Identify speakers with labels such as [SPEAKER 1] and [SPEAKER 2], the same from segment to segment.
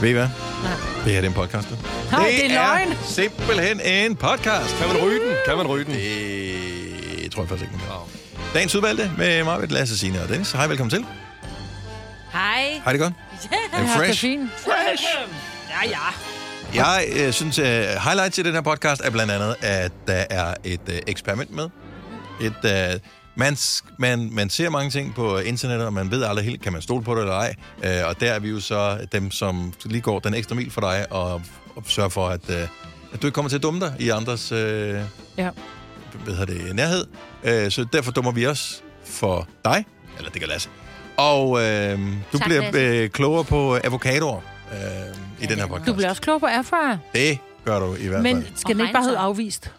[SPEAKER 1] Ved I hvad?
[SPEAKER 2] Nej.
[SPEAKER 1] Det her det er en podcast. du.
[SPEAKER 2] Nej, det er løgn.
[SPEAKER 1] simpelthen en podcast.
[SPEAKER 3] Kan man ryge den? Kan man ryge den?
[SPEAKER 1] Det tror jeg faktisk ikke, man kan. Dagens udvalgte med Marvitt, Lasse, Signe og Dennis. Hej, velkommen til.
[SPEAKER 2] Hej.
[SPEAKER 1] Hej, det godt.
[SPEAKER 2] Jeg
[SPEAKER 1] En
[SPEAKER 2] har
[SPEAKER 1] fresh.
[SPEAKER 2] koffein.
[SPEAKER 1] Fresh!
[SPEAKER 2] Ja, ja.
[SPEAKER 1] Jeg øh, synes, at highlight til den her podcast er blandt andet, at der er et øh, eksperiment med. Et, øh, man, sk- man, man ser mange ting på internettet, og man ved aldrig helt, kan man stole på det eller ej. Øh, og der er vi jo så dem, som lige går den ekstra mil for dig, og, og sørger for, at, øh, at du ikke kommer til at dumme dig i andres øh,
[SPEAKER 2] Ja.
[SPEAKER 1] hvad hedder det, nærhed. Øh, så derfor dummer vi os for dig, eller det kan Lasse. Og øh, du
[SPEAKER 4] Tak,
[SPEAKER 1] tak, bliver
[SPEAKER 4] Lasse.
[SPEAKER 1] øh, klogere på avocadoer øh, i den her podcast.
[SPEAKER 2] Du bliver også klog på airfryer.
[SPEAKER 1] Det gør du i hvert fald. Men...
[SPEAKER 2] Men skal den ikke bare hedde afvist?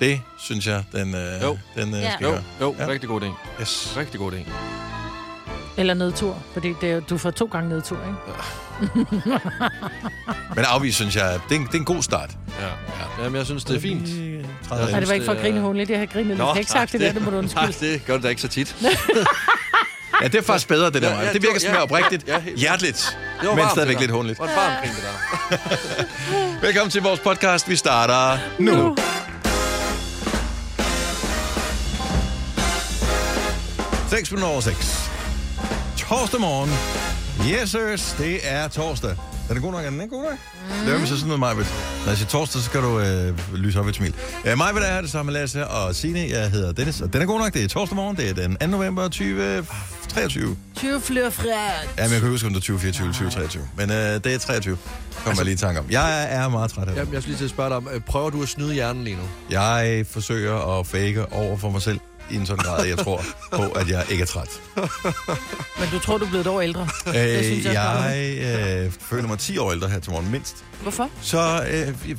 [SPEAKER 1] Det synes jeg, den, øh,
[SPEAKER 3] Jo.
[SPEAKER 1] den øh,
[SPEAKER 4] Ja.
[SPEAKER 1] skal
[SPEAKER 3] Jo,
[SPEAKER 1] gøre.
[SPEAKER 3] jo,
[SPEAKER 1] Ja.
[SPEAKER 3] rigtig god idé.
[SPEAKER 1] Yes.
[SPEAKER 3] Rigtig god idé.
[SPEAKER 2] Eller nedtur, fordi det er, jo- du får to gange nedtur,
[SPEAKER 1] Øh,
[SPEAKER 2] ikke?
[SPEAKER 1] Men afvis, synes jeg, det er, en, det er en god start.
[SPEAKER 3] Ja. Jamen, jeg synes, det er fint.
[SPEAKER 1] Træder
[SPEAKER 2] Nej,
[SPEAKER 1] ind.
[SPEAKER 2] det var ikke for at
[SPEAKER 3] det er-
[SPEAKER 2] grine hundeligt. Jeg har grinet lidt.
[SPEAKER 3] Nå,
[SPEAKER 2] Jeg har ikke sagt det
[SPEAKER 3] tak,
[SPEAKER 2] der, det må du undskylde.
[SPEAKER 3] Nej, det gør det da ikke så tit.
[SPEAKER 1] Ja, det er faktisk bedre, det der.
[SPEAKER 3] Ja,
[SPEAKER 1] Ja,
[SPEAKER 3] ja,
[SPEAKER 1] det virker
[SPEAKER 3] det
[SPEAKER 1] som
[SPEAKER 3] var-
[SPEAKER 1] ja,
[SPEAKER 3] ja.
[SPEAKER 1] oprigtigt,
[SPEAKER 3] Ja,
[SPEAKER 1] ja,
[SPEAKER 3] helt-
[SPEAKER 1] hjerteligt,
[SPEAKER 3] Det var
[SPEAKER 1] men
[SPEAKER 3] varmt,
[SPEAKER 1] stadigvæk
[SPEAKER 3] det
[SPEAKER 1] lidt
[SPEAKER 3] der.
[SPEAKER 1] håndligt.
[SPEAKER 3] Det var et varmt grin, det der.
[SPEAKER 1] Velkommen til vores podcast. Vi starter nu. nu. Seks minutter over seks. Torsdag morgen. Yes, sirs. Det er torsdag. Er den god nok? Er den ikke god nok? Mm. Det er jo så sådan noget, Majbet. Når jeg siger torsdag, så skal du øh, lyse op i et smil. Øh, Majbet er her, det samme med Lasse og Signe. Jeg hedder Dennis, og den er god nok. Det er torsdag morgen. Det er den 2. november 2023.
[SPEAKER 2] 20 flere fra...
[SPEAKER 1] Ja, men jeg kan ikke huske, om det er 2024 eller 2023. Men øh, det er 23. Kom altså, lige i tanke om. Jeg er meget træt af det.
[SPEAKER 3] Jamen, jeg skulle lige til at spørge dig om, øh, prøver du at snyde hjernen lige nu?
[SPEAKER 1] Jeg forsøger at fake over for mig selv i en sådan grad, at jeg tror på, at jeg ikke er træt.
[SPEAKER 2] Men du tror, du er blevet et år ældre. Det synes
[SPEAKER 1] Øh,
[SPEAKER 2] jeg,
[SPEAKER 1] jeg øh, føler mig 10 år ældre her til morgen, mindst.
[SPEAKER 2] Hvorfor?
[SPEAKER 1] Så, øh, jeg- I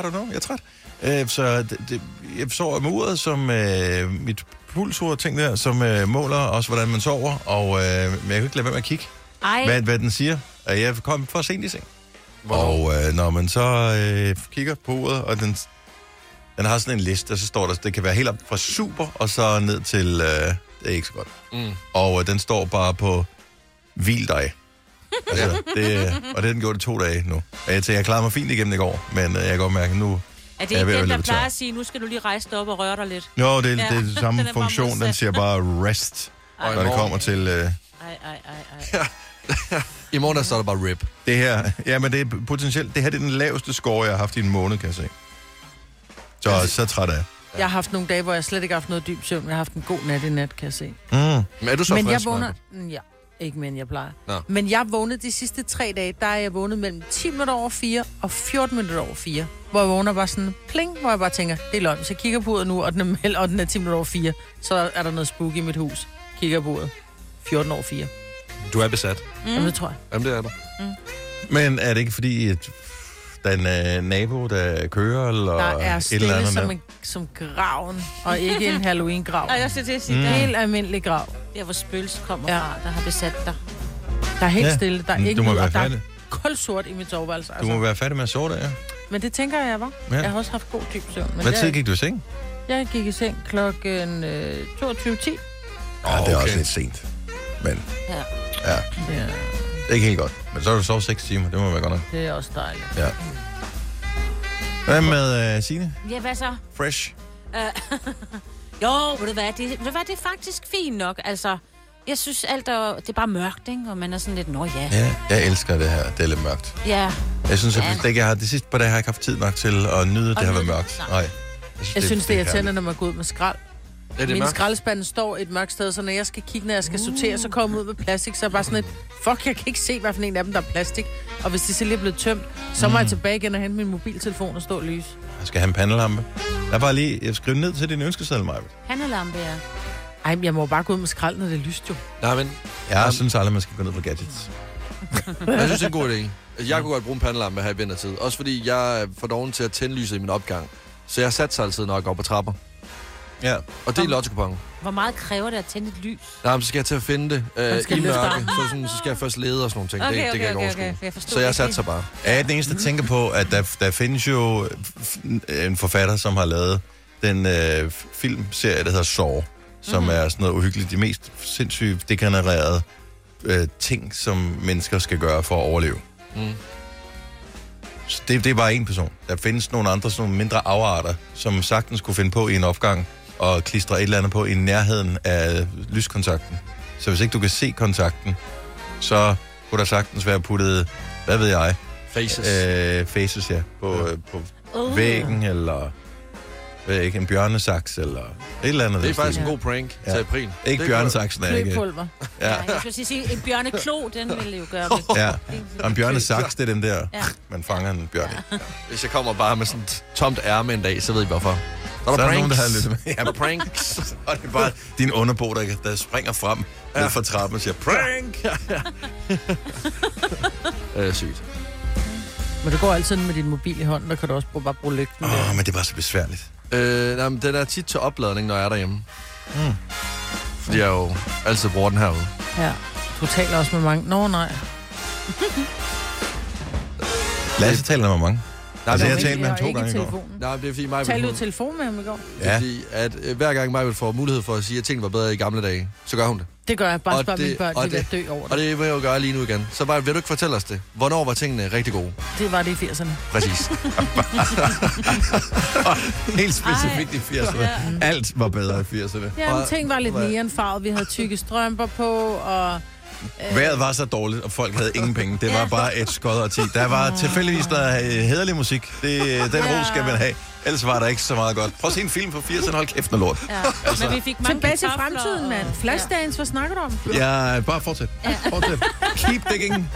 [SPEAKER 1] don't know, jeg er træt. Øh, så det, det, jeg sover med uret, som øh, mit pulsur ting der, som øh, måler også, hvordan man sover. Og øh, men jeg kan ikke lade være med at kigge,
[SPEAKER 4] Ej,
[SPEAKER 1] hvad, hvad den siger. Og jeg kom for sent i seng. Og øh, når man så øh, kigger på uret, og den, den har sådan en liste, og så står der, det kan være helt op fra super, og så ned til, øh, det er ikke så godt.
[SPEAKER 3] Mm.
[SPEAKER 1] Og øh, den står bare på, hvil dig. Altså, det, øh, og det har den gjort i to dage nu. Og jeg tænker, jeg klarede mig fint igennem i går, men øh, jeg kan godt mærke, nu...
[SPEAKER 4] er
[SPEAKER 1] jeg
[SPEAKER 4] det ikke
[SPEAKER 1] vil
[SPEAKER 4] den, der
[SPEAKER 1] løbe tør.
[SPEAKER 4] plejer at sige, nu skal du lige rejse dig op og røre dig lidt?
[SPEAKER 1] Jo, det, ja, det er
[SPEAKER 4] Ja,
[SPEAKER 1] den
[SPEAKER 4] den
[SPEAKER 1] samme
[SPEAKER 4] er
[SPEAKER 1] den
[SPEAKER 4] bare
[SPEAKER 1] funktion, den
[SPEAKER 4] modsat.
[SPEAKER 1] siger bare rest,
[SPEAKER 3] Og i
[SPEAKER 1] når det
[SPEAKER 3] morgen-
[SPEAKER 1] kommer til... Øh,
[SPEAKER 4] Ej, ej, ej, ej.
[SPEAKER 3] I morgen, der står der bare rip.
[SPEAKER 1] Det her, ja, men det er potentielt, det her det er den laveste score, jeg har haft i en måned, kan jeg se. Så,
[SPEAKER 3] Altså-
[SPEAKER 1] så træt er jeg.
[SPEAKER 2] Jeg har haft nogle dage, hvor jeg slet ikke har haft noget dyb søvn. Jeg har haft en god nat i nat, kan jeg se.
[SPEAKER 1] Mm.
[SPEAKER 3] Men er du så
[SPEAKER 2] men jeg
[SPEAKER 3] frisk,
[SPEAKER 2] vågner...
[SPEAKER 3] Marco?
[SPEAKER 2] Mm, Ja, ikke mere end jeg plejer.
[SPEAKER 3] Nå.
[SPEAKER 2] Men jeg vågnede de sidste tre dage, der er jeg vågnet mellem 10 minutter over 4 og 14 minutter over 4. Hvor jeg vågner bare sådan pling, hvor jeg bare tænker, det er løgn. Så jeg kigger på uret nu, og den er, mel- og den er 10 minutter over 4. Så er der noget spooky i mit hus. Kigger på uret. 14 over 4. Mm.
[SPEAKER 3] Du er besat.
[SPEAKER 2] Jamen, det tror jeg.
[SPEAKER 3] Jamen, det er du.
[SPEAKER 2] Mm.
[SPEAKER 1] Men er det ikke fordi, at der er en øh, nabo, der kører, eller
[SPEAKER 2] Der er
[SPEAKER 1] et
[SPEAKER 2] stille
[SPEAKER 1] eller andet?
[SPEAKER 2] som,
[SPEAKER 1] med?
[SPEAKER 2] en, som graven, og ikke en Halloween-grav.
[SPEAKER 4] Ej, jeg skal til at sige,
[SPEAKER 1] Mm.
[SPEAKER 4] mm. der,
[SPEAKER 2] Helt almindelig grav.
[SPEAKER 4] der, hvor spøgelser kommer
[SPEAKER 2] Ja.
[SPEAKER 4] ja. fra, der har besat dig.
[SPEAKER 2] Der er helt
[SPEAKER 1] Ja.
[SPEAKER 2] ja. stille. Der er
[SPEAKER 1] Mm,
[SPEAKER 2] ikke
[SPEAKER 1] du må
[SPEAKER 2] lyd,
[SPEAKER 1] være
[SPEAKER 2] og der er
[SPEAKER 1] færdig.
[SPEAKER 2] kulsort i mit soveværelse.
[SPEAKER 1] Du
[SPEAKER 2] Altså.
[SPEAKER 1] må være færdig med at sove der, ja.
[SPEAKER 2] Men det tænker jeg, var.
[SPEAKER 1] Ja.
[SPEAKER 2] Ja. Jeg har også haft god dyb søvn. Men
[SPEAKER 1] Hvad
[SPEAKER 2] jeg,
[SPEAKER 1] tid gik du i seng?
[SPEAKER 2] Jeg gik i seng klokken øh, 22.10.
[SPEAKER 1] Ja, det er også lidt sent. Men
[SPEAKER 4] Ja.
[SPEAKER 2] Ja,
[SPEAKER 1] det er ikke helt godt. Men så har du sovet 6 timer, det må være godt nok.
[SPEAKER 2] det er også dejligt.
[SPEAKER 1] Ja. Hvad med uh, Signe?
[SPEAKER 4] ja, hvad så? Øh,
[SPEAKER 1] Fresh?
[SPEAKER 4] Jo, ved du hvad, det, ved du hvad, det er faktisk fint nok. Altså, jeg synes alt er, det er bare mørkt, ikke? Og man er sådan lidt, nå ja.
[SPEAKER 1] Ja, jeg elsker det her. Det er lidt mørkt.
[SPEAKER 4] Ja,
[SPEAKER 1] Jeg synes, at
[SPEAKER 4] Ja.
[SPEAKER 1] ja. jeg har, de sidste par dage har jeg ikke haft tid nok til at nyde, at det
[SPEAKER 4] Og
[SPEAKER 1] har været
[SPEAKER 4] nyde det.
[SPEAKER 1] mørkt.
[SPEAKER 4] Nej.
[SPEAKER 1] Nej.
[SPEAKER 2] Jeg synes, det er
[SPEAKER 1] herligt.
[SPEAKER 2] irriterende, når man går ud med skrald.
[SPEAKER 3] Ja, det er
[SPEAKER 2] Min
[SPEAKER 3] mørkt.
[SPEAKER 2] skraldespand står et mørkt sted, så når jeg skal kigge, når jeg skal sortere, så kommer jeg ud med plastik, så er jeg bare sådan et, fuck, jeg kan ikke se, hvad for en af dem, der er plastik. Og hvis de så lige er blevet tømt, så må jeg tilbage igen og hente min mobiltelefon og stå og lyse.
[SPEAKER 1] Jeg skal have en pandelampe. Jeg bare lige jeg skriver ned til din ønskeseddel, Maja.
[SPEAKER 4] han er lampe, ja.
[SPEAKER 2] Ej, men jeg må bare gå ud med skrald, når det er lyst jo.
[SPEAKER 3] Nej, men
[SPEAKER 1] Jeg synes aldrig, man skal gå ned på gadgets.
[SPEAKER 3] jeg synes, det er en god idé. Jeg kunne godt bruge en pandelampe her i vintertid. Også fordi jeg er for doven til at tænde lyset i min opgang. Så jeg satte sig altid, når jeg går på trapper.
[SPEAKER 1] Ja.
[SPEAKER 3] Og det er lottokupongen.
[SPEAKER 4] Hvor meget kræver det at tænde et lys?
[SPEAKER 3] Nej, men så skal jeg til at finde det øh,
[SPEAKER 2] skal
[SPEAKER 3] i
[SPEAKER 2] løfte
[SPEAKER 3] mørke. Så, sådan, så skal jeg først lede og sådan nogle ting. det, det kan jeg ikke overskue.
[SPEAKER 4] Jeg forstod
[SPEAKER 3] Så jeg
[SPEAKER 4] ikke
[SPEAKER 3] satte
[SPEAKER 4] det.
[SPEAKER 3] sig bare.
[SPEAKER 1] Jeg er den eneste, der tænker på, at der, der findes jo f- en forfatter, som har lavet den øh, filmserie, der hedder Saw, som mm-hmm. er sådan noget uhyggeligt, de mest sindssygt degenererede øh, ting, som mennesker skal gøre for at overleve. Mm. Så det, det er bare en person. Der findes nogle andre, sådan nogle mindre afarter, som sagtens kunne finde på i en opgang og klistre et eller andet på i nærheden af lyskontakten. Så hvis ikke du kan se kontakten, så kunne der sagtens være puttet, hvad ved jeg,
[SPEAKER 3] Faces. Øh.
[SPEAKER 1] øh, faces ja, på, øh, på
[SPEAKER 4] Uh.
[SPEAKER 1] væggen, eller ved jeg ikke, en bjørnesaks, eller et eller andet.
[SPEAKER 3] Det er
[SPEAKER 1] der
[SPEAKER 3] faktisk
[SPEAKER 1] stil.
[SPEAKER 3] en god prank
[SPEAKER 1] Ja.
[SPEAKER 3] til april. Det
[SPEAKER 1] Ikke
[SPEAKER 3] kunne-
[SPEAKER 1] bjørnesaksen, er ikke...
[SPEAKER 2] Kløpulver.
[SPEAKER 1] Ja,
[SPEAKER 4] Nej, jeg skulle sige, en bjørneklo, den ville jo gøre det.
[SPEAKER 1] ja. Og en bjørnesaks, det er den der,
[SPEAKER 4] Ja.
[SPEAKER 1] man fanger en bjørn. i.
[SPEAKER 3] Hvis jeg kommer bare med sådan et tomt ærme en dag, så ved I hvorfor. Så
[SPEAKER 1] Så er der
[SPEAKER 3] pranks.
[SPEAKER 1] nogen, der har lyttet med. Ja,
[SPEAKER 3] Der er pranks.
[SPEAKER 1] Og det er bare din underbo, der, der springer frem ja. ned fra trappen og siger, prank!
[SPEAKER 3] øh, sygt.
[SPEAKER 2] Men du går altid med din mobil i hånden, der kan du også bruge, bare bruge lygten.
[SPEAKER 1] Åh,
[SPEAKER 2] der.
[SPEAKER 1] oh, men det er bare så besværligt.
[SPEAKER 3] Øh, nej, men den er tit til opladning, når jeg er derhjemme. Mm. Fordi jeg jo altid bruger den herude.
[SPEAKER 2] Ja. Du taler også med mange. Nå, nej.
[SPEAKER 1] Lasse taler med mange.
[SPEAKER 3] Nej,
[SPEAKER 1] Altså,
[SPEAKER 3] altså,
[SPEAKER 1] jeg
[SPEAKER 3] jeg
[SPEAKER 2] Men
[SPEAKER 1] talte med ham
[SPEAKER 2] har
[SPEAKER 1] to
[SPEAKER 2] ikke
[SPEAKER 1] gange i går.
[SPEAKER 2] telefonen.
[SPEAKER 3] nej men det er fordi mig...
[SPEAKER 2] Talte du i telefon med ham i går?
[SPEAKER 1] Ja.
[SPEAKER 3] Ja. Fordi at øh, hver gang Majbel får mulighed for at sige, at tingene var bedre i gamle dage, så gør hun det.
[SPEAKER 2] Det gør jeg. Bare
[SPEAKER 3] Og
[SPEAKER 2] spørg
[SPEAKER 3] det-
[SPEAKER 2] mine børn,
[SPEAKER 3] og
[SPEAKER 2] de vil
[SPEAKER 3] det-
[SPEAKER 2] dø over
[SPEAKER 3] Og
[SPEAKER 2] det.
[SPEAKER 3] det vil jeg jo gøre lige nu igen. Så bare, vil du ikke fortælle os det? Hvornår var tingene rigtig gode?
[SPEAKER 2] Det var det i 80'erne.
[SPEAKER 3] Præcis.
[SPEAKER 1] Helt specifikt i 80'erne. Alt var bedre i 80'erne.
[SPEAKER 2] Jamen,
[SPEAKER 3] Og-
[SPEAKER 2] ting var lidt
[SPEAKER 3] Hvad-
[SPEAKER 2] neonfarvet. Vi havde tykke strømper på, og... øh.
[SPEAKER 1] Vejret var så dårligt, og folk havde ingen penge. Det var bare et skod og ti. Der var tilfældigvis der øh, hederlig musik. Det, den ro skal man have. Ellers var der ikke så meget godt. Prøv at se en film fra 80'erne. Hold kæft, noget lort.
[SPEAKER 4] Ja.
[SPEAKER 1] Altså-
[SPEAKER 4] Men vi fik mange
[SPEAKER 2] Tilbage til
[SPEAKER 4] kartofler
[SPEAKER 2] fremtiden,
[SPEAKER 4] og-
[SPEAKER 2] mand. Flashdance, hvad snakker du om?
[SPEAKER 1] Ja, bare fortsæt. Fortsæt. Keep digging.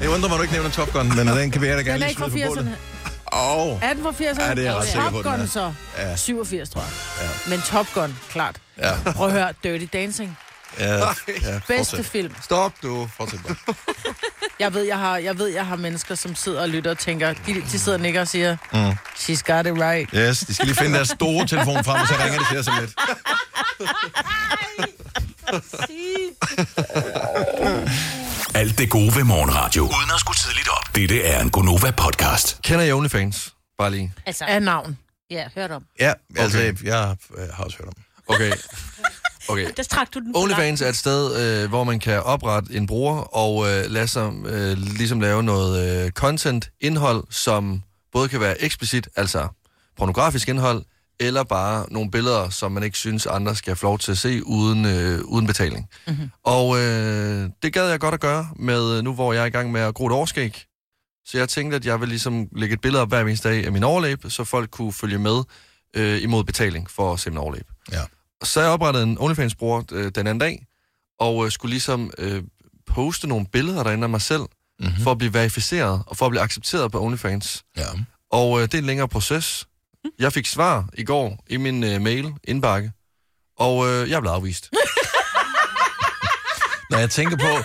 [SPEAKER 1] Jeg undrer mig, du ikke nævner Top Gun, men den kan vi da gerne
[SPEAKER 2] Den er
[SPEAKER 1] lige
[SPEAKER 2] ikke fra
[SPEAKER 1] smide på
[SPEAKER 2] 80'erne.
[SPEAKER 1] bålet. Åh, oh,
[SPEAKER 2] Er den fra 80'erne?
[SPEAKER 1] Ja, det er jeg ret sikker på,
[SPEAKER 2] Top
[SPEAKER 1] den er.
[SPEAKER 2] Gun så.
[SPEAKER 1] Ja.
[SPEAKER 2] 87, tror jeg. Men Top Gun, klart.
[SPEAKER 1] ja.
[SPEAKER 2] Prøv at høre, Dirty Dancing.
[SPEAKER 1] ja, ja
[SPEAKER 2] Bedste
[SPEAKER 1] fortsæt.
[SPEAKER 2] film.
[SPEAKER 3] Stop du.
[SPEAKER 1] Fortsæt bare.
[SPEAKER 2] Jeg ved, jeg har, jeg ved, jeg har mennesker, som sidder og lytter og tænker, de, de sidder og nikker og siger, mm. she's got it right.
[SPEAKER 1] Yes, de skal lige finde deres store telefon frem, og så ringer de til os om lidt.
[SPEAKER 5] Alt det gode ved morgenradio. Uden at skulle tidligt op. Dette er en Gonova-podcast.
[SPEAKER 3] Kender I OnlyFans? Bare lige.
[SPEAKER 4] Altså,
[SPEAKER 2] Af navn.
[SPEAKER 4] ja, hørt om.
[SPEAKER 1] Ja, altså,
[SPEAKER 3] Okay.
[SPEAKER 1] jeg øh, har også hørt om det.
[SPEAKER 3] Okay. Okay.
[SPEAKER 4] Der trak du den på
[SPEAKER 3] OnlyFans er et sted, øh, hvor man kan oprette en bruger og øh, lade sig, øh, ligesom lave noget øh, content-indhold, som både kan være eksplicit, altså pornografisk indhold, eller bare nogle billeder, som man ikke synes, andre skal have lov til at se uden, øh, uden betaling.
[SPEAKER 4] Mhm.
[SPEAKER 3] Mm-hmm. Og øh, det gad jeg godt at gøre med øh, nu, hvor jeg er i gang med at gro et overskæg. Så jeg tænkte, at jeg vil ligesom lægge et billede op hver eneste dag af min overlæb, så folk kunne følge med øh, imod betaling for at se min overlæb så jeg oprettede en OnlyFans-bruger øh, den anden dag, og øh, skulle ligesom øh, poste nogle billeder derinde af mig selv,
[SPEAKER 1] Mhm.
[SPEAKER 3] mm-hmm. for at blive verificeret og for at blive accepteret på OnlyFans.
[SPEAKER 1] Ja.
[SPEAKER 3] Og øh, det er en længere proces.
[SPEAKER 2] Mhm.
[SPEAKER 3] Jeg fik svar i går i min øh, mail indbakke, og øh, jeg blev afvist.
[SPEAKER 1] Når jeg tænker på,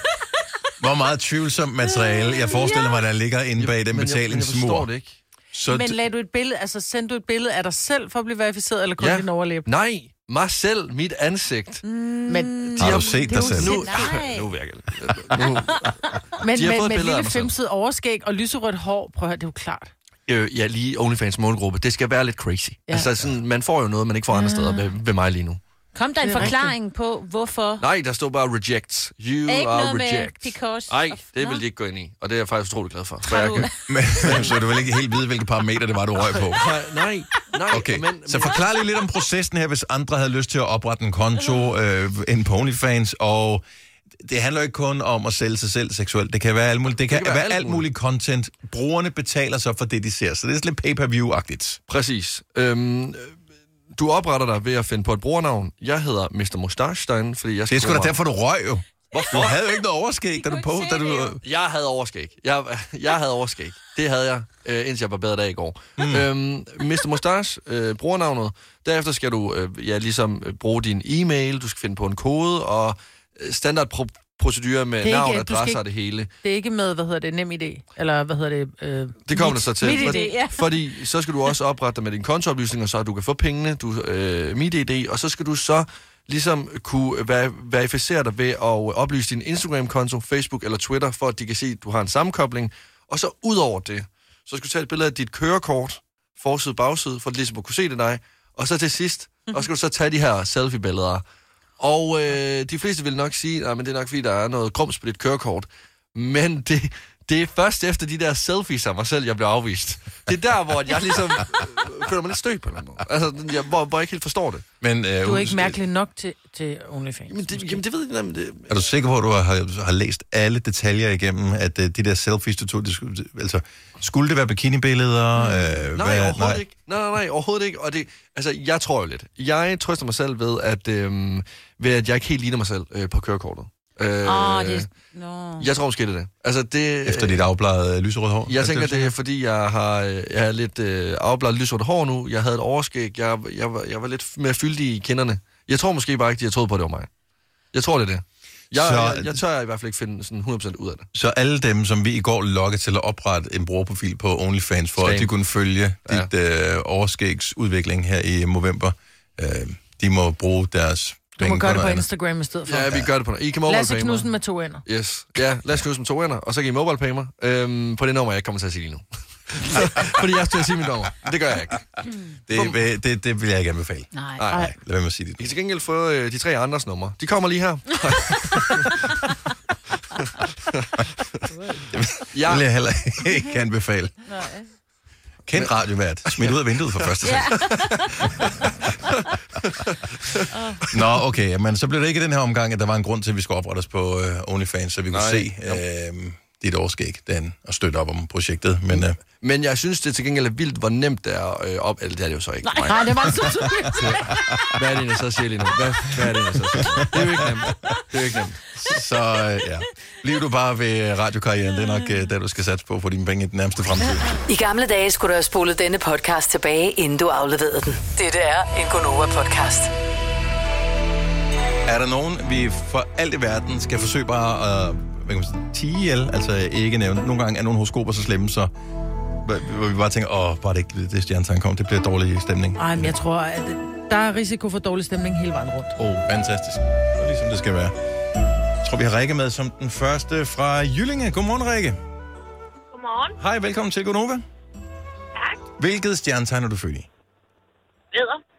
[SPEAKER 1] hvor meget tvivlsomt materiale, jeg forestiller mig, der ligger inde bag den
[SPEAKER 3] Men jeg, men jeg forstår
[SPEAKER 1] betalingsmur.
[SPEAKER 3] det ikke.
[SPEAKER 1] Så
[SPEAKER 2] Men
[SPEAKER 1] d-
[SPEAKER 2] lagde du et billede, altså sendte du et billede af dig selv for at blive verificeret, eller kun
[SPEAKER 3] Ja.
[SPEAKER 2] ja. din overlæb?
[SPEAKER 3] Nej, mig selv, mit ansigt. Mm,
[SPEAKER 2] Men,
[SPEAKER 1] har du set
[SPEAKER 2] det er
[SPEAKER 1] dig
[SPEAKER 2] jo
[SPEAKER 1] selv?
[SPEAKER 2] sådan-
[SPEAKER 3] nu,
[SPEAKER 4] nej.
[SPEAKER 3] nu virker det. Nu,
[SPEAKER 2] men,
[SPEAKER 3] De har fået
[SPEAKER 2] men
[SPEAKER 3] et
[SPEAKER 2] med et
[SPEAKER 3] billede af
[SPEAKER 2] lille
[SPEAKER 3] mig selv.
[SPEAKER 2] femset overskæg og lyserødt hår, prøv at høre, det er jo klart.
[SPEAKER 3] øh, ja, lige OnlyFans målgruppe. Det skal være lidt crazy. Ja. Altså, sådan, man får jo noget, man ikke får andre
[SPEAKER 4] Mm.
[SPEAKER 3] steder ved, ved mig lige nu.
[SPEAKER 4] Kom der en forklaring på, hvorfor...
[SPEAKER 3] Nej, der stod bare reject. You
[SPEAKER 4] Ikke
[SPEAKER 3] are
[SPEAKER 4] noget med
[SPEAKER 3] reject.
[SPEAKER 4] because
[SPEAKER 3] Nej,
[SPEAKER 4] of-
[SPEAKER 3] det
[SPEAKER 4] Nå.
[SPEAKER 3] vil de ikke gå ind i, og det er jeg faktisk utrolig glad for. for
[SPEAKER 4] Har
[SPEAKER 3] jeg
[SPEAKER 4] du...
[SPEAKER 3] kan-
[SPEAKER 1] men, men så du vil ikke helt vide, hvilke parametre det var, du røg på.
[SPEAKER 3] Nej, nej, nej.
[SPEAKER 1] Okay,
[SPEAKER 3] men,
[SPEAKER 1] så
[SPEAKER 3] men,
[SPEAKER 1] forklar lige lidt om processen her, hvis andre havde lyst til at oprette en konto øh, ind på OnlyFans, og det handler jo ikke kun om at sælge sig selv seksuelt. Det kan være alt muligt. Det kan, det kan være, alt muligt content. Brugerne betaler så for det, de ser. Så det er sådan lidt pay-per-view-agtigt.
[SPEAKER 3] præcis. Øhm, du opretter dig ved at finde på et brugernavn. Jeg hedder Mr. Mustache derinde, fordi jeg
[SPEAKER 1] Det er sgu da
[SPEAKER 3] bruge mig-
[SPEAKER 1] derfor, du røg jo. Hvorfor? Du havde jo ikke noget overskæg, da du
[SPEAKER 4] kunne
[SPEAKER 1] på,
[SPEAKER 4] ikke
[SPEAKER 1] da
[SPEAKER 4] se det
[SPEAKER 1] du...
[SPEAKER 4] jo.
[SPEAKER 3] Jeg havde overskæg. Jeg, jeg havde overskæg. Det havde jeg, øh, indtil jeg barberede dag i går. Mm. Øhm, Mr. Mustache, øh, brugernavnet. Derefter skal du øh, ja, ligesom øh, bruge din e-mail, du skal finde på en kode, og øh, standardprocedurer med
[SPEAKER 2] Det er
[SPEAKER 3] navn,
[SPEAKER 2] ikke- du skal
[SPEAKER 3] adresse
[SPEAKER 2] ikke-
[SPEAKER 3] og det hele.
[SPEAKER 2] Det er ikke med, hvad hedder det, nem idé, eller hvad hedder det... Øh,
[SPEAKER 3] Det kommer det så til.
[SPEAKER 2] Mit idé,
[SPEAKER 3] Fordi-
[SPEAKER 2] ja.
[SPEAKER 3] Fordi så skal du også oprette dig med dine kontooplysninger, så du kan få pengene, du, øh, mit idé, og så skal du så ligesom kunne ver- verificere dig ved at øh, oplyse din Instagram-konto, Facebook eller Twitter, for at de kan se, at du har en sammenkobling. Og så ud over det, så skal du tage et billede af dit kørekort, forside bagside, for at ligesom at kunne se det dig. Og så til sidst, og så skal du så tage de her selfie-billeder. Og øh, de fleste vil nok sige, at det er nok fordi, der er noget grums på dit kørekort. Men det, Det er først efter de der selfies af mig selv, jeg bliver afvist. Det er der, hvor jeg ligesom øh, føler mig lidt stødt på en eller anden måde. Altså, jeg, hvor, hvor jeg ikke helt forstår det.
[SPEAKER 1] Men, øh,
[SPEAKER 2] Du er ikke mærkelig nok til, til OnlyFans.
[SPEAKER 3] Jamen, det, jamen, det ved jeg ikke. jamen, Det,
[SPEAKER 1] Er du sikker på, at du har, har læst alle detaljer igennem, at øh, de der selfies, du tog, det skulle, altså, skulle det være bikinibilleder? Øh,
[SPEAKER 3] Mm. Nej, overhovedet nej. ikke. Nej, nej, nej, overhovedet ikke. Og det, altså, jeg tror jo lidt. Jeg trøster mig selv ved, at, øhm, ved, at jeg ikke helt ligner mig selv øh, på kørekortet. Øh,
[SPEAKER 4] Åh, oh, det... Nå.
[SPEAKER 3] Jeg tror måske, det er det. Altså, det
[SPEAKER 1] Efter dit afbladede øh, lyserøde hår?
[SPEAKER 3] jeg
[SPEAKER 1] Er
[SPEAKER 3] tænker,
[SPEAKER 1] du
[SPEAKER 3] det er, fordi jeg har, øh, jeg har lidt øh, afbladet lysort hår nu. Jeg havde et overskæg. Jeg, jeg, var, jeg var lidt mere fyldig i kinderne. Jeg tror måske bare ikke, de har troet på, at det var mig. Jeg tror, det er det. Jeg,
[SPEAKER 1] Så-
[SPEAKER 3] så... jeg, jeg tør i hvert fald ikke finde sådan 100% ud af det.
[SPEAKER 1] Så alle dem, som vi i går lokkede til at oprette en brugerprofil på OnlyFans, for
[SPEAKER 3] Same.
[SPEAKER 1] at de kunne følge ja. dit øh, overskægsudvikling her i november, øh, de må bruge deres
[SPEAKER 2] Du må
[SPEAKER 1] penge
[SPEAKER 2] gøre det på
[SPEAKER 1] noget
[SPEAKER 2] Instagram i stedet for.
[SPEAKER 3] Ja, vi gør det på noget. I kan
[SPEAKER 2] Lasse
[SPEAKER 3] mobile
[SPEAKER 2] Knudsen
[SPEAKER 3] mig.
[SPEAKER 2] med to ender.
[SPEAKER 3] Yes. Ja, lad os knuse med to ender, og så kan I mobile pay mig øhm, på det nummer, jeg ikke kommer til at sige lige nu. Fordi jeg skal til at sige mit nummer. Det gør jeg ikke.
[SPEAKER 1] andet. Det, vil- det, det vil jeg ikke anbefale.
[SPEAKER 4] Nej.
[SPEAKER 3] Nej.
[SPEAKER 1] Nej, lad være med at sige
[SPEAKER 3] I kan
[SPEAKER 1] det.
[SPEAKER 3] til gengæld få øh, de tre andres numre. De kommer lige her.
[SPEAKER 1] Det vil
[SPEAKER 3] ja,
[SPEAKER 1] jeg heller ikke anbefale.
[SPEAKER 4] Nej.
[SPEAKER 1] Kendt radiovært. Smidt ud af vinduet for første gang. Nå, okay. Men så blev det ikke i den her omgang, at der var en grund til, at vi skulle oprette os på øh, OnlyFans, så vi kunne
[SPEAKER 3] Nej,
[SPEAKER 1] se øh, dit årskæg, den, og støtte op om projektet. Men øh,
[SPEAKER 3] men jeg synes, det til gengæld er vildt, hvor nemt det er øh, op... Eller det er det jo så ikke.
[SPEAKER 4] Nej, nej, det var så
[SPEAKER 3] Hvad er det, jeg så siger lige nu? Hvad, hvad er det, jeg så siger? Det er jo ikke nemt. Det er jo ikke nemt.
[SPEAKER 1] så øh, ja. Bliv du bare ved øh, radiokarrieren. Det er nok øh, der, du skal satse på for dine penge i den nærmeste fremtid.
[SPEAKER 6] I gamle dage skulle du have spolet denne podcast tilbage, inden du afleverede den. Dette er en Gonova-podcast.
[SPEAKER 1] Er der nogen, vi for alt i verden skal forsøge bare at hvad kan man sige, tige ihjel, altså ikke nævne? Nogle gange er nogle horoskoper så slemme, så hvor- hvor vi bare tænker, åh, bare det ikke det stjernetegn kom, det bliver dårlig stemning.
[SPEAKER 2] Ej, men jeg tror, at der er risiko for dårlig stemning hele vejen rundt.
[SPEAKER 1] Åh, oh, fantastisk. Og ligesom det skal være. Jeg tror, vi har Rikke med som den første fra Jyllinge. Godmorgen, Rikke.
[SPEAKER 7] Godmorgen.
[SPEAKER 1] Hej, velkommen til Gonova.
[SPEAKER 7] Tak.
[SPEAKER 1] Hvilket stjernetegn er du født i?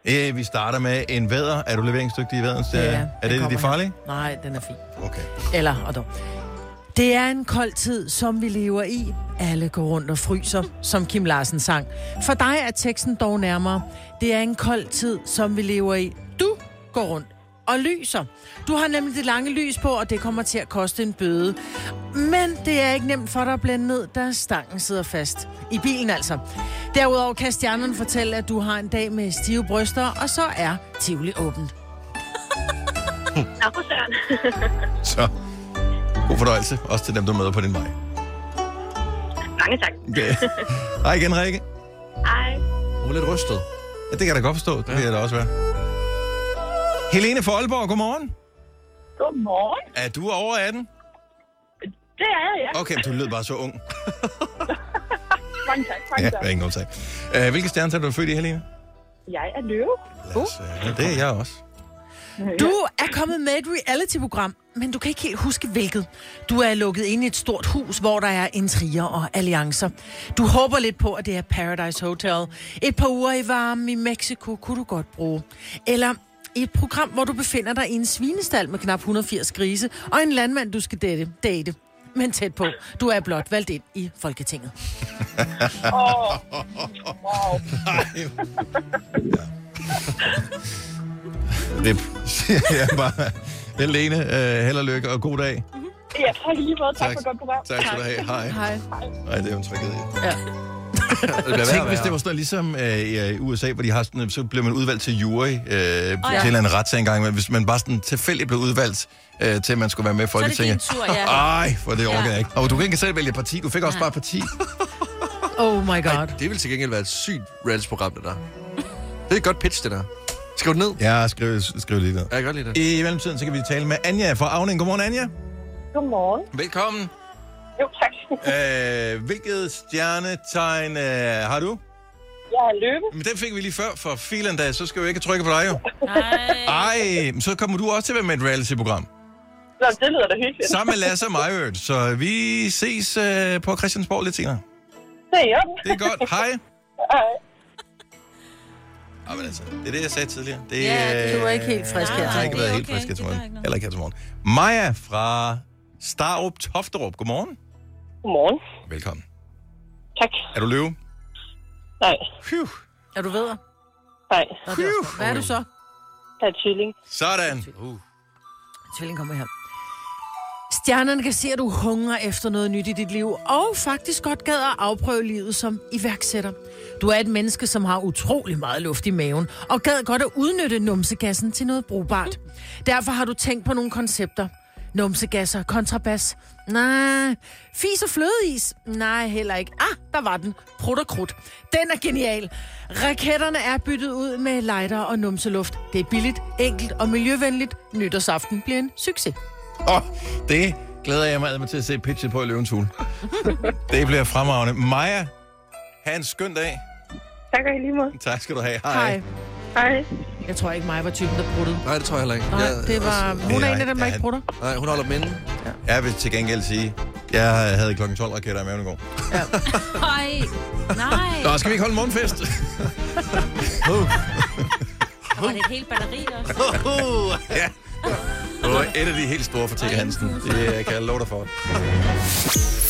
[SPEAKER 7] Vædder.
[SPEAKER 1] Øh, vi starter med en vædder. Er du leveringsdygtig i vædderens? er
[SPEAKER 2] den
[SPEAKER 1] det de
[SPEAKER 2] kommer
[SPEAKER 1] farlige?
[SPEAKER 2] her. Nej, den er fin.
[SPEAKER 1] Okay.
[SPEAKER 2] Eller, og dog. Det er en kold tid, som vi lever i. Alle går rundt og fryser, som Kim Larsen sang. For dig er teksten dog nærmere. Det er en kold tid, som vi lever i. Du går rundt og lyser. Du har nemlig det lange lys på, og det kommer til at koste en bøde. Men det er ikke nemt for dig at blænde ned, da stangen sidder fast. I bilen altså. Derudover kan stjernen fortælle, at du har en dag med stive bryster, og så er Tivoli åbent.
[SPEAKER 7] Nå, for søren.
[SPEAKER 1] Så god fornøjelse, også til dem, du møder på din vej.
[SPEAKER 7] Mange tak.
[SPEAKER 1] Okay. Hej igen, Rikke.
[SPEAKER 7] Hej.
[SPEAKER 3] Hun er lidt rystet.
[SPEAKER 1] Ja, det kan jeg da godt forstå. Det vil jeg da også være. Helene fra Aalborg, godmorgen.
[SPEAKER 7] Godmorgen.
[SPEAKER 1] Er du over 18?
[SPEAKER 7] Det er jeg, ja.
[SPEAKER 1] Okay, men du lød bare så ung.
[SPEAKER 7] Mange tak, mange
[SPEAKER 1] Ja,
[SPEAKER 7] tak.
[SPEAKER 1] det er ingen årsag. Uh, hvilke stjernetegn er du født i, Helene?
[SPEAKER 7] Jeg er løve.
[SPEAKER 1] Lad os, uh, det er jeg også.
[SPEAKER 2] Du er kommet med et reality-program, men du kan ikke helt huske hvilket. Du er lukket ind i et stort hus, hvor der er intriger og alliancer. Du håber lidt på, at det er Paradise Hotel. Et par uger i varmen i Mexico kunne du godt bruge. Eller i et program, hvor du befinder dig i en svinestal med knap 180 grise, og en landmand, du skal date. date. Men tæt på. Du er blot valgt ind i Folketinget.
[SPEAKER 1] Rip, siger jeg bare. Helene, uh, held og lykke og god dag.
[SPEAKER 7] Ja, tak lige måde. Tak, for godt program.
[SPEAKER 1] Tak skal du have. Hej.
[SPEAKER 2] Hej.
[SPEAKER 1] Nej, det er jo en tragedie.
[SPEAKER 3] Det bliver værre
[SPEAKER 1] Tænk,
[SPEAKER 3] og
[SPEAKER 1] hvis
[SPEAKER 3] værre.
[SPEAKER 1] det var sådan noget, ligesom øh, i øh, USA, hvor de har sådan, så bliver man udvalgt til jury øh,
[SPEAKER 4] ja.
[SPEAKER 1] til en retssag engang, men hvis man bare sådan tilfældigt blev udvalgt øh, til, at man skulle være med i
[SPEAKER 4] er det din
[SPEAKER 1] Folketinget.
[SPEAKER 4] tur, ja.
[SPEAKER 1] Ej, for det orker jeg ikke. Og du kan ikke selv vælge parti. Du fik også bare parti.
[SPEAKER 2] Oh my god.
[SPEAKER 3] Det ville til gengæld være et sygt reality-program, det der. Det er et godt pitch, det der. Skriv det ned. Ja,
[SPEAKER 1] Ja, skriv, skriv lige ned.
[SPEAKER 3] jeg kan godt lide det.
[SPEAKER 1] I mellemtiden, så kan vi tale med Anja fra Avning. Godmorgen, Anja.
[SPEAKER 7] Godmorgen.
[SPEAKER 1] Velkommen.
[SPEAKER 7] Jo, tak.
[SPEAKER 1] Øh, hvilket stjernetegn øh, har du?
[SPEAKER 7] Jeg er løve.
[SPEAKER 1] Men den fik vi lige før for filen da, så skal vi jo ikke trykke på dig jo.
[SPEAKER 4] Nej.
[SPEAKER 1] Ej, men så kommer du også til at være med i et reality-program.
[SPEAKER 7] Nå, det lyder da hyggeligt.
[SPEAKER 1] Sammen med Lasse og mig, i øvrigt. så vi ses øh, på Christiansborg lidt senere.
[SPEAKER 7] Det er jeg.
[SPEAKER 1] Det er godt. Hej.
[SPEAKER 7] Hej.
[SPEAKER 1] Jamen altså, det er det, jeg sagde tidligere. Det,
[SPEAKER 4] Ja,
[SPEAKER 2] Du er ikke helt frisk
[SPEAKER 1] Jeg
[SPEAKER 2] her.
[SPEAKER 1] har ikke
[SPEAKER 4] Nej,
[SPEAKER 1] været
[SPEAKER 4] det er
[SPEAKER 1] helt frisk
[SPEAKER 4] okay.
[SPEAKER 1] her
[SPEAKER 4] Det
[SPEAKER 1] til
[SPEAKER 4] gør
[SPEAKER 1] morgen.
[SPEAKER 4] ikke noget.
[SPEAKER 1] Heller ikke her til morgen. Maja fra Starup Tofterup. Godmorgen.
[SPEAKER 7] Godmorgen.
[SPEAKER 1] Velkommen.
[SPEAKER 7] Tak.
[SPEAKER 1] Er du løve?
[SPEAKER 7] Nej,
[SPEAKER 1] Phew.
[SPEAKER 2] Er du ved?
[SPEAKER 7] nej.
[SPEAKER 2] Hvad er du så?
[SPEAKER 7] Jeg er tvilling.
[SPEAKER 1] Sådan.
[SPEAKER 2] Tvilling kommer her. Stjernerne kan se, at du hungrer efter noget nyt i dit liv, og faktisk godt gad at afprøve livet som iværksætter. Du er et menneske, som har utrolig meget luft i maven, og gad godt at udnytte numsegassen til noget brugbart. Derfor har du tænkt på nogle koncepter. Numsegasser, kontrabas. Nej. Fis og flødeis? Nej, heller ikke. Ah, der var den. Prut og krudt. Den er genial. Raketterne er byttet ud med lighter og numseluft. Det er billigt, enkelt og miljøvenligt. Nytårsaften bliver en succes.
[SPEAKER 1] Åh, det glæder jeg mig ad med til at se pitchet på i Løvens Hule. det bliver fremragende. Maja, have en skøn dag.
[SPEAKER 7] Tak og i lige måde.
[SPEAKER 1] Tak skal du have.
[SPEAKER 2] Hej.
[SPEAKER 7] Hej.
[SPEAKER 2] Jeg tror ikke, mig var typen, der bruttede.
[SPEAKER 3] Nej, det tror jeg heller ikke.
[SPEAKER 2] Nej,
[SPEAKER 3] Jeg-
[SPEAKER 2] det var...
[SPEAKER 3] også-
[SPEAKER 2] Hun er
[SPEAKER 1] Nej,
[SPEAKER 2] en af dem, der
[SPEAKER 1] ja,
[SPEAKER 2] ikke brutter.
[SPEAKER 3] Nej, hun holder dem inde.
[SPEAKER 1] Jeg vil til gengæld sige, jeg havde klokken 12 raketter i maven i går.
[SPEAKER 4] Ej, nej.
[SPEAKER 1] Nå, skal vi ikke holde morgenfest?
[SPEAKER 4] Der var det et helt batteri også.
[SPEAKER 1] ja. Det var et af de helt store for T. Hansen. Det øh, kan jeg love dig for.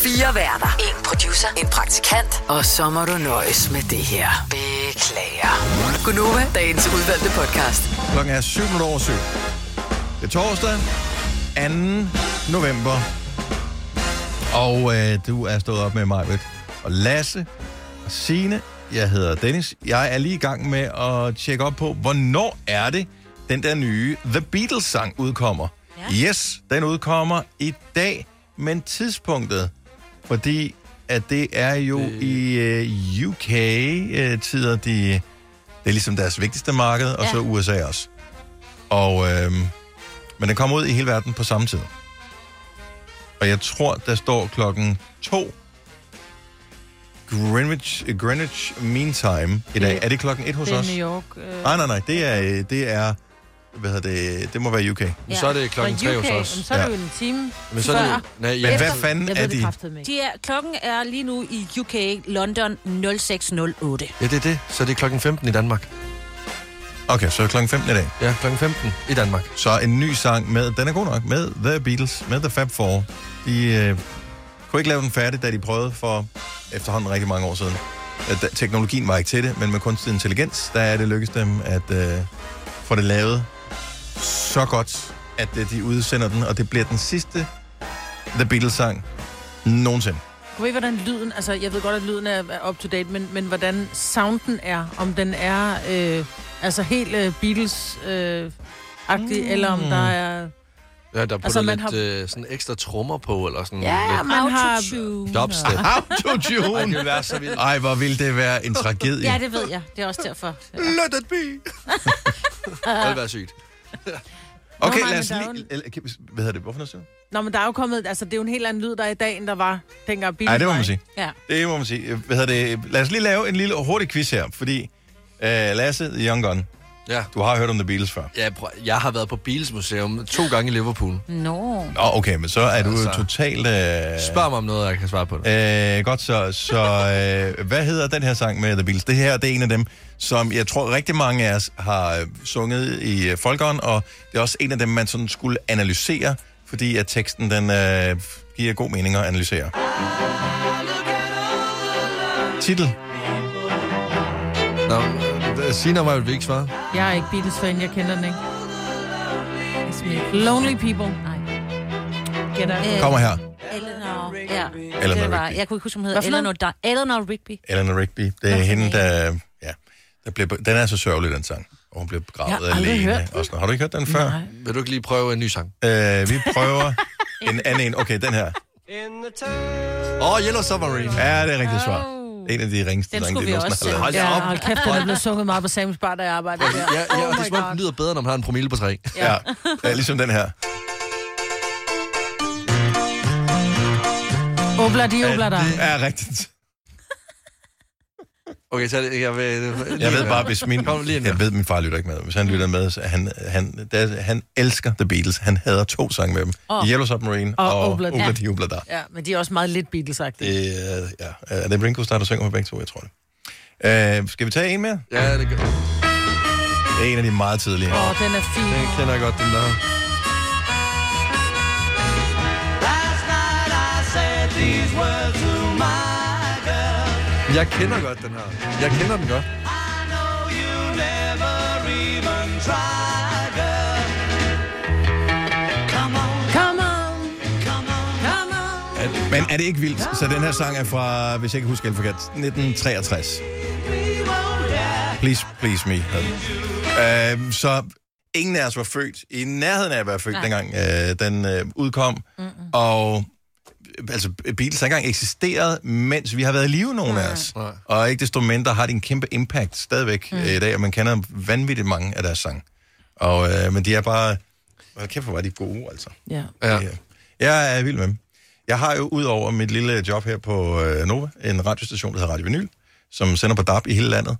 [SPEAKER 6] Fire værter. En producer. En praktikant. Og så må du nøjes med det her. Beklager. Gunova, dagens udvalgte podcast.
[SPEAKER 1] Klokken er 7 minutter over 7. Det er torsdag, 2. november. Og øh, du er stået op med mig, ved og Lasse og Signe. Jeg hedder Dennis. Jeg er lige i gang med at tjekke op på, hvornår er det, den der nye The Beatles-sang udkommer. Ja. Yes, den udkommer i dag, men tidspunktet, fordi at det er jo øh. i øh, UK-tider, de, det er ligesom deres vigtigste marked, og ja.
[SPEAKER 4] Ja.
[SPEAKER 1] så USA også. Og, øh, men den kommer ud i hele verden på samme tid. Og jeg tror, der står klokken 2 Greenwich, Greenwich Mean Time i dag.
[SPEAKER 2] Det-
[SPEAKER 1] er det klokken 1 hos
[SPEAKER 2] Det er
[SPEAKER 1] os?
[SPEAKER 2] New York. Øh,
[SPEAKER 1] Nej, nej, nej. Det er, øh, det er hvad hedder det, det må være UK.
[SPEAKER 3] Men så er det klokken
[SPEAKER 2] fra
[SPEAKER 3] tre hos os.
[SPEAKER 2] UK, jamen, Så er det jo en time
[SPEAKER 3] Men så er det jo...
[SPEAKER 2] før.
[SPEAKER 3] Nej,
[SPEAKER 1] Men
[SPEAKER 3] ja.
[SPEAKER 1] hvad
[SPEAKER 2] Efter-
[SPEAKER 1] fanden
[SPEAKER 2] jeg
[SPEAKER 1] er
[SPEAKER 2] ved det
[SPEAKER 1] de?
[SPEAKER 2] kraftedeme ikke.
[SPEAKER 4] De er, klokken er lige nu i UK, London 0608.
[SPEAKER 3] ja, det er det. Så er det klokken 15 i Danmark.
[SPEAKER 1] Okay, så er det klokken 15 i dag.
[SPEAKER 3] Ja, klokken 15 i Danmark.
[SPEAKER 1] Så en ny sang med, den er god nok, med The Beatles, med The Fab Four. De øh, kunne ikke lave den færdig, da de prøvede for efterhånden rigtig mange år siden. At, da- teknologien var ikke til det, men med kunstig intelligens, der er det lykkedes dem at øh, få det lavet så godt, at øh, de udsender den, og det bliver den sidste The Beatles-sang nogensinde.
[SPEAKER 2] Kunne I, hvordan lyden... Altså, jeg ved godt, at lyden er er up-to-date, men, men hvordan sounden er, om den er øh, altså helt øh, Beatles-agtig, øh, mm. eller om der er...
[SPEAKER 3] Ja, der er puttet
[SPEAKER 2] Altså,
[SPEAKER 3] altså,
[SPEAKER 2] man
[SPEAKER 3] lidt har... øh, sådan ekstra trommer på, eller sådan
[SPEAKER 2] Ja,
[SPEAKER 3] lidt
[SPEAKER 2] man har...
[SPEAKER 4] Autotune.
[SPEAKER 3] dubstep. Ej, det
[SPEAKER 1] Autotune!
[SPEAKER 3] ville være så vildt.
[SPEAKER 1] Ej, hvor ville det være en tragedie.
[SPEAKER 4] Ja, det ved jeg. Det er også derfor.
[SPEAKER 3] Let it be! det ville være sygt.
[SPEAKER 1] Okay,
[SPEAKER 2] Nå, nej,
[SPEAKER 1] lad os
[SPEAKER 2] men der er
[SPEAKER 1] lige... eller, kan vi- Hvad hedder det? Hvorfor noget siger du?
[SPEAKER 2] Nå, men der er jo kommet... Altså, det er jo en helt anden lyd, der er i dag, end der var dengang Beatles
[SPEAKER 1] Nej, det må
[SPEAKER 2] var,
[SPEAKER 1] man
[SPEAKER 2] ikke?
[SPEAKER 1] sige.
[SPEAKER 4] Ja.
[SPEAKER 1] Det må man sige. Hvad hedder det? Lad os lige lave en lille og hurtig quiz her, fordi øh, Lasse, The Young Gun,
[SPEAKER 3] Ja.
[SPEAKER 1] du har hørt om The Beatles før.
[SPEAKER 3] Ja, prøv, jeg har været på Beatles-museum to gange i Liverpool.
[SPEAKER 4] Nå.
[SPEAKER 1] Nå, okay, men så er du
[SPEAKER 3] Altså.
[SPEAKER 1] altså. totalt... Øh,
[SPEAKER 3] Spørg mig om noget, jeg kan svare på det.
[SPEAKER 1] Øh, godt så. Så øh, hvad hedder den her sang med The Beatles? Det her det er en af dem, som jeg tror rigtig mange af os har øh, sunget i øh, folkeånd, og det er også en af dem, man sådan skulle analysere, fordi at teksten den øh, giver god mening at analysere. Titel.
[SPEAKER 3] Nå, øh, sig noget, jeg vil ikke svare.
[SPEAKER 2] Jeg er ikke Beatles-fan, jeg kender den ikke. Jeg smiler. Lonely People. Nej. Gætter.
[SPEAKER 4] Øh,
[SPEAKER 1] Kommer her.
[SPEAKER 4] Eleanor. Ja.
[SPEAKER 1] Eleanor
[SPEAKER 4] det var,
[SPEAKER 1] Rigby.
[SPEAKER 4] jeg kunne ikke huske, hun hedder
[SPEAKER 2] Hvad for
[SPEAKER 4] Eleanor, Di- Eleanor Rigby.
[SPEAKER 1] Eleanor Rigby. Det er hende, der... Ja, der blev, den er så sørgelig, den sang. Og hun blev
[SPEAKER 2] Jeg har
[SPEAKER 1] begravet
[SPEAKER 2] aldrig
[SPEAKER 1] alene.
[SPEAKER 2] hørt den.
[SPEAKER 1] Og sådan. Har du ikke hørt den før?
[SPEAKER 3] Vil du ikke lige prøve en ny sang?
[SPEAKER 1] Øh, vi prøver en anden en. Okay, den her.
[SPEAKER 3] Åh, oh, Yellow Submarine.
[SPEAKER 1] Ja, det er rigtigt svar. En af de ringeste
[SPEAKER 4] Den
[SPEAKER 1] sange,
[SPEAKER 4] skulle
[SPEAKER 1] de
[SPEAKER 4] vi
[SPEAKER 1] nogensinde
[SPEAKER 4] også
[SPEAKER 1] har lavet.
[SPEAKER 4] sende.
[SPEAKER 2] Ja, hold kæft, den er blevet sunget meget på Sam's Bar, da jeg arbejdede der.
[SPEAKER 3] Ja, ja, og
[SPEAKER 2] oh
[SPEAKER 3] det
[SPEAKER 2] my
[SPEAKER 3] er som om, den
[SPEAKER 2] god.
[SPEAKER 3] lyder bedre, når man har en promille på tre.
[SPEAKER 1] Ja, ja ligesom den her.
[SPEAKER 2] Obla, de obla der.
[SPEAKER 1] Ja, rigtigt.
[SPEAKER 3] Okay, så er det- jeg, vil,
[SPEAKER 1] Jeg ved bare, hvis min...
[SPEAKER 3] Kom lige ind her.
[SPEAKER 1] Jeg ved, min far lytter ikke med. Hvis han lytter med, så han, han, der, han elsker The Beatles. Han hader to sange med dem. Oh. Yellow Submarine
[SPEAKER 2] Og
[SPEAKER 1] og, og
[SPEAKER 2] Obla
[SPEAKER 1] Obla,
[SPEAKER 2] Da.
[SPEAKER 1] Obla de Obla der.
[SPEAKER 2] Ja, men de er også meget lidt beatles -agtige.
[SPEAKER 1] Det er, ja. er det Brinko, der synger på begge to? Jeg tror det. Øh, skal vi tage en mere?
[SPEAKER 3] Ja, det, gør-
[SPEAKER 1] Det er en af de meget tidlige.
[SPEAKER 2] Åh, den er fin.
[SPEAKER 3] den kender jeg godt, den der.
[SPEAKER 8] Last night I said the these words to my girl.
[SPEAKER 3] Jeg kender godt den her. Jeg kender den godt.
[SPEAKER 8] I know you never even try, girl. Come on,
[SPEAKER 2] Come on,
[SPEAKER 8] come on,
[SPEAKER 2] come on.
[SPEAKER 1] Men er det ikke vildt? Så den her sang er fra, hvis jeg ikke husker helt forkert, 1963.
[SPEAKER 8] we won't die.
[SPEAKER 1] Please, please me. hed den. Øhm, så ingen af os var født, i nærheden af at være født,
[SPEAKER 4] Nej.
[SPEAKER 1] dengang øh, den øh, udkom. Mm-mm. Og øh, altså, Beatles har ikke engang eksisteret, mens vi har været i live, nogen af os.
[SPEAKER 3] Nej.
[SPEAKER 1] Og ikke desto mindre har de en kæmpe impact stadigvæk mm. i dag, og man kender vanvittigt mange af deres sange. Og, øh, men de er bare... Hold kæft, hvor var de gode, altså.
[SPEAKER 2] Ja.
[SPEAKER 3] Ja.
[SPEAKER 1] Ja. Jeg er vild med dem. Jeg har jo ud over mit lille job her på øh, Nova, en radiostation, der hedder Radio Vinyl, som sender på DAB i hele landet.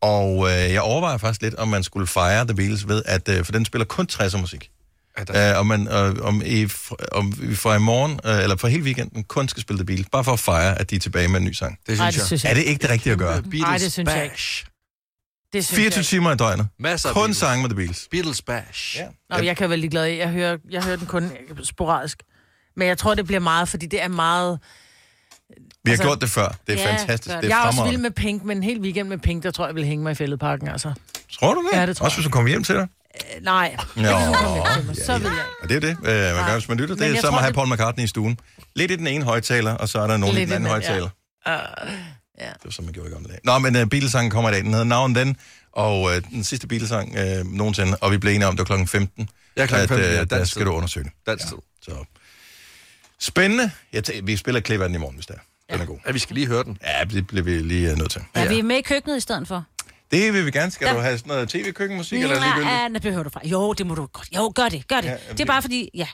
[SPEAKER 1] Og øh, jeg overvejer faktisk lidt, om man skulle fejre The Beatles ved, at øh, for den spiller kun 60'er musik.
[SPEAKER 3] Ja, der-
[SPEAKER 1] Øh, om, man, øh, om, i, fr- om vi fra i morgen, øh, eller fra hele weekenden, kun skal spille The Beatles, bare for at fejre, at de er tilbage med en ny sang.
[SPEAKER 3] Det
[SPEAKER 2] Ej,
[SPEAKER 3] synes
[SPEAKER 2] det
[SPEAKER 3] jeg.
[SPEAKER 2] synes jeg
[SPEAKER 1] Er det
[SPEAKER 2] ikke.
[SPEAKER 1] ikke det rigtige at gøre?
[SPEAKER 2] Ej, det synes jeg ikke.
[SPEAKER 3] bash.
[SPEAKER 2] Det synes
[SPEAKER 1] 24
[SPEAKER 2] jeg
[SPEAKER 1] timer i døgnet.
[SPEAKER 3] Masser af
[SPEAKER 1] Kun
[SPEAKER 3] Beatles.
[SPEAKER 1] sange med The Beatles.
[SPEAKER 3] Beatles bash. Ja.
[SPEAKER 2] ikke. Nå, jeg kan være lidt glad i. Jeg hører, jeg hører den kun sporadisk. Men jeg tror, det bliver meget, fordi det er meget...
[SPEAKER 1] Vi har
[SPEAKER 2] Altså-
[SPEAKER 1] gjort det før. Det er
[SPEAKER 4] Ja,
[SPEAKER 1] fantastisk.
[SPEAKER 4] gør
[SPEAKER 1] Det
[SPEAKER 4] det.
[SPEAKER 1] er
[SPEAKER 2] Jeg er også vild
[SPEAKER 1] fremragende.
[SPEAKER 2] med Pink, men en hel weekend med Pink, der tror jeg, vil hænge mig i fældeparken, altså.
[SPEAKER 1] Tror du det?
[SPEAKER 2] Ja, det tror
[SPEAKER 1] Også hvis du kommer hjem til dig?
[SPEAKER 2] Øh, Nej,
[SPEAKER 1] Nå, ja,
[SPEAKER 2] så vil jeg.
[SPEAKER 1] Og det er jo det, øh, man gør, hvis man lytter.
[SPEAKER 2] Men
[SPEAKER 1] Det er
[SPEAKER 2] jeg
[SPEAKER 1] som
[SPEAKER 2] tror,
[SPEAKER 1] at have
[SPEAKER 2] det-
[SPEAKER 1] Paul McCartney i stuen. Lidt i den ene højtaler, og så er der nogen i
[SPEAKER 2] Lidt
[SPEAKER 1] den
[SPEAKER 2] i
[SPEAKER 1] anden
[SPEAKER 2] den, ja.
[SPEAKER 1] højtaler.
[SPEAKER 2] Uh,
[SPEAKER 1] Det var sådan, man gjorde i gamle dage. Nå, men uh, Beatles-sangen kommer i dag. Den hedder Now and Then, og øh, den sidste Beatles-sang øh, nogensinde, og vi blev enige om, det var klokken 15.
[SPEAKER 3] Ja, klokken 15, ja,
[SPEAKER 1] at, øh, der
[SPEAKER 3] dansk
[SPEAKER 1] skal
[SPEAKER 3] tid.
[SPEAKER 1] du undersøge det.
[SPEAKER 3] Dansk tid.
[SPEAKER 1] Så. Spændende. Jeg tæ- vi spiller et klip af den i morgen, hvis det er. Den er god.
[SPEAKER 3] ja, vi skal lige høre den.
[SPEAKER 1] Ja, det bliver vi lige øh, nødt til.
[SPEAKER 4] Er vi med i køkkenet i stedet for?
[SPEAKER 1] Det vil vi gerne. Skal
[SPEAKER 4] Ja.
[SPEAKER 1] du have sådan noget tv-køkkenmusik, eller er det ligegyldigt?
[SPEAKER 4] ja, det behøver du fra. Jo, det må du godt. Jo, gør det, gør det.
[SPEAKER 1] Ja,
[SPEAKER 4] Ja,
[SPEAKER 1] jamen,
[SPEAKER 4] det er bare fordi, ja.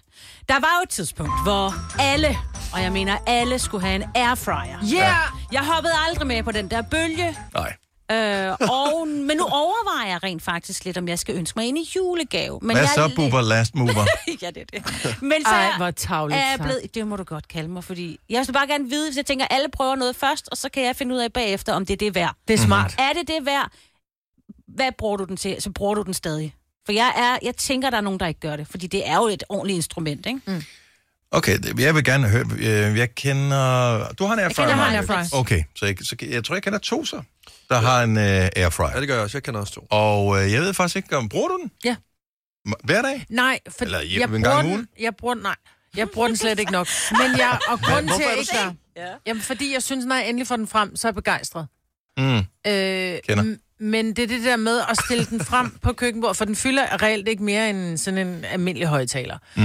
[SPEAKER 4] Der var jo et tidspunkt, hvor alle, og jeg mener alle, skulle have en airfryer. Yeah!
[SPEAKER 2] yeah!
[SPEAKER 4] Jeg hoppede aldrig med på den der bølge,
[SPEAKER 1] Nej.
[SPEAKER 4] øh, og, men nu overvejer jeg rent faktisk lidt, om jeg skal ønske mig en i julegave. Men
[SPEAKER 1] Hvad
[SPEAKER 4] jeg er
[SPEAKER 1] så,
[SPEAKER 4] lidt-
[SPEAKER 1] Bubber Last Mover?
[SPEAKER 4] ja, det er det. Men så
[SPEAKER 2] Ej, hvor tavligt
[SPEAKER 4] er jeg
[SPEAKER 2] sagt.
[SPEAKER 4] blevet, det må du godt kalde mig, fordi jeg vil bare gerne vide, hvis jeg tænker, alle prøver noget først, og så kan jeg finde ud af bagefter, om det er det værd.
[SPEAKER 2] Det
[SPEAKER 1] Mhm.
[SPEAKER 2] er smart.
[SPEAKER 4] Er det det værd? Hvad bruger du den til? Så bruger du den stadig. For jeg, er, jeg tænker, der er nogen, der ikke gør det, fordi det er jo et ordentligt instrument, ikke? Mm.
[SPEAKER 1] Okay, det- jeg vil gerne høre... Øh, jeg kender... Du har en airfryer,
[SPEAKER 2] Jeg har en
[SPEAKER 1] Maja.
[SPEAKER 2] airfryer.
[SPEAKER 1] Okay, så jeg, så jeg tror, jeg kender to så, der har en øh,
[SPEAKER 3] Ja,
[SPEAKER 1] airfryer.
[SPEAKER 3] det gør jeg også. Jeg kender også to.
[SPEAKER 1] Og øh, jeg ved faktisk ikke, om bruger du den?
[SPEAKER 2] Ja.
[SPEAKER 1] M- Hver dag?
[SPEAKER 2] Nej, for
[SPEAKER 1] Eller hjem
[SPEAKER 2] jeg
[SPEAKER 1] en gang
[SPEAKER 2] bruger
[SPEAKER 1] om
[SPEAKER 2] den,
[SPEAKER 1] ugen?
[SPEAKER 2] jeg bruger den, nej. Jeg bruger den slet ikke nok. Men jeg, og grunden til,
[SPEAKER 3] hvorfor
[SPEAKER 2] at
[SPEAKER 3] er
[SPEAKER 2] jeg
[SPEAKER 3] du
[SPEAKER 2] ikke gør, jamen fordi jeg synes, når jeg endelig får den frem, så er jeg begejstret.
[SPEAKER 1] Mm.
[SPEAKER 2] Øh,
[SPEAKER 1] Kender.
[SPEAKER 2] m- Men det er det der med at stille den frem på køkkenbordet, for den fylder reelt ikke mere end sådan en almindelig højtaler. Mm.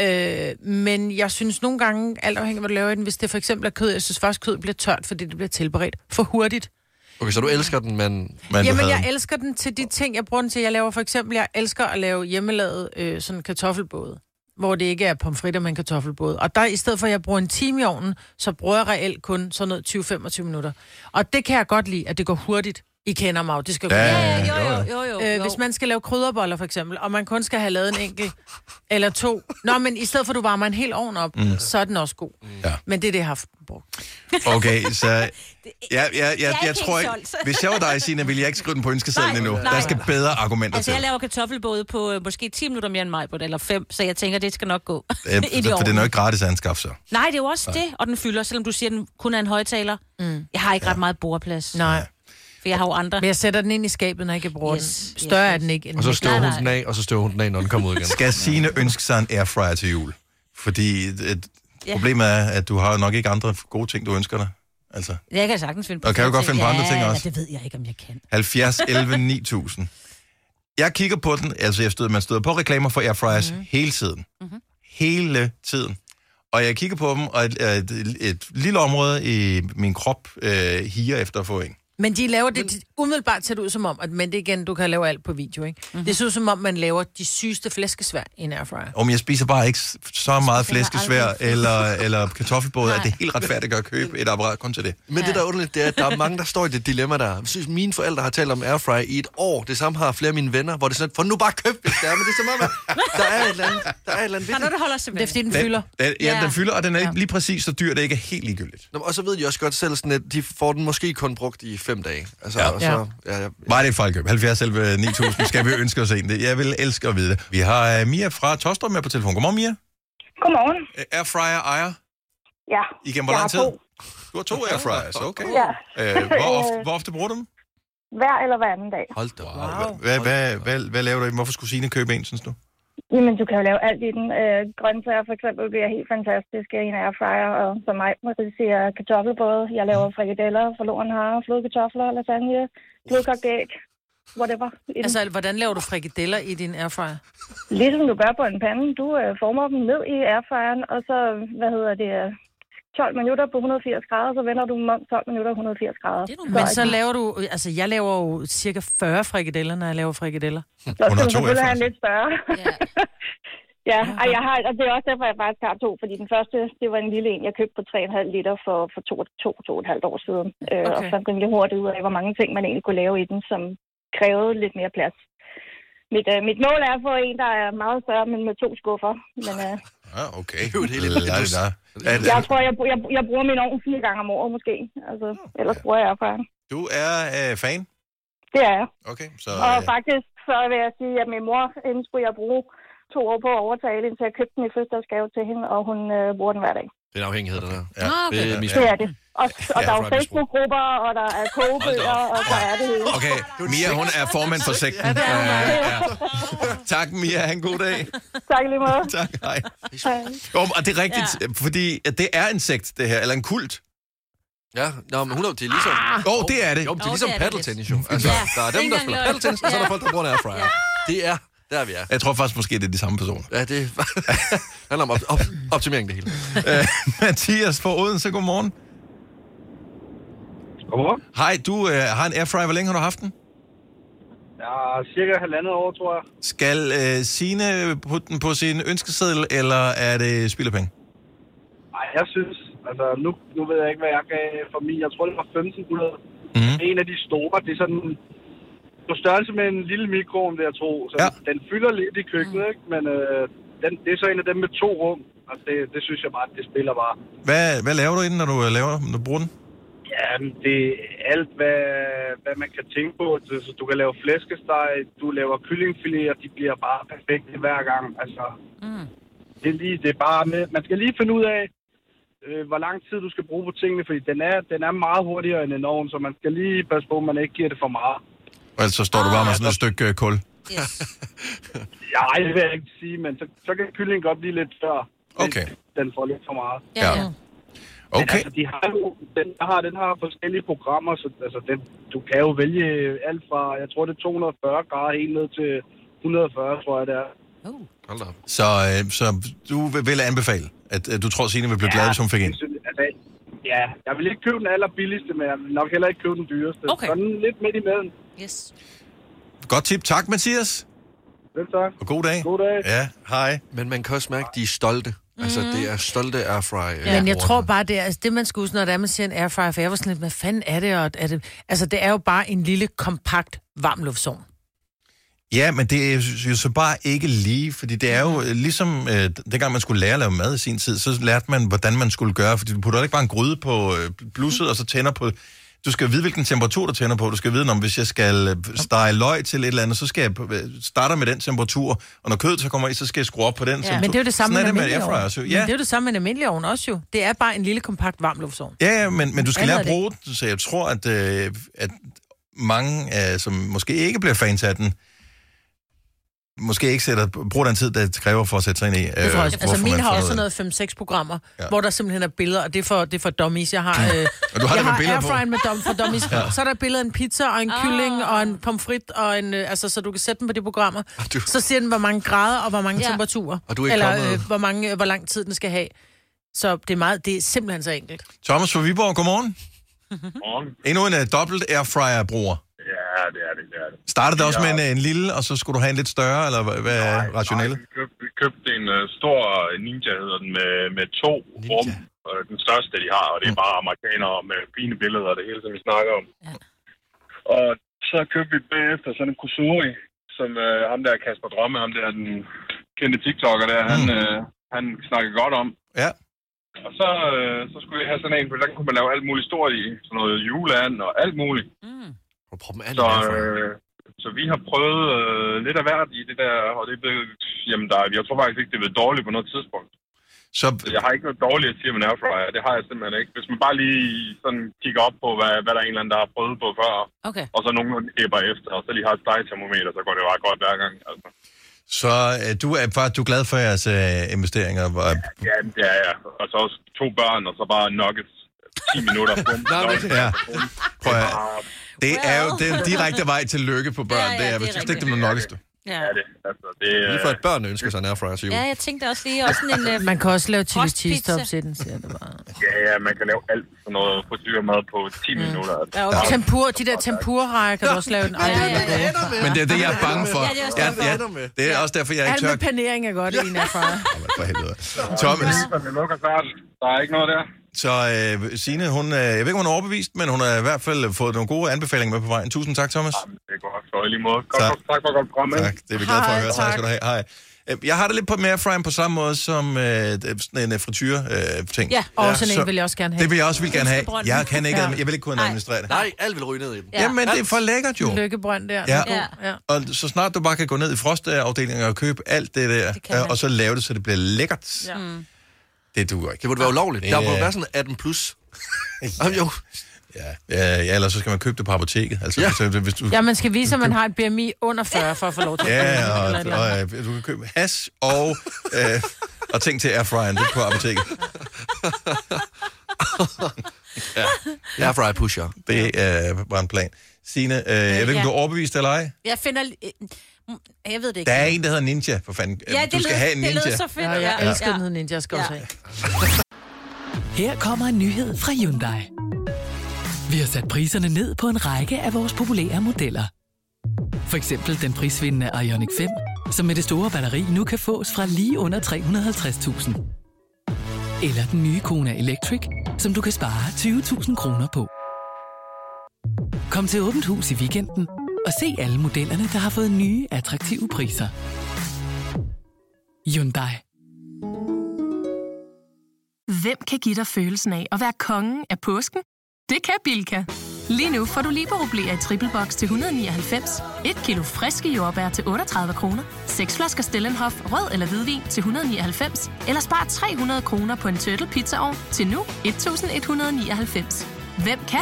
[SPEAKER 2] Øh, men jeg synes nogle gange, alt afhængig af hvad du laver i den, hvis det for eksempel er kød, jeg synes faktisk, kød bliver tørt, fordi det bliver tilberedt for hurtigt.
[SPEAKER 3] Okay, så du elsker den, men...
[SPEAKER 1] Men
[SPEAKER 2] Jamen,
[SPEAKER 1] Jamen,
[SPEAKER 2] jeg
[SPEAKER 1] jeg
[SPEAKER 2] elsker den til de ting, jeg bruger den til. Jeg laver for eksempel, jeg elsker at lave hjemmelavet øh, sådan kartoffelbåde, hvor det ikke er pomfritter, men kartoffelbåde. Og der, i stedet for, at jeg bruger en time i ovnen, så bruger jeg reelt kun sådan noget 20-25 minutter. Og det kan jeg godt lide, at det går hurtigt. I kender mig jo, det skal gå
[SPEAKER 1] Ja,
[SPEAKER 2] hurtigt.
[SPEAKER 1] ja,
[SPEAKER 4] jo,
[SPEAKER 1] jo,
[SPEAKER 4] jo,
[SPEAKER 1] ja.
[SPEAKER 4] jo, jo.
[SPEAKER 2] Øh,
[SPEAKER 4] jo.
[SPEAKER 2] hvis man skal lave krydderboller for eksempel, og man kun skal have lavet en enkelt eller to. Nå, men i stedet for, at du varmer en hel ovn op, mm. så er den også god.
[SPEAKER 1] Ja.
[SPEAKER 2] Men det er det, jeg har f- brugt.
[SPEAKER 1] Okay, så... Ja, ja, ja, jeg, jeg,
[SPEAKER 4] helt
[SPEAKER 1] tror ikke...
[SPEAKER 4] solgt.
[SPEAKER 1] Hvis jeg var dig, Signe, ville jeg ikke skrive den på ønskesedlen
[SPEAKER 4] Nej,
[SPEAKER 1] endnu.
[SPEAKER 4] nej.
[SPEAKER 1] Der skal bedre argumenter
[SPEAKER 4] Altså,
[SPEAKER 1] til.
[SPEAKER 4] jeg laver kartoffelbåde på øh, måske 10 minutter mere end mig på det, eller 5, så jeg tænker, det skal nok gå.
[SPEAKER 1] Øh,
[SPEAKER 4] Ind i
[SPEAKER 1] for det er
[SPEAKER 4] ovnen.
[SPEAKER 1] nok ikke gratis at anskaffe, så.
[SPEAKER 4] Nej, det er jo også det, og den fylder, selvom du siger, at den kun er en højtaler. Mm. Jeg har ikke ret meget bordplads,
[SPEAKER 2] Nej.
[SPEAKER 4] for jeg har jo andre.
[SPEAKER 2] Men jeg sætter den ind i skabet, når jeg ikke bruger
[SPEAKER 4] Yes,
[SPEAKER 2] den. Større
[SPEAKER 4] yes,
[SPEAKER 2] er den ikke. End
[SPEAKER 3] Og så
[SPEAKER 2] den
[SPEAKER 3] støver hun
[SPEAKER 4] nej.
[SPEAKER 3] den af, og så støver hun den af, når den kommer ud igen.
[SPEAKER 1] Skal Signe ønske sig en airfryer til jul? Fordi et,
[SPEAKER 4] Ja.
[SPEAKER 1] problemet er, at du har nok ikke andre gode ting, du ønsker dig. Altså,
[SPEAKER 4] Jeg kan sagtens finde på
[SPEAKER 1] Og kan du
[SPEAKER 4] flere
[SPEAKER 1] godt finde på andre
[SPEAKER 4] ja,
[SPEAKER 1] ting også?
[SPEAKER 4] Ja, det ved jeg ikke, om jeg kan.
[SPEAKER 1] 70, 11, 9000. Jeg kigger på den, altså jeg støder, man støder på reklamer for airfryers
[SPEAKER 4] Mhm.
[SPEAKER 1] mm. hele tiden. Mm-hmm. Hele tiden. Og jeg kigger på dem, og et, øh, et, et lille område i min krop øh, higer efter at få en.
[SPEAKER 2] Men de laver det, de, umiddelbart ser det ud som om, at, men det igen, du kan lave alt på video, ikke?
[SPEAKER 3] Mhm.
[SPEAKER 2] Mm-hmm. Det ser ud som om, man laver de sygeste flæskesvær i en airfryer.
[SPEAKER 1] Om jeg spiser bare ikke så meget
[SPEAKER 4] spiser jeg
[SPEAKER 1] flæskesvær
[SPEAKER 4] aldrig.
[SPEAKER 1] eller, eller kartoffelbåde, at
[SPEAKER 4] Nej.
[SPEAKER 1] det er helt retfærdigt at købe et apparat kun til det.
[SPEAKER 3] Men det, der er underligt, det er, at der er mange, der står i det dilemma der. Jeg synes, mine forældre har talt om airfryer i et år. Det samme har flere af mine venner, hvor det er sådan, for nu bare køb det der, men det er som om, at der er et eller andet, der er et eller andet
[SPEAKER 4] Der er noget,
[SPEAKER 3] vigtigt.
[SPEAKER 4] der holder sig
[SPEAKER 2] Det er fordi, den fylder.
[SPEAKER 1] Den, ja,
[SPEAKER 4] Ja.
[SPEAKER 1] den fylder, og den er ikke lige præcis så dyr, det ikke er helt ligegyldigt.
[SPEAKER 3] Nå, men- og så ved de også godt selv, sådan, at de får den måske kun brugt i fem dage. Altså,
[SPEAKER 1] Ja.
[SPEAKER 3] ja. Og så, ja, ja.
[SPEAKER 1] Var det et fejlkøb? 70 11 9000 skal vi ønske os en. Det- Jeg vil elske at vide det. Vi har øh, Mia fra Tostrup med på telefon. Godmorgen, Mia.
[SPEAKER 7] Godmorgen.
[SPEAKER 1] Øh, Airfryer ejer.
[SPEAKER 7] Ja.
[SPEAKER 1] Igennem hvor
[SPEAKER 7] Jeg
[SPEAKER 1] lang
[SPEAKER 7] har
[SPEAKER 1] tid?
[SPEAKER 7] to.
[SPEAKER 1] Du har to airfryers, okay.
[SPEAKER 7] Ja.
[SPEAKER 1] Øh, hvor, ofte, hvor ofte bruger du dem?
[SPEAKER 7] Hver eller hver anden dag.
[SPEAKER 3] Hold da wow.
[SPEAKER 1] Wow. Hvad, hvad, hvad, hvad laver du i dem? Hvorfor skulle Signe købe en, synes du?
[SPEAKER 7] Jamen, du kan jo lave alt i den. Øh, grøntsager for eksempel bliver helt fantastiske i en airfryer, og som mig, Marie siger, kartoffelbåde. Jeg
[SPEAKER 1] Mm.
[SPEAKER 7] laver frikadeller, forloren har, flodkartofler, lasagne, blodkogt æg, whatever. I den.
[SPEAKER 2] Altså, hvordan laver du frikadeller i din airfryer?
[SPEAKER 7] Ligesom du gør på en pande. Du øh, former dem ned i airfryeren, og så, hvad hedder det, øh, 12 minutter på 180 grader, så vender du dem om 12 minutter 180 grader.
[SPEAKER 4] Det er nu
[SPEAKER 2] Men så laver du... Altså, jeg laver jo cirka 40 frikadeller, når jeg laver frikadeller.
[SPEAKER 7] Så skal
[SPEAKER 1] Under
[SPEAKER 7] du
[SPEAKER 1] to
[SPEAKER 7] selvfølgelig have en
[SPEAKER 1] airfryer.
[SPEAKER 7] lidt større.
[SPEAKER 4] Ja.
[SPEAKER 7] Ja, og, jeg har, og det er også derfor, jeg faktisk har to, fordi den første, det var en lille en, jeg købte på 3,5 liter for, for to, to, to og et halvt år siden. Okay. Øh, og
[SPEAKER 2] Okay.
[SPEAKER 7] fandt rimelig hurtigt ud af, hvor mange ting man egentlig kunne lave i den, som krævede lidt mere plads. Mit, øh, mit mål er at få en, der er meget større, men med to skuffer. Men øh,
[SPEAKER 1] Ja, okay.
[SPEAKER 3] Det er jo et helt indus.
[SPEAKER 1] Lad det der.
[SPEAKER 7] jeg
[SPEAKER 1] At,
[SPEAKER 7] tror, jeg, bru- jeg, jeg bruger min ovn fire gange om året måske. Altså, ellers bruger jeg erfaring.
[SPEAKER 1] du er øh, fan?
[SPEAKER 7] Det er jeg.
[SPEAKER 1] Okay, så...
[SPEAKER 7] Og
[SPEAKER 1] Øh,
[SPEAKER 7] faktisk, så vil jeg sige, at min mor, hende skulle jeg bruge to år på at overtale hende, så jeg købte den i fødselsdagsgave til hende, og hun øh, bruger den hver dag.
[SPEAKER 3] Det er en afhængighed, der der.
[SPEAKER 1] ja.
[SPEAKER 4] Nå,
[SPEAKER 3] Det er mis-
[SPEAKER 7] Det er det. Og, og
[SPEAKER 3] Ja,
[SPEAKER 7] der er jo
[SPEAKER 3] fra misbrug.
[SPEAKER 7] Facebook-grupper, og der er kogebøger, og der er det hele.
[SPEAKER 1] Okay, Mia, hun er formand for sekten. Ja, ja. Tak, Mia. Ha' en god dag.
[SPEAKER 7] Tak i lige måde.
[SPEAKER 1] Tak, hej. Jo, og det er rigtigt, ja. fordi at det er en sekt, det her, eller en kult.
[SPEAKER 3] Ja, nå, men 100, det er ligesom...
[SPEAKER 1] Åh, oh, det er det.
[SPEAKER 3] Jo, men det
[SPEAKER 4] Jo,
[SPEAKER 3] er ligesom
[SPEAKER 4] Ah. det er det
[SPEAKER 3] paddeltennis, jo. Altså,
[SPEAKER 4] Ja,
[SPEAKER 3] der er dem, der
[SPEAKER 4] dengang
[SPEAKER 3] spiller
[SPEAKER 4] løg.
[SPEAKER 3] paddeltennis, og så er der
[SPEAKER 4] Ja.
[SPEAKER 3] folk, der bruger en airfryer. Det er, der er vi er.
[SPEAKER 1] Jeg tror faktisk måske, det er de samme personer.
[SPEAKER 3] Ja, det handler om op- op- optimering, det hele.
[SPEAKER 1] Øh, Mathias fra Odense, godmorgen.
[SPEAKER 9] Godmorgen.
[SPEAKER 1] Hej, du øh, har en airfryer. Hvor længe har du haft den?
[SPEAKER 9] Ja, cirka halvandet år, tror jeg.
[SPEAKER 1] Skal øh, Signe putte den på sin ønskeseddel, eller er det spild af penge?
[SPEAKER 9] Ej, jeg synes, altså nu, nu ved jeg ikke, hvad jeg gav for min. Jeg tror, det var 1500.
[SPEAKER 10] Mhm.
[SPEAKER 9] Mm. En af de store, det er sådan på størrelse med en lille mikroovn, vil jeg tro. Så
[SPEAKER 1] Ja.
[SPEAKER 9] ja. den fylder lidt i køkkenet, ikke? men øh, den, det er så en af dem med to rum. Og det, det synes jeg bare, det spiller bare.
[SPEAKER 1] Hvad, hvad laver du inden, når du, øh, laver, når du bruger den?
[SPEAKER 9] Jamen, det er alt, hvad, hvad man kan tænke på. Så, så du kan lave flæskesteg, du laver kyllingfiléer, de bliver bare perfekte hver gang. Altså,
[SPEAKER 4] Mm.
[SPEAKER 9] det er, lige, det er bare med. Man skal lige finde ud af, øh, hvor lang tid du skal bruge på tingene, fordi den er, den er meget hurtigere end en ovn, så man skal lige passe på, at man ikke giver det for meget.
[SPEAKER 1] Og ellers så Altså, står du
[SPEAKER 3] Ah,
[SPEAKER 1] bare med sådan et stykke øh, kul.
[SPEAKER 4] Yes.
[SPEAKER 9] Ja, ej, det vil jeg ikke sige, men så, så kan kyllingen godt blive lidt tør, hvis
[SPEAKER 1] Okay.
[SPEAKER 9] den får lidt for meget.
[SPEAKER 4] Ja,
[SPEAKER 1] Ja.
[SPEAKER 4] ja.
[SPEAKER 9] Men
[SPEAKER 1] Okay.
[SPEAKER 9] altså, de har jo, den, har, den har forskellige programmer, så altså, den, du kan jo vælge alt fra, jeg tror det er 240 grader, helt ned til 140, tror jeg det er.
[SPEAKER 4] Uh.
[SPEAKER 3] Hold da op.
[SPEAKER 1] Så, øh, så du vil, vil anbefale, at øh, du tror, Signe vil blive glad, hvis hun fik en.
[SPEAKER 9] jeg synes, Altså, ja, jeg vil ikke købe den allerbilligste, men jeg vil nok heller ikke købe den dyreste.
[SPEAKER 4] Okay.
[SPEAKER 9] Sådan lidt midt imellem.
[SPEAKER 4] Yes.
[SPEAKER 1] Godt tip. Tak, Mathias.
[SPEAKER 9] Vel tak.
[SPEAKER 1] Og god dag.
[SPEAKER 9] God dag.
[SPEAKER 1] Ja, hej.
[SPEAKER 3] Men man kan også mærke, at de er stolte. Altså,
[SPEAKER 4] Mm.
[SPEAKER 3] det er stolte airfryer.
[SPEAKER 2] Ja. Men jeg tror bare, det er altså, det, man skal huske, når det er, man siger en airfryer, for jeg var sådan lidt, hvad fanden er det? Og er det altså, det er jo bare en lille, kompakt varmluftsovn.
[SPEAKER 1] Ja, men det er jo så bare ikke lige, fordi det er jo øh, ligesom, øh, dengang man skulle lære at lave mad i sin tid, så lærte man, hvordan man skulle gøre, fordi du putter ikke bare en gryde på øh, blusset, og så tænder på... Du skal vide, hvilken temperatur du tænder på. Du skal vide, om hvis jeg skal øh, stege løg til et eller andet, så skal jeg øh, starte med den temperatur, og når kødet så kommer i, så skal jeg skrue op på den.
[SPEAKER 2] Men det er jo det samme
[SPEAKER 1] Sådan er det
[SPEAKER 2] med
[SPEAKER 1] med
[SPEAKER 2] en
[SPEAKER 1] airfryer også.
[SPEAKER 2] airfryer.
[SPEAKER 1] jo.
[SPEAKER 2] Ja.
[SPEAKER 1] Ja.
[SPEAKER 2] Men det er jo det samme med en almindelig ovn også jo. Det er bare en lille, kompakt varmluftsovn.
[SPEAKER 1] Ja, ja men, men du skal
[SPEAKER 2] Andet
[SPEAKER 1] lære
[SPEAKER 2] er
[SPEAKER 1] at
[SPEAKER 2] det
[SPEAKER 1] bruge den, så jeg tror, at, øh, at mange, øh, som måske ikke bliver fans af den, måske ikke sætter, bruger den tid, det kræver for at sætte sig ind i. Øh,
[SPEAKER 2] Det tror jeg også.
[SPEAKER 1] hvorfor
[SPEAKER 2] Altså, min
[SPEAKER 1] man
[SPEAKER 2] har
[SPEAKER 1] får
[SPEAKER 2] også noget 5-6 programmer,
[SPEAKER 1] Ja.
[SPEAKER 2] ja. hvor der simpelthen er billeder, og det er for, det er for dummies. Jeg har, øh,
[SPEAKER 1] Og du har det
[SPEAKER 2] jeg
[SPEAKER 1] med
[SPEAKER 2] har
[SPEAKER 1] billeder på.
[SPEAKER 2] airfryen med dom for dummies. ja. Så er der billeder af en pizza, og en oh. kylling, og en pomfrit, og en, øh, altså, så du kan sætte dem på de programmer.
[SPEAKER 3] du-
[SPEAKER 2] Du... Så siger den, hvor mange grader, og hvor mange
[SPEAKER 4] Ja.
[SPEAKER 2] ja. temperaturer.
[SPEAKER 3] Og du er ikke
[SPEAKER 2] Eller
[SPEAKER 3] kommet-
[SPEAKER 2] øh, hvor, mange, øh, hvor lang tid den skal have. Så det er, meget, det er simpelthen så enkelt.
[SPEAKER 1] Thomas fra Viborg, godmorgen.
[SPEAKER 9] Morgen.
[SPEAKER 1] Endnu en uh, dobbelt airfryer-bruger.
[SPEAKER 9] Ja, det er det, det er det.
[SPEAKER 1] Startede det også
[SPEAKER 9] Ja.
[SPEAKER 1] med en, øh, en lille, og så skulle du have en lidt større, eller hvad- hvad er rationelle?
[SPEAKER 9] vi, købte, vi købte en uh, stor ninja, hedder den, med, med to ninja. rum. Uh, den største, de har, og det er bare amerikanere med fine billeder og det hele, som vi snakker om.
[SPEAKER 4] Ja.
[SPEAKER 9] Og så købte vi bagefter sådan en kusuri, som uh, ham der Kasper Drømme, ham der den kendte TikToker der, han, uh, han snakker godt om.
[SPEAKER 1] Ja.
[SPEAKER 9] Og så, øh, så skulle vi have sådan en, for der kunne man lave alt muligt stort i. Sådan noget juleand og alt muligt.
[SPEAKER 4] Mm.
[SPEAKER 3] Prøv at proppe dem alle
[SPEAKER 9] Så,
[SPEAKER 3] i airfryer.
[SPEAKER 9] øh, så vi har prøvet øh, lidt af hvert i det der, og det er blevet, jamen der, jeg tror faktisk ikke, det er blevet dårligt på noget tidspunkt.
[SPEAKER 1] Så
[SPEAKER 11] Jeg har ikke noget dårligt at sige om en airfryer. Det har jeg simpelthen ikke. Hvis man bare lige sådan kigger op på, hvad, hvad der er en eller anden, der har prøvet på før,
[SPEAKER 4] Okay.
[SPEAKER 11] og så nogen æbber efter, og så lige har et stegetermometer, så går det jo ret godt hver gang. Altså.
[SPEAKER 1] Så øh, du er faktisk du er glad for jeres øh, investeringer. Hvor,
[SPEAKER 11] Ja, ja, ja. Og så også to børn, og så bare nuggets. 10 minutter. Bum, nuggets.
[SPEAKER 1] ja. Prøv at, det er jo den direkte vej til lykke på børn. Ja, ja, det er, hvis du stikker dem nok.
[SPEAKER 4] Ja.
[SPEAKER 11] Ja, det. Altså, det er...
[SPEAKER 3] Lige for et børn ønsker sig en airfryer til jul.
[SPEAKER 4] ja, jeg tænkte også lige også sådan en... øh,
[SPEAKER 2] Man kan også lave chili
[SPEAKER 4] frostpizza.
[SPEAKER 2] cheese tops i den, siger det bare.
[SPEAKER 11] Ja, ja, man kan lave alt sådan noget frityremad på 10 mm. minutter. Altså.
[SPEAKER 4] Ja, okay.
[SPEAKER 2] Tempur, de der tempurrejer kan du også lave en ej. Ja, ja, ja.
[SPEAKER 1] Men det er det, jeg er bange for.
[SPEAKER 2] Ja, det er også derfor.
[SPEAKER 1] ja, det er også derfor, jeg
[SPEAKER 2] Alt
[SPEAKER 1] ikke tør.
[SPEAKER 2] med panering er godt i en erfaring.
[SPEAKER 1] For helvede. Thomas,
[SPEAKER 11] Det lukker snart. Der er ikke noget der.
[SPEAKER 1] så øh, Signe, hun, øh, jeg ved ikke, om hun er overbevist, men hun har i hvert fald fået nogle gode anbefalinger med på vejen. Tusind tak, Thomas.
[SPEAKER 11] Det går også godt i lige måde. Godt,
[SPEAKER 1] Tak.
[SPEAKER 11] tak. tak for godt program,
[SPEAKER 1] Tak, det er vi glade for at
[SPEAKER 2] Hej,
[SPEAKER 1] høre. Tak
[SPEAKER 2] tak.
[SPEAKER 1] skal du have. Hej. Øh, Jeg har det lidt på med airfryer på samme måde som øh, det- sådan en øh, frityre-ting.
[SPEAKER 2] Ja, og sådan en vil jeg også gerne have.
[SPEAKER 1] Det vil jeg også vil gerne have.
[SPEAKER 2] Lyskebrønden.
[SPEAKER 1] Jeg kan ikke,
[SPEAKER 2] Ja.
[SPEAKER 1] jeg vil ikke kunne administrere det.
[SPEAKER 3] Nej, alt vil ryge ned i den.
[SPEAKER 2] Ja. Mm.
[SPEAKER 1] Jamen, det er for lækkert jo.
[SPEAKER 2] Lykkebrønd der.
[SPEAKER 1] Ja.
[SPEAKER 2] Ja. ja.
[SPEAKER 1] Og så snart du bare kan gå ned i frostafdelingen og købe alt det der,
[SPEAKER 2] kan
[SPEAKER 1] det
[SPEAKER 2] man.
[SPEAKER 1] og så lave det, så det bliver lækkert. Ja.
[SPEAKER 2] Mm.
[SPEAKER 1] Det duer ikke.
[SPEAKER 3] Det burde være ulovligt.
[SPEAKER 1] Det-
[SPEAKER 3] Der burde være sådan 18 plus. Jamen jo.
[SPEAKER 1] Ja, ja, eller så skal man købe det på apoteket. Altså, ja. så, hvis du,
[SPEAKER 2] Mm. ja, man skal vise, at man har et BMI under 40 for at få lov til at
[SPEAKER 1] ja
[SPEAKER 2] købe det,
[SPEAKER 1] og,
[SPEAKER 2] eller et eller
[SPEAKER 1] og,
[SPEAKER 2] andet.
[SPEAKER 1] øh, du kan købe hash og, øh, og ting til airfryeren. Det er på apoteket.
[SPEAKER 3] Airfryer pusher.
[SPEAKER 1] Det øh, var en plan. Signe, øh, jeg ved ikke, om
[SPEAKER 4] Ja.
[SPEAKER 1] du er overbevist eller ej.
[SPEAKER 4] Jeg finder... øh, mm, Jeg ved det ikke.
[SPEAKER 1] Der er en, der hedder Ninja, for fanden.
[SPEAKER 4] Ja,
[SPEAKER 1] Ja,
[SPEAKER 4] det
[SPEAKER 1] du skal
[SPEAKER 4] lød,
[SPEAKER 1] have en ninja.
[SPEAKER 4] Det lød så fedt.
[SPEAKER 2] Ja, jeg elsker den hed Ninja, jeg skal også
[SPEAKER 4] Ja.
[SPEAKER 2] have.
[SPEAKER 6] Her kommer en nyhed fra Hyundai. Vi har sat priserne ned på en række af vores populære modeller. For eksempel den prisvindende Ioniq 5, som med det store batteri nu kan fås fra lige under 350.000. Eller den nye Kona Electric, som du kan spare 20.000 kroner på. Kom til Åbent Hus i weekenden og se alle modellerne, der har fået nye, attraktive priser. Hyundai.
[SPEAKER 12] Hvem kan give dig følelsen af at være kongen af påsken? Det kan Bilka! Lige nu får du liberobleer i triple box til 199, et kilo friske jordbær til 38 kroner, seks flasker Stellenhof rød eller hvidvin til 199, eller spar 300 kroner på en turtle pizzaovn til nu 1199. Hvem kan?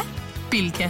[SPEAKER 12] Bilka.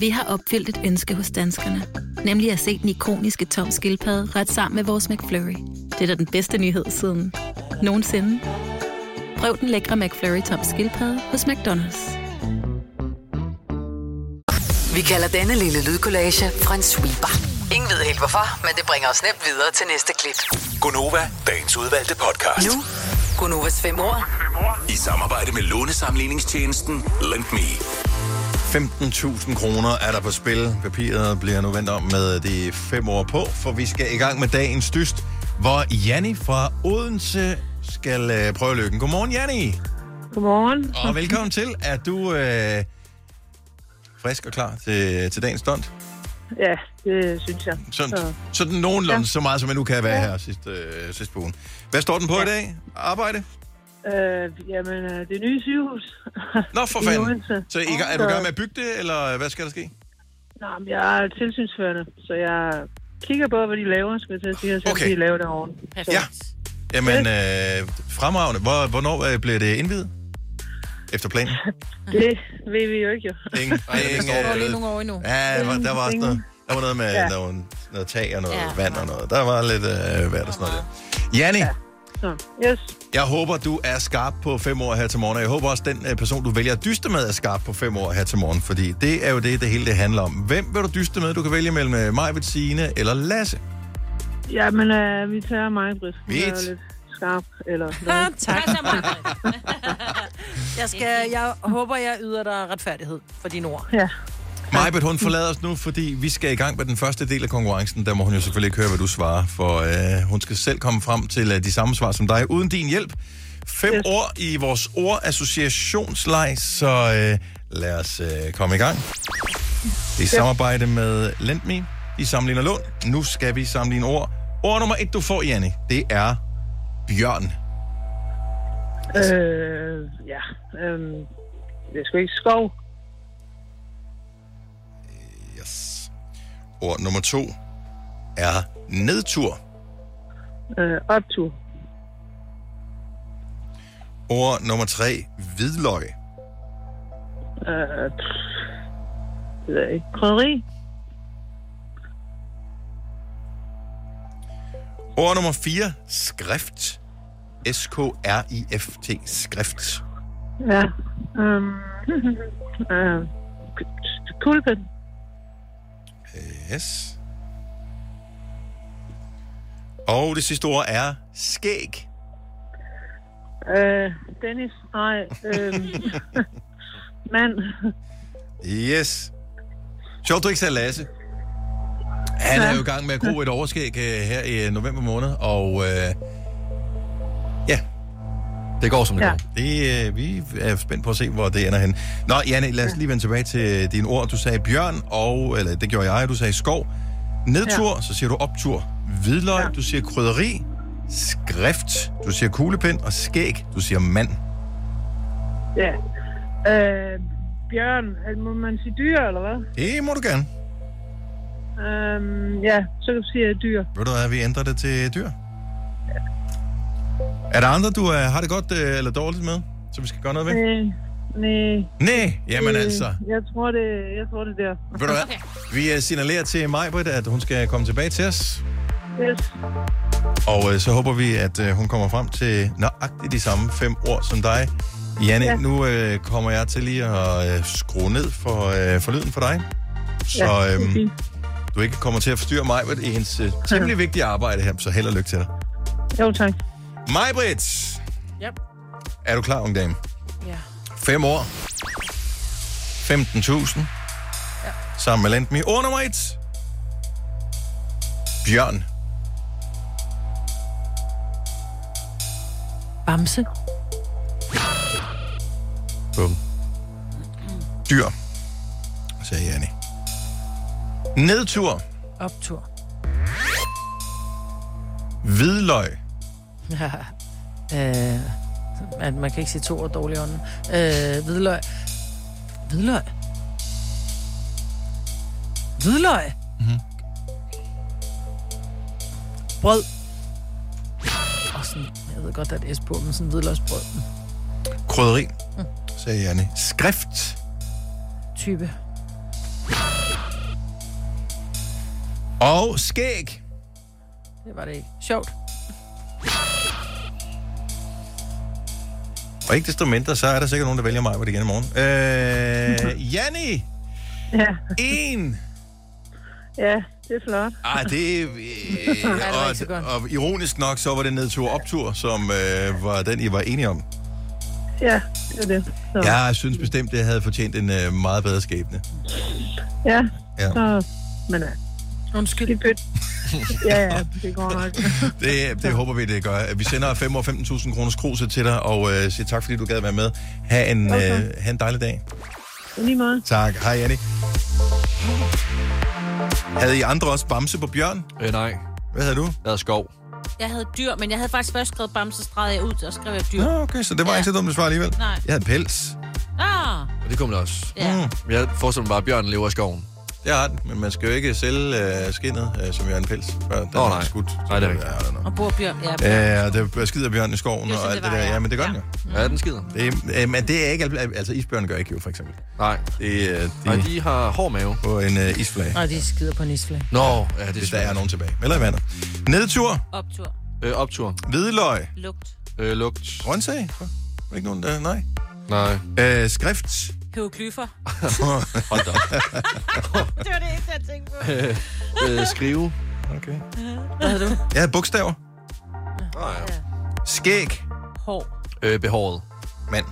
[SPEAKER 13] Vi har opfyldt et ønske hos danskerne. Nemlig at se den ikoniske tom skildpadde ret sammen med vores McFlurry. Det er da den bedste nyhed siden nogensinde. Prøv den lækre McFlurry tom skildpadde hos McDonald's.
[SPEAKER 6] Vi kalder denne lille lydkollage en sweeper. Ingen ved helt hvorfor, men det bringer os nemt videre til næste klip.
[SPEAKER 5] Gonova, dagens udvalgte podcast.
[SPEAKER 6] Nu, Gunovas fem år.
[SPEAKER 5] I samarbejde med lånesamligningstjenesten Lend Me.
[SPEAKER 1] 15.000 kroner er der på spil. Papiret bliver nu vendt om med de fem år på, for vi skal i gang med dagens dyst, hvor Janni fra Odense skal øh, prøve lykken. Godmorgen, Janni.
[SPEAKER 10] Godmorgen.
[SPEAKER 1] Og velkommen til. Er du øh, frisk og klar til, til dagens stund?
[SPEAKER 10] Ja, det synes jeg.
[SPEAKER 1] Sådan,
[SPEAKER 10] Så,
[SPEAKER 1] sådan nogenlunde ja. så meget, som jeg nu kan være her sidste, øh, sidste på ugen. Hvad står den på ja. i dag? Arbejde?
[SPEAKER 10] øh, jamen, øh, det nye sygehus.
[SPEAKER 1] Nå, for
[SPEAKER 10] I
[SPEAKER 1] fanden.
[SPEAKER 10] Odense. Altså-
[SPEAKER 1] Så er, I, er du i gang med at bygge det, eller hvad skal der ske?
[SPEAKER 10] Nå, men jeg er tilsynsførende, så jeg kigger på, hvad de laver, skal jeg til at sige, og så
[SPEAKER 1] Okay.
[SPEAKER 10] okay. de lave det oven. Så, ja.
[SPEAKER 1] Jamen, øh, fremragende. Hvor, hvornår øh, bliver det indvidet? Efter planen?
[SPEAKER 10] Det ved vi jo ikke, jo.
[SPEAKER 1] Ingen.
[SPEAKER 10] Ej, det
[SPEAKER 1] ingen,
[SPEAKER 10] står
[SPEAKER 1] øh,
[SPEAKER 10] lige nogle år endnu.
[SPEAKER 1] Ja, der var, der var også
[SPEAKER 10] Ingen.
[SPEAKER 1] noget, der var noget med ja.
[SPEAKER 10] Ja.
[SPEAKER 1] noget, noget tag og noget
[SPEAKER 10] Ja.
[SPEAKER 1] vand og noget. Der var lidt øh, hvad der sådan noget der. Janni, ja.
[SPEAKER 10] Så, yes.
[SPEAKER 1] jeg håber, du er skarp på fem år her til morgen. Og jeg håber også, den øh, person, du vælger at dyste med, er skarp på fem år her til morgen. Fordi det er jo det, det hele det handler om. Hvem vil du dyste med? Du kan vælge mellem øh, mig, Bettine eller Lasse.
[SPEAKER 10] Jamen, øh, vi tager mig, Britt. Hun er
[SPEAKER 1] Mit.
[SPEAKER 10] jo lidt skarp, eller
[SPEAKER 2] Ah,
[SPEAKER 10] noget.
[SPEAKER 2] tak. Jeg, skal, jeg håber, jeg yder dig retfærdighed for dine ord.
[SPEAKER 10] Ja.
[SPEAKER 1] Majbet, hun forlader os nu, fordi vi skal i gang med den første del af konkurrencen. Der må hun jo selvfølgelig ikke høre, hvad du svarer, for øh, hun skal selv komme frem til øh, de samme svar som dig, uden din hjælp. Fem yes. ord i vores ordassociationsleg, så øh, Lad os øh, komme i gang. I samarbejde med LendMe, de sammenligner lån. Nu skal vi sammenligne ord. Ord nummer et, du får, Janne, det er bjørn.
[SPEAKER 10] Øh, ja. Øhm, det er sgu ikke skov.
[SPEAKER 1] Yes. Ord nummer to er nedtur.
[SPEAKER 10] Øh, optur.
[SPEAKER 1] Ord nummer tre, hvidløg.
[SPEAKER 10] Øh, pff, det ved jeg ikke. Krydderi.
[SPEAKER 1] Ord nummer 4, skrift. S-K-R-I-F-T, skrift.
[SPEAKER 10] Ja. Øhm, øh, kulpen.
[SPEAKER 1] Yes. Og det sidste ord er skæg.
[SPEAKER 10] Øh, Dennis. Nej. Øh, mand.
[SPEAKER 1] Yes. Sjovt, du ikke sagde Lasse. Han er jo i gang med at gro et overskæg øh, her i november måned, og øh, ja.
[SPEAKER 3] Det går, som
[SPEAKER 1] det
[SPEAKER 3] det
[SPEAKER 1] ja. går. Det,
[SPEAKER 3] Ja.
[SPEAKER 1] øh, vi er spændt på at se, hvor det ender hen. Nå, Janne, lad os lige vende tilbage til dine ord. Du sagde bjørn, og, eller det gjorde jeg, og du sagde skov. Nedtur, ja. så siger du optur. Hvidløg, ja. du siger krydderi. Skrift, du siger kuglepind. Og skæg, du siger mand.
[SPEAKER 10] Ja. Øh, bjørn. Altså, Må man sige dyr, eller hvad?
[SPEAKER 1] Det må du gerne.
[SPEAKER 10] Øhm, ja, så siger jeg dyr.
[SPEAKER 1] Ved du hvad, vi ændrer det til dyr. Er der andre, du øh, har det godt øh, eller dårligt med, som vi skal gøre noget ved?
[SPEAKER 10] Øh, nej. Øh,
[SPEAKER 1] Nej, jamen altså.
[SPEAKER 10] Jeg tror, det, jeg tror, det er der.
[SPEAKER 1] Ved du hvad? Vi øh, signalerer til Majbrit, at hun skal komme tilbage til os.
[SPEAKER 10] Yes.
[SPEAKER 1] Og øh, så håber vi, at øh, hun kommer frem til nøjagtigt de samme fem ord som dig. Janne, ja.
[SPEAKER 10] Ja.
[SPEAKER 1] nu øh, kommer jeg til lige at øh, skrue ned for, øh, for lyden for dig. Så
[SPEAKER 10] Ja, det er
[SPEAKER 1] øh,
[SPEAKER 10] fint.
[SPEAKER 1] du ikke kommer til at forstyrre Majbrit i hendes øh, temmelig vigtige arbejde her. Så held og lykke til dig.
[SPEAKER 10] Jo, tak.
[SPEAKER 1] Majbrit!
[SPEAKER 2] Ja.
[SPEAKER 1] Er du klar, unge dame?
[SPEAKER 2] Ja.
[SPEAKER 1] 5 år. 15.000. Ja. Sammen med Lendme. Ord nummer 1. Bjørn.
[SPEAKER 2] Bamse.
[SPEAKER 1] Bum. Dyr. Sagde Janne. Nedtur.
[SPEAKER 2] Optur.
[SPEAKER 1] Hvidløg.
[SPEAKER 2] øh, at man kan ikke sige to ord dårlig ånden. Øh, hvidløg. Hvidløg. Hvidløg.
[SPEAKER 1] Mhm.
[SPEAKER 2] Brød. Og sådan, jeg ved godt, der er et S på, men sådan hvidløgsbrød.
[SPEAKER 1] Krydderi. Sagde Janne. Skrift.
[SPEAKER 2] Type.
[SPEAKER 1] Og skæg.
[SPEAKER 2] Det var det ikke. Sjovt.
[SPEAKER 1] Og ikke desto mindre, så er der sikkert nogen, der vælger mig på det igen i morgen. Øh, Janni!
[SPEAKER 10] Ja.
[SPEAKER 1] En!
[SPEAKER 10] Ja, det er flot.
[SPEAKER 1] Ej, det... Øh,
[SPEAKER 10] Mm.
[SPEAKER 1] og, og ironisk nok, så var det nedtur og optur, som øh, var den, I var enige om.
[SPEAKER 10] Ja, det er det. Så.
[SPEAKER 1] Jeg synes bestemt, det havde fortjent en øh, meget bedre skæbne.
[SPEAKER 10] Ja.
[SPEAKER 1] Ja.
[SPEAKER 10] Så, men ja.
[SPEAKER 2] Undskyld.
[SPEAKER 10] Det er pyt. Ja, ja, det går nok.
[SPEAKER 1] Det, det håber vi, det gør. Vi sender 5 år 15.000 kroners kruset til dig, og øh, siger tak, fordi du gad være med. Ha' en,
[SPEAKER 10] Okay.
[SPEAKER 1] øh, ha en dejlig dag.
[SPEAKER 10] I Lige måde.
[SPEAKER 1] Tak. Hej, Janni. Havde I andre også bamse på bjørn?
[SPEAKER 3] Øh, nej.
[SPEAKER 1] Hvad havde du? Jeg
[SPEAKER 3] havde skov.
[SPEAKER 4] Jeg havde dyr, men jeg havde faktisk først skrevet bamse, så stregede jeg ud, og skrev jeg dyr.
[SPEAKER 1] Nå, okay, så det var ja. ikke så dumt at svare alligevel.
[SPEAKER 4] Nej.
[SPEAKER 1] Jeg havde pels.
[SPEAKER 4] Ah,
[SPEAKER 3] Og det kunne man også.
[SPEAKER 4] Ja.
[SPEAKER 3] Mm. Jeg forestiller mig bare, at bjørnen lever i skoven.
[SPEAKER 1] Det har den, men man skal jo ikke sælge øh, skinnet, øh, som jo er en pels. Før den
[SPEAKER 3] Åh,
[SPEAKER 1] er
[SPEAKER 3] nej.
[SPEAKER 1] Skudt.
[SPEAKER 3] Nej, det er rigtigt.
[SPEAKER 4] og borbjørn. Ja,
[SPEAKER 1] Mm. Ja, og det skider bjørnen i skoven
[SPEAKER 4] Det er
[SPEAKER 1] og
[SPEAKER 4] sådan,
[SPEAKER 1] alt det der.
[SPEAKER 4] det var, ja.
[SPEAKER 1] Ja, men det gør den jo.
[SPEAKER 3] Ja, den skider.
[SPEAKER 1] Det, er- øh, men det er ikke... alt- Altså, isbjørnen gør ikke jo, for eksempel.
[SPEAKER 3] Nej.
[SPEAKER 1] Det, øh, de,
[SPEAKER 3] Nej, de har hård mave.
[SPEAKER 1] På en øh, isflage.
[SPEAKER 2] Nej, de skider på en isflag.
[SPEAKER 3] Nå, ja, det er
[SPEAKER 1] Hvis der
[SPEAKER 3] svært.
[SPEAKER 1] er nogen tilbage. Eller i vandet. Nedtur.
[SPEAKER 4] Optur.
[SPEAKER 3] Øh, optur.
[SPEAKER 1] Hvidløg.
[SPEAKER 4] Lugt.
[SPEAKER 3] Øh, lugt.
[SPEAKER 1] Grøntsag. Var der Ikke nogen, der, nej.
[SPEAKER 3] Nej.
[SPEAKER 1] Øh, skrift.
[SPEAKER 4] Hieroglyfer.
[SPEAKER 1] Hold da.
[SPEAKER 4] det var det eneste, jeg tænkte på.
[SPEAKER 3] øh, skrive.
[SPEAKER 1] Okay.
[SPEAKER 2] Hvad havde du?
[SPEAKER 1] Jeg havde bogstaver. Skæg.
[SPEAKER 4] Hår.
[SPEAKER 3] Øh, behåret.
[SPEAKER 1] Mand.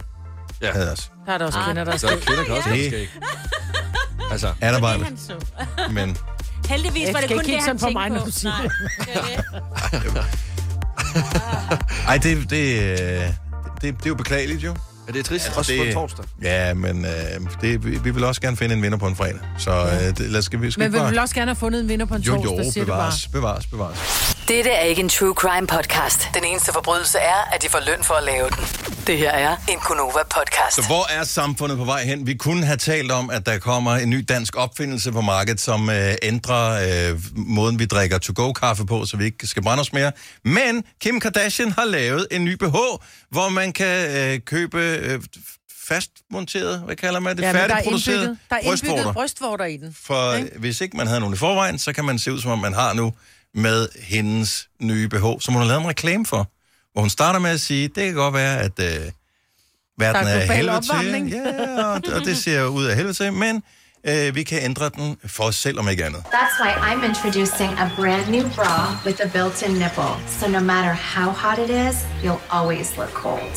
[SPEAKER 3] Ja.
[SPEAKER 1] Havde jeg også.
[SPEAKER 2] Der er der også kvinder, der er
[SPEAKER 3] Så er
[SPEAKER 2] skæg.
[SPEAKER 3] kvinder kan også
[SPEAKER 1] Ja.
[SPEAKER 3] have skæg. Altså,
[SPEAKER 1] Er der bare...
[SPEAKER 4] Det han så.
[SPEAKER 1] Men...
[SPEAKER 4] Heldigvis
[SPEAKER 2] Jeg
[SPEAKER 4] var det
[SPEAKER 2] skal
[SPEAKER 4] kun
[SPEAKER 2] kigge
[SPEAKER 4] det, han
[SPEAKER 2] sådan
[SPEAKER 4] tænkte
[SPEAKER 2] på mig, når
[SPEAKER 4] på.
[SPEAKER 2] du siger
[SPEAKER 4] Nej, det er
[SPEAKER 1] Ej,
[SPEAKER 4] det.
[SPEAKER 1] det, det, øh, det, det er jo beklageligt, jo.
[SPEAKER 3] Ja, det er trist, også på en torsdag.
[SPEAKER 1] Ja, men øh, det, vi, vi vil også gerne finde en vinder på en fredag. Så øh, det, lad os, skal vi, skal
[SPEAKER 2] Men vi
[SPEAKER 1] bare...
[SPEAKER 2] vil også gerne have fundet en vinder på en
[SPEAKER 1] jo,
[SPEAKER 2] torsdag,
[SPEAKER 1] jo,
[SPEAKER 2] siger det bare.
[SPEAKER 1] bevares, bevares, bevares.
[SPEAKER 14] Dette er ikke en true crime podcast. Den eneste forbrydelse er, at de får løn for at lave den. Det her er en Gunova-podcast.
[SPEAKER 1] Så hvor er samfundet på vej hen? Vi kunne have talt om, at der kommer en ny dansk opfindelse på markedet, som øh, ændrer øh, måden, vi drikker to-go-kaffe på, så vi ikke skal brænde os mere. Men Kim Kardashian har lavet en ny BH, hvor man kan øh, købe øh, fastmonteret, hvad kalder man det?
[SPEAKER 2] Ja, men der er
[SPEAKER 1] Færdigproduceret
[SPEAKER 2] indbygget, der er
[SPEAKER 1] brystvorter.
[SPEAKER 2] indbygget brystvorter i den.
[SPEAKER 1] For okay. hvis ikke man havde nogen i forvejen, så kan man se ud, som om man har nu med hendes nye BH, som hun har lavet en reklame for. Hvor hun starter med at sige, det kan godt være, at øh, verden
[SPEAKER 2] Der er
[SPEAKER 1] er,
[SPEAKER 2] global
[SPEAKER 1] helvede
[SPEAKER 2] opvarmning.
[SPEAKER 1] til. Ja, og, og det ser ud af helvede til, men øh, vi kan ændre den for os selv, om ikke andet.
[SPEAKER 15] That's why I'm introducing a brand new bra with a built in nipple. So no matter how hot it is, you'll always look cold.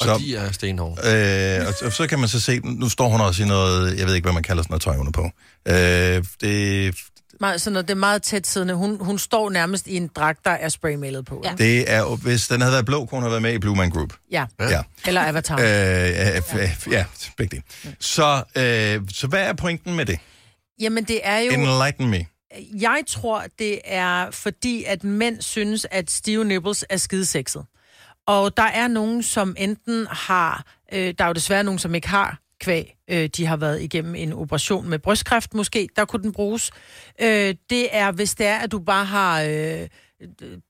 [SPEAKER 1] Så, og de
[SPEAKER 3] er stenhårde.
[SPEAKER 1] Øh, og, og så kan man så se, nu står hun også i noget, jeg ved ikke, hvad man kalder sådan noget tøj under på. Øh, det,
[SPEAKER 2] Meget, sådan noget, det er meget tæt siddende. Hun, hun står nærmest i en dragt, der er spraymalet på. Ja.
[SPEAKER 1] det er, jo- hvis den havde været blå, kunne hun have været med i Blue Man Group.
[SPEAKER 2] ja.
[SPEAKER 1] Ja.
[SPEAKER 2] Eller Avatar.
[SPEAKER 1] Øh, ja, ja, ja, begge dele.
[SPEAKER 2] Mm.
[SPEAKER 1] Så, øh, så hvad er pointen med det?
[SPEAKER 2] Jamen, det er jo...
[SPEAKER 1] Enlighten me.
[SPEAKER 2] jeg tror, det er fordi, at mænd synes, at stive nipples er skidesekset. Og der er nogen, som enten har... Øh, der er jo desværre nogen, som ikke har kvæg. Øh, de har været igennem en operation med brystkræft måske. Der kunne den bruges. Øh, det er, hvis det er, at du bare har... Øh,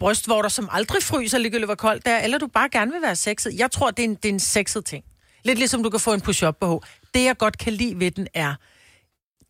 [SPEAKER 2] brystvorter, som aldrig fryser, ligegyldigt hvor koldt det er, eller du bare gerne vil være sexet. Jeg tror, det er en, det er en sexet ting. Lidt ligesom du kan få en push-up behov. Det, jeg godt kan lide ved den, er,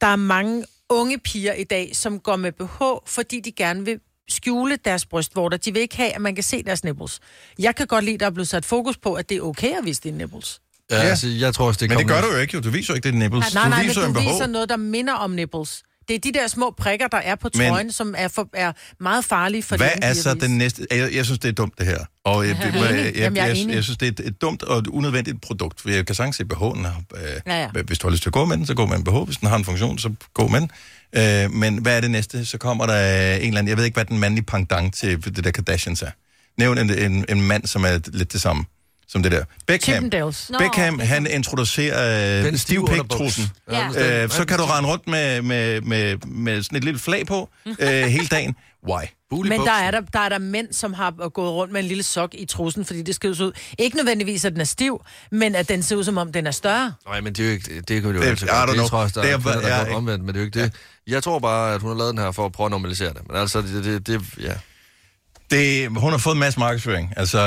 [SPEAKER 2] der er mange unge piger i dag, som går med BH, fordi de gerne vil skjule deres brystvorter. De vil ikke have, at man kan se deres nipples. Jeg kan godt lide, at der er blevet sat fokus på, at det er okay at vise dine nipples.
[SPEAKER 3] Ja, altså, jeg tror også, det
[SPEAKER 1] Men det
[SPEAKER 3] kommer-
[SPEAKER 1] gør du jo ikke, jo. Du viser jo ikke det nipples.
[SPEAKER 2] nej, nej,
[SPEAKER 1] du viser
[SPEAKER 2] men
[SPEAKER 1] jo
[SPEAKER 2] du
[SPEAKER 1] en BH.
[SPEAKER 2] viser noget, der minder om nipples. Det er de der små prikker, der er på
[SPEAKER 1] Men-
[SPEAKER 2] trøjen, men... som er, for, er meget farlige for
[SPEAKER 1] Hvad
[SPEAKER 2] de unge
[SPEAKER 1] er
[SPEAKER 2] piger
[SPEAKER 1] så
[SPEAKER 2] at vise.
[SPEAKER 1] den næste? Jeg, jeg synes, det er dumt, det her. Og jeg,
[SPEAKER 2] Jeg er
[SPEAKER 1] jeg,
[SPEAKER 2] enig.
[SPEAKER 1] jeg, jeg,
[SPEAKER 2] Jamen, jeg er
[SPEAKER 1] jeg,
[SPEAKER 2] enig.
[SPEAKER 1] jeg synes, det er et dumt og et unødvendigt produkt. For Jeg kan sagtens se BH'en. Øh,
[SPEAKER 2] Ja, ja.
[SPEAKER 1] Hvis du har lyst til at gå med den, så gå med en BH. Hvis den har en funktion, så gå med den. Øh, men hvad er det næste? Så kommer der en eller anden... Jeg ved ikke, hvad den mandlige pendant til det der Kardashians er. Nævn en, en, en mand, som er lidt det samme som det der. Beckham,
[SPEAKER 2] Chippendales. Nå,
[SPEAKER 1] Beckham han introducerer øh,
[SPEAKER 3] Den stive
[SPEAKER 1] stivpæk-trussen.
[SPEAKER 3] underbuks. Ja.
[SPEAKER 1] Øh, så kan du rende rundt med, med, med, med sådan et lille flag på øh, hele dagen. Why?
[SPEAKER 2] Men der er der, der er der mænd, som har gået rundt med en lille sok i trussen, fordi det skal se ud. Ikke nødvendigvis, at den er stiv, men at den ser ud, som om den er større.
[SPEAKER 3] Nej, men det er jo ikke... Det, det kan jo
[SPEAKER 1] Det-
[SPEAKER 3] det, altid
[SPEAKER 1] I
[SPEAKER 3] gøre.
[SPEAKER 1] don't know.
[SPEAKER 3] Det tror jeg også, der
[SPEAKER 1] Det
[SPEAKER 3] er
[SPEAKER 1] er-
[SPEAKER 3] kvinder, der
[SPEAKER 1] ja,
[SPEAKER 3] er
[SPEAKER 1] ikke?
[SPEAKER 3] godt omvendt, men det er jo ikke det. Jeg tror bare, at hun har lavet den her for at prøve at normalisere det. Men altså, det... det, det ja.
[SPEAKER 1] Det, hun har fået en masse markedsføring. Altså,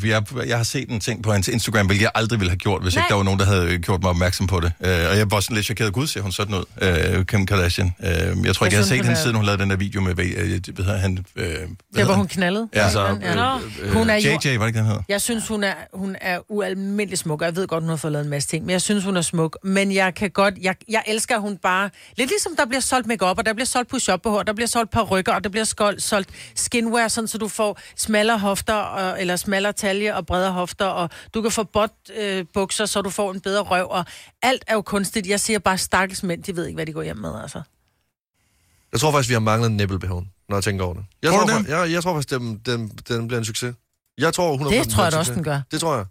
[SPEAKER 1] øh, jeg, jeg har set en ting på hendes Instagram, hvilket jeg aldrig ville have gjort, hvis
[SPEAKER 5] Nej.
[SPEAKER 1] ikke der var nogen, der havde øh, gjort mig opmærksom på det. Øh, og jeg var sådan lidt chokeret. Gud, ser hun sådan ud, øh, Kim Kardashian. Øh, jeg tror ikke, jeg,
[SPEAKER 2] synes,
[SPEAKER 1] havde set
[SPEAKER 2] hun
[SPEAKER 1] hende,
[SPEAKER 2] er-
[SPEAKER 1] siden hun lavede den der video med, hvad, øh, hvad hedder han? Øh, hvad
[SPEAKER 2] Der, hvor
[SPEAKER 1] hedder
[SPEAKER 2] hun
[SPEAKER 1] han?
[SPEAKER 2] knaldede.
[SPEAKER 1] Ja, altså,
[SPEAKER 2] Ja.
[SPEAKER 1] øh, øh,
[SPEAKER 2] Hun er jo-
[SPEAKER 1] JJ, var det ikke, den hedder?
[SPEAKER 2] Jeg synes, hun er, hun er ualmindelig smuk, og jeg ved godt, hun har fået lavet en masse ting, men jeg synes, hun er smuk. Men jeg kan godt, jeg, jeg elsker, at hun bare... Lidt ligesom der bliver solgt makeup, og der bliver solgt push-up behov, der bliver solgt perukker, og der bliver solgt, solgt skinwear, sådan, så du får smallere hofter, og, eller smallere talje og bredere hofter, og du kan få bot øh, bukser, så du får en bedre røv, og alt er jo kunstigt. Jeg siger bare, stakkels mænd, de ved ikke, hvad de går hjem med, altså.
[SPEAKER 3] Jeg tror faktisk, vi har manglet nippelbehoven, når jeg tænker over det. Jeg
[SPEAKER 1] Tror
[SPEAKER 3] tror,
[SPEAKER 1] du
[SPEAKER 3] fa- jeg, jeg tror faktisk, den, den, den bliver en succes. Jeg tror, hun
[SPEAKER 2] Det tror jeg da også, den gør.
[SPEAKER 3] Det tror jeg.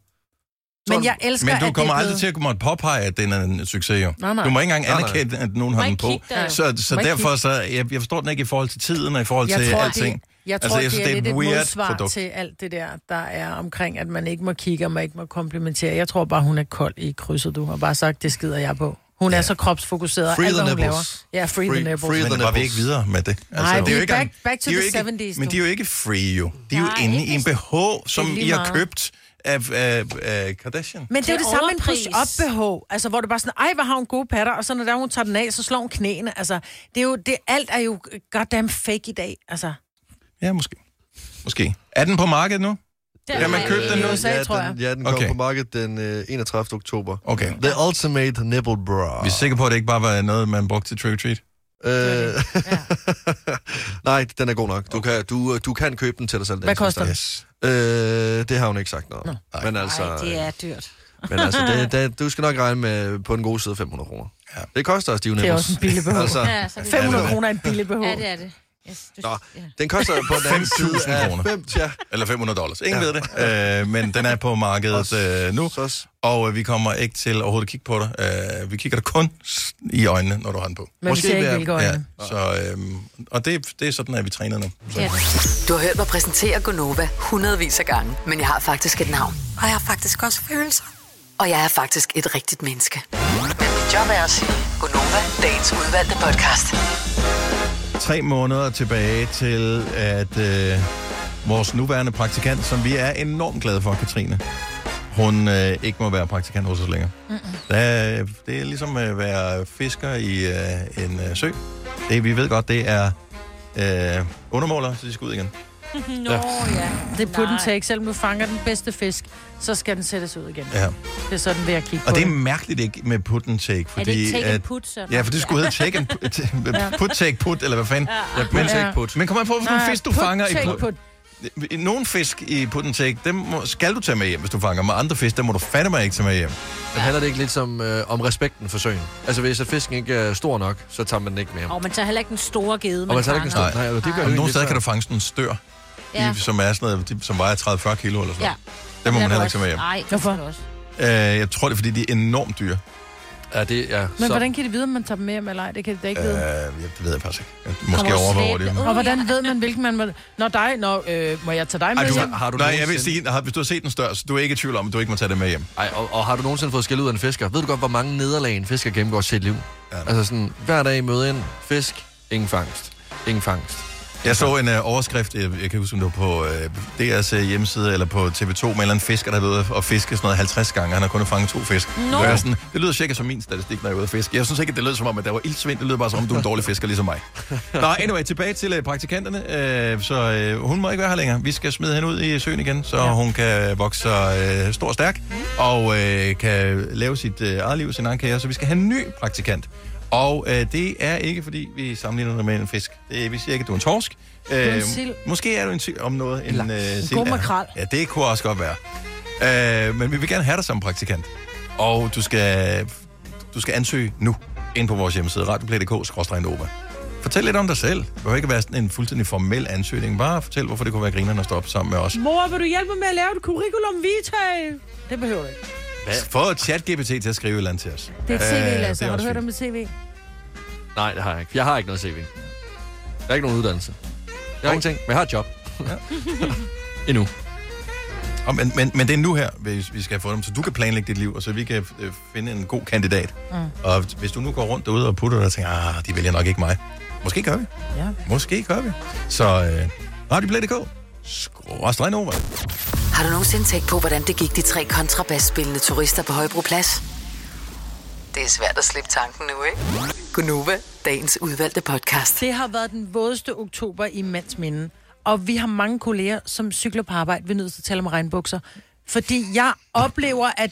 [SPEAKER 2] Men jeg elsker,
[SPEAKER 1] Men
[SPEAKER 2] at
[SPEAKER 1] du
[SPEAKER 2] det
[SPEAKER 1] kommer
[SPEAKER 2] er
[SPEAKER 1] aldrig
[SPEAKER 2] blevet-
[SPEAKER 1] til at måtte påpege, at den er en succes, jo.
[SPEAKER 2] Nej, nej.
[SPEAKER 1] Du må ikke engang
[SPEAKER 2] Nej, nej.
[SPEAKER 1] anerkende, at nogen
[SPEAKER 2] Du må
[SPEAKER 1] har den
[SPEAKER 2] ikke
[SPEAKER 1] på.
[SPEAKER 2] kigge dig, jo.
[SPEAKER 1] Så,
[SPEAKER 2] Du
[SPEAKER 1] så
[SPEAKER 2] må ikke
[SPEAKER 1] derfor,
[SPEAKER 2] kigge.
[SPEAKER 1] så, jeg, jeg forstår den ikke i forhold til tiden og i forhold
[SPEAKER 2] Jeg
[SPEAKER 1] til
[SPEAKER 2] tror,
[SPEAKER 1] alting.
[SPEAKER 2] Det, jeg tror, altså,
[SPEAKER 1] synes,
[SPEAKER 2] det, er, lidt et
[SPEAKER 1] weird
[SPEAKER 2] modsvar
[SPEAKER 1] produkt.
[SPEAKER 2] til alt det der, der er omkring, at man ikke må kigge, og man ikke må komplimentere. Jeg tror bare, hun er kold i krydset, du har bare sagt, det skider jeg på. Hun er så
[SPEAKER 1] Free
[SPEAKER 2] kropsfokuseret, free alt
[SPEAKER 1] the
[SPEAKER 2] hvad hun
[SPEAKER 1] nipples.
[SPEAKER 2] laver. Ja, free, the nipples.
[SPEAKER 1] men der var vi ikke videre med det.
[SPEAKER 2] Nej, vi er back-
[SPEAKER 1] en-
[SPEAKER 2] back to
[SPEAKER 1] de er
[SPEAKER 2] the
[SPEAKER 1] jo ikke,
[SPEAKER 2] 70's,
[SPEAKER 1] Men
[SPEAKER 2] du.
[SPEAKER 1] de er jo ikke free, jo. De er jo inde i en BH, som
[SPEAKER 2] lige
[SPEAKER 1] I har
[SPEAKER 2] meget.
[SPEAKER 1] købt af, af, af Kardashian.
[SPEAKER 2] Men det er jo det samme med en
[SPEAKER 4] overpris.
[SPEAKER 2] push-up-BH, altså hvor du bare sådan, ej, hvor har hun gode patter, og så når der hun tager den af, så slår hun knæene. Altså, det er jo, det, alt er jo goddamn fake i dag, altså.
[SPEAKER 1] Ja, måske. Måske. Er den på markedet nu? Kan man købe den nu?
[SPEAKER 2] i USA,
[SPEAKER 3] ja,
[SPEAKER 2] tror jeg.
[SPEAKER 3] Den, ja, den kom
[SPEAKER 1] Okay.
[SPEAKER 3] på markedet den øh, 31. oktober.
[SPEAKER 1] Okay.
[SPEAKER 3] The Ultimate Nipple Bra.
[SPEAKER 1] Vi er sikre på, at det ikke bare var noget, man brugte til trick or treat.
[SPEAKER 3] Øh, Nej, den er god nok. Du, kan, du, øh, du kan købe den til dig selv.
[SPEAKER 2] Hvad koster den?
[SPEAKER 3] Yes. Øh, det har hun ikke sagt noget om. Men altså,
[SPEAKER 4] Ej, det er dyrt.
[SPEAKER 3] men altså det, det, du skal nok regne med på en god side 500 kroner. Ja. Det koster også de
[SPEAKER 2] Det er også en billig BH.
[SPEAKER 3] altså,
[SPEAKER 2] altså, 500 kroner er en billig BH.
[SPEAKER 4] Ja, det er det. Yes,
[SPEAKER 1] Nå,
[SPEAKER 3] Den koster på den anden side
[SPEAKER 1] 5.000
[SPEAKER 3] af
[SPEAKER 1] kroner.
[SPEAKER 3] 5, ja.
[SPEAKER 1] Eller 500 dollars. Ingen
[SPEAKER 3] Ja.
[SPEAKER 1] ja. ved det. Øh, men den er på markedet øh, nu. Og øh, vi kommer ikke til overhovedet at kigge på dig. Øh, vi kigger dig kun s- i øjnene, når du har den på.
[SPEAKER 14] vi Måske ser ikke, ved at- hvilke øjne.
[SPEAKER 1] Ja, så, øh, og det, det er sådan, at vi træner nu. Så.
[SPEAKER 14] Du har hørt mig præsentere Gonova hundredvis af gange, men jeg har faktisk et navn. Og jeg har faktisk også følelser. Og jeg er faktisk et rigtigt menneske. Men mit job er at sige Gonova, dagens udvalgte podcast.
[SPEAKER 1] Tre måneder tilbage til, at øh, vores nuværende praktikant, som vi er enormt glade for, Katrine, hun øh, ikke må være praktikant hos os længere. Der, er- det er ligesom at være fisker i øh, en øh, sø. Det, vi ved godt, det er øh, undermåler, så de skal ud igen.
[SPEAKER 2] Nå, ja. Det er putten take. Selvom du fanger den bedste fisk, så skal den sættes ud igen.
[SPEAKER 1] Ja.
[SPEAKER 2] Det er sådan, ved at kigge
[SPEAKER 1] Og
[SPEAKER 2] på
[SPEAKER 1] det er mærkeligt ikke med put and take, fordi...
[SPEAKER 2] Er det ikke take and
[SPEAKER 1] at-
[SPEAKER 2] put, så?
[SPEAKER 1] Ja, for det skulle hedde take and put, put, take, put, eller hvad fanden.
[SPEAKER 2] Ja, put, take,
[SPEAKER 1] put. Men kommer an på, hvilken
[SPEAKER 2] Nej,
[SPEAKER 1] fisk du
[SPEAKER 2] put,
[SPEAKER 1] fanger i
[SPEAKER 2] take,
[SPEAKER 1] put. Nogle fisk i put and take, dem må, skal du tage med hjem, hvis du fanger. Med andre fisk, dem må du fandme ikke tage med hjem.
[SPEAKER 3] Men handler det ikke lidt som, øh, om respekten for søen? Altså, hvis at fisken ikke er stor nok, så tager man den ikke med hjem.
[SPEAKER 4] Og man tager heller ikke den store gede, man
[SPEAKER 3] man tager ikke den store-
[SPEAKER 4] fanger.
[SPEAKER 3] Nej, eller det gør
[SPEAKER 1] Og
[SPEAKER 3] du ikke
[SPEAKER 1] nogle
[SPEAKER 3] lidt
[SPEAKER 1] steder kan
[SPEAKER 3] før.
[SPEAKER 1] du fange sådan en stør,
[SPEAKER 4] Ja.
[SPEAKER 1] ja. i, som, er sådan noget, de- som vejer 30-40 kilo eller sådan
[SPEAKER 4] Ja.
[SPEAKER 1] noget. Det må man heller ikke tage med hjem.
[SPEAKER 4] Nej, hvorfor? Også.
[SPEAKER 1] Øh, jeg tror, det er, fordi de er enormt dyre.
[SPEAKER 3] Ja, det er...
[SPEAKER 2] Men hvordan kan de vide, om man tager dem med hjem eller ej? Det kan de da ikke
[SPEAKER 1] Øh,
[SPEAKER 2] vide.
[SPEAKER 1] jeg- det ved jeg faktisk ikke. Jeg- Måske overvåger det.
[SPEAKER 2] Og hvordan ved man, hvilken man må... Nå, dig, nå, øh, må jeg tage dig med
[SPEAKER 1] Ej, du,
[SPEAKER 2] hjem?
[SPEAKER 1] har du nej, jeg vil sige, har, hvis du har set den større, så du er ikke i tvivl om, at du ikke må tage det med hjem.
[SPEAKER 3] Ej, og, og har du nogensinde fået skæld ud af en fisker? Ved du godt, hvor mange nederlag en fisker gennemgår sit liv? Ja. Altså sådan, hver dag møde ind, fisk, ingen fangst, ingen fangst.
[SPEAKER 1] Jeg så en øh, overskrift, jeg, jeg kan huske, om det var på øh, DR's øh, hjemmeside eller på TV2, med en eller anden fisker, der har været ude og fiske sådan noget 50 gange. Han har kun fanget to fisk.
[SPEAKER 5] Nå.
[SPEAKER 1] Det, er sådan, det lyder cirka som min statistik, når jeg er ude at fiske. Jeg synes ikke, at det lød som om, at der var ildsvind. Det lød bare som om, du er en dårlig fisker, ligesom mig. Nå, anyway, tilbage til øh, praktikanterne. Øh, så øh, hun må ikke være her længere. Vi skal smide hende ud i søen igen, så ja. hun kan vokse sig øh, stor og stærk, og øh, kan lave sit øh, eget liv, sin egen karriere. Så vi skal have en ny praktikant. Og øh, det er ikke, fordi vi sammenligner dig med en fisk. Det, vi siger ikke, at du er en torsk. Øh,
[SPEAKER 2] er en sild.
[SPEAKER 1] Måske er du en sild om noget. En, en øh, sild
[SPEAKER 2] god
[SPEAKER 1] er-
[SPEAKER 2] makrel.
[SPEAKER 1] Ja, det kunne også godt være. Øh, men vi vil gerne have dig som praktikant. Og du skal, du skal ansøge nu ind på vores hjemmeside, radioplay.dk-nova. Fortæl lidt om dig selv. Det behøver ikke være sådan en fuldstændig formel ansøgning. Bare fortæl, hvorfor det kunne være grinerne at stå op sammen med os.
[SPEAKER 2] Mor, vil du hjælpe mig med at lave et curriculum vitae? Det behøver du ikke.
[SPEAKER 1] Få ChatGPT til at skrive et eller andet til os.
[SPEAKER 2] Det er et
[SPEAKER 1] Øh,
[SPEAKER 2] CV,
[SPEAKER 1] det er
[SPEAKER 2] Lasse. Har du
[SPEAKER 1] også
[SPEAKER 2] hørt om
[SPEAKER 1] fint.
[SPEAKER 2] et CV?
[SPEAKER 3] Nej, det har jeg ikke. Jeg har ikke noget CV. Jeg har ikke nogen uddannelse. Jeg har ingenting, men jeg har et job. Endnu.
[SPEAKER 1] Og, men, men, men det er nu her, hvis vi skal have fundet dem, så du kan planlægge dit liv, og så vi kan øh, finde en god kandidat.
[SPEAKER 2] Mm.
[SPEAKER 1] Og hvis du nu går rundt derude og putter dig og tænker, ah, de vælger nok ikke mig. Måske gør vi.
[SPEAKER 2] Ja.
[SPEAKER 1] Måske gør vi. Så øh, radioplay.dk. Skråstreg over.
[SPEAKER 14] Har du nogensinde tænkt på, hvordan det gik de tre kontrabasspillende turister på Højbroplads? Det er svært at slippe tanken nu, ikke? Gunova, dagens udvalgte podcast.
[SPEAKER 2] Det har været den vådeste oktober i mands minde. Og vi har mange kolleger, som cykler på arbejde. Vi er nødt til at tale om regnbukser. Fordi jeg oplever, at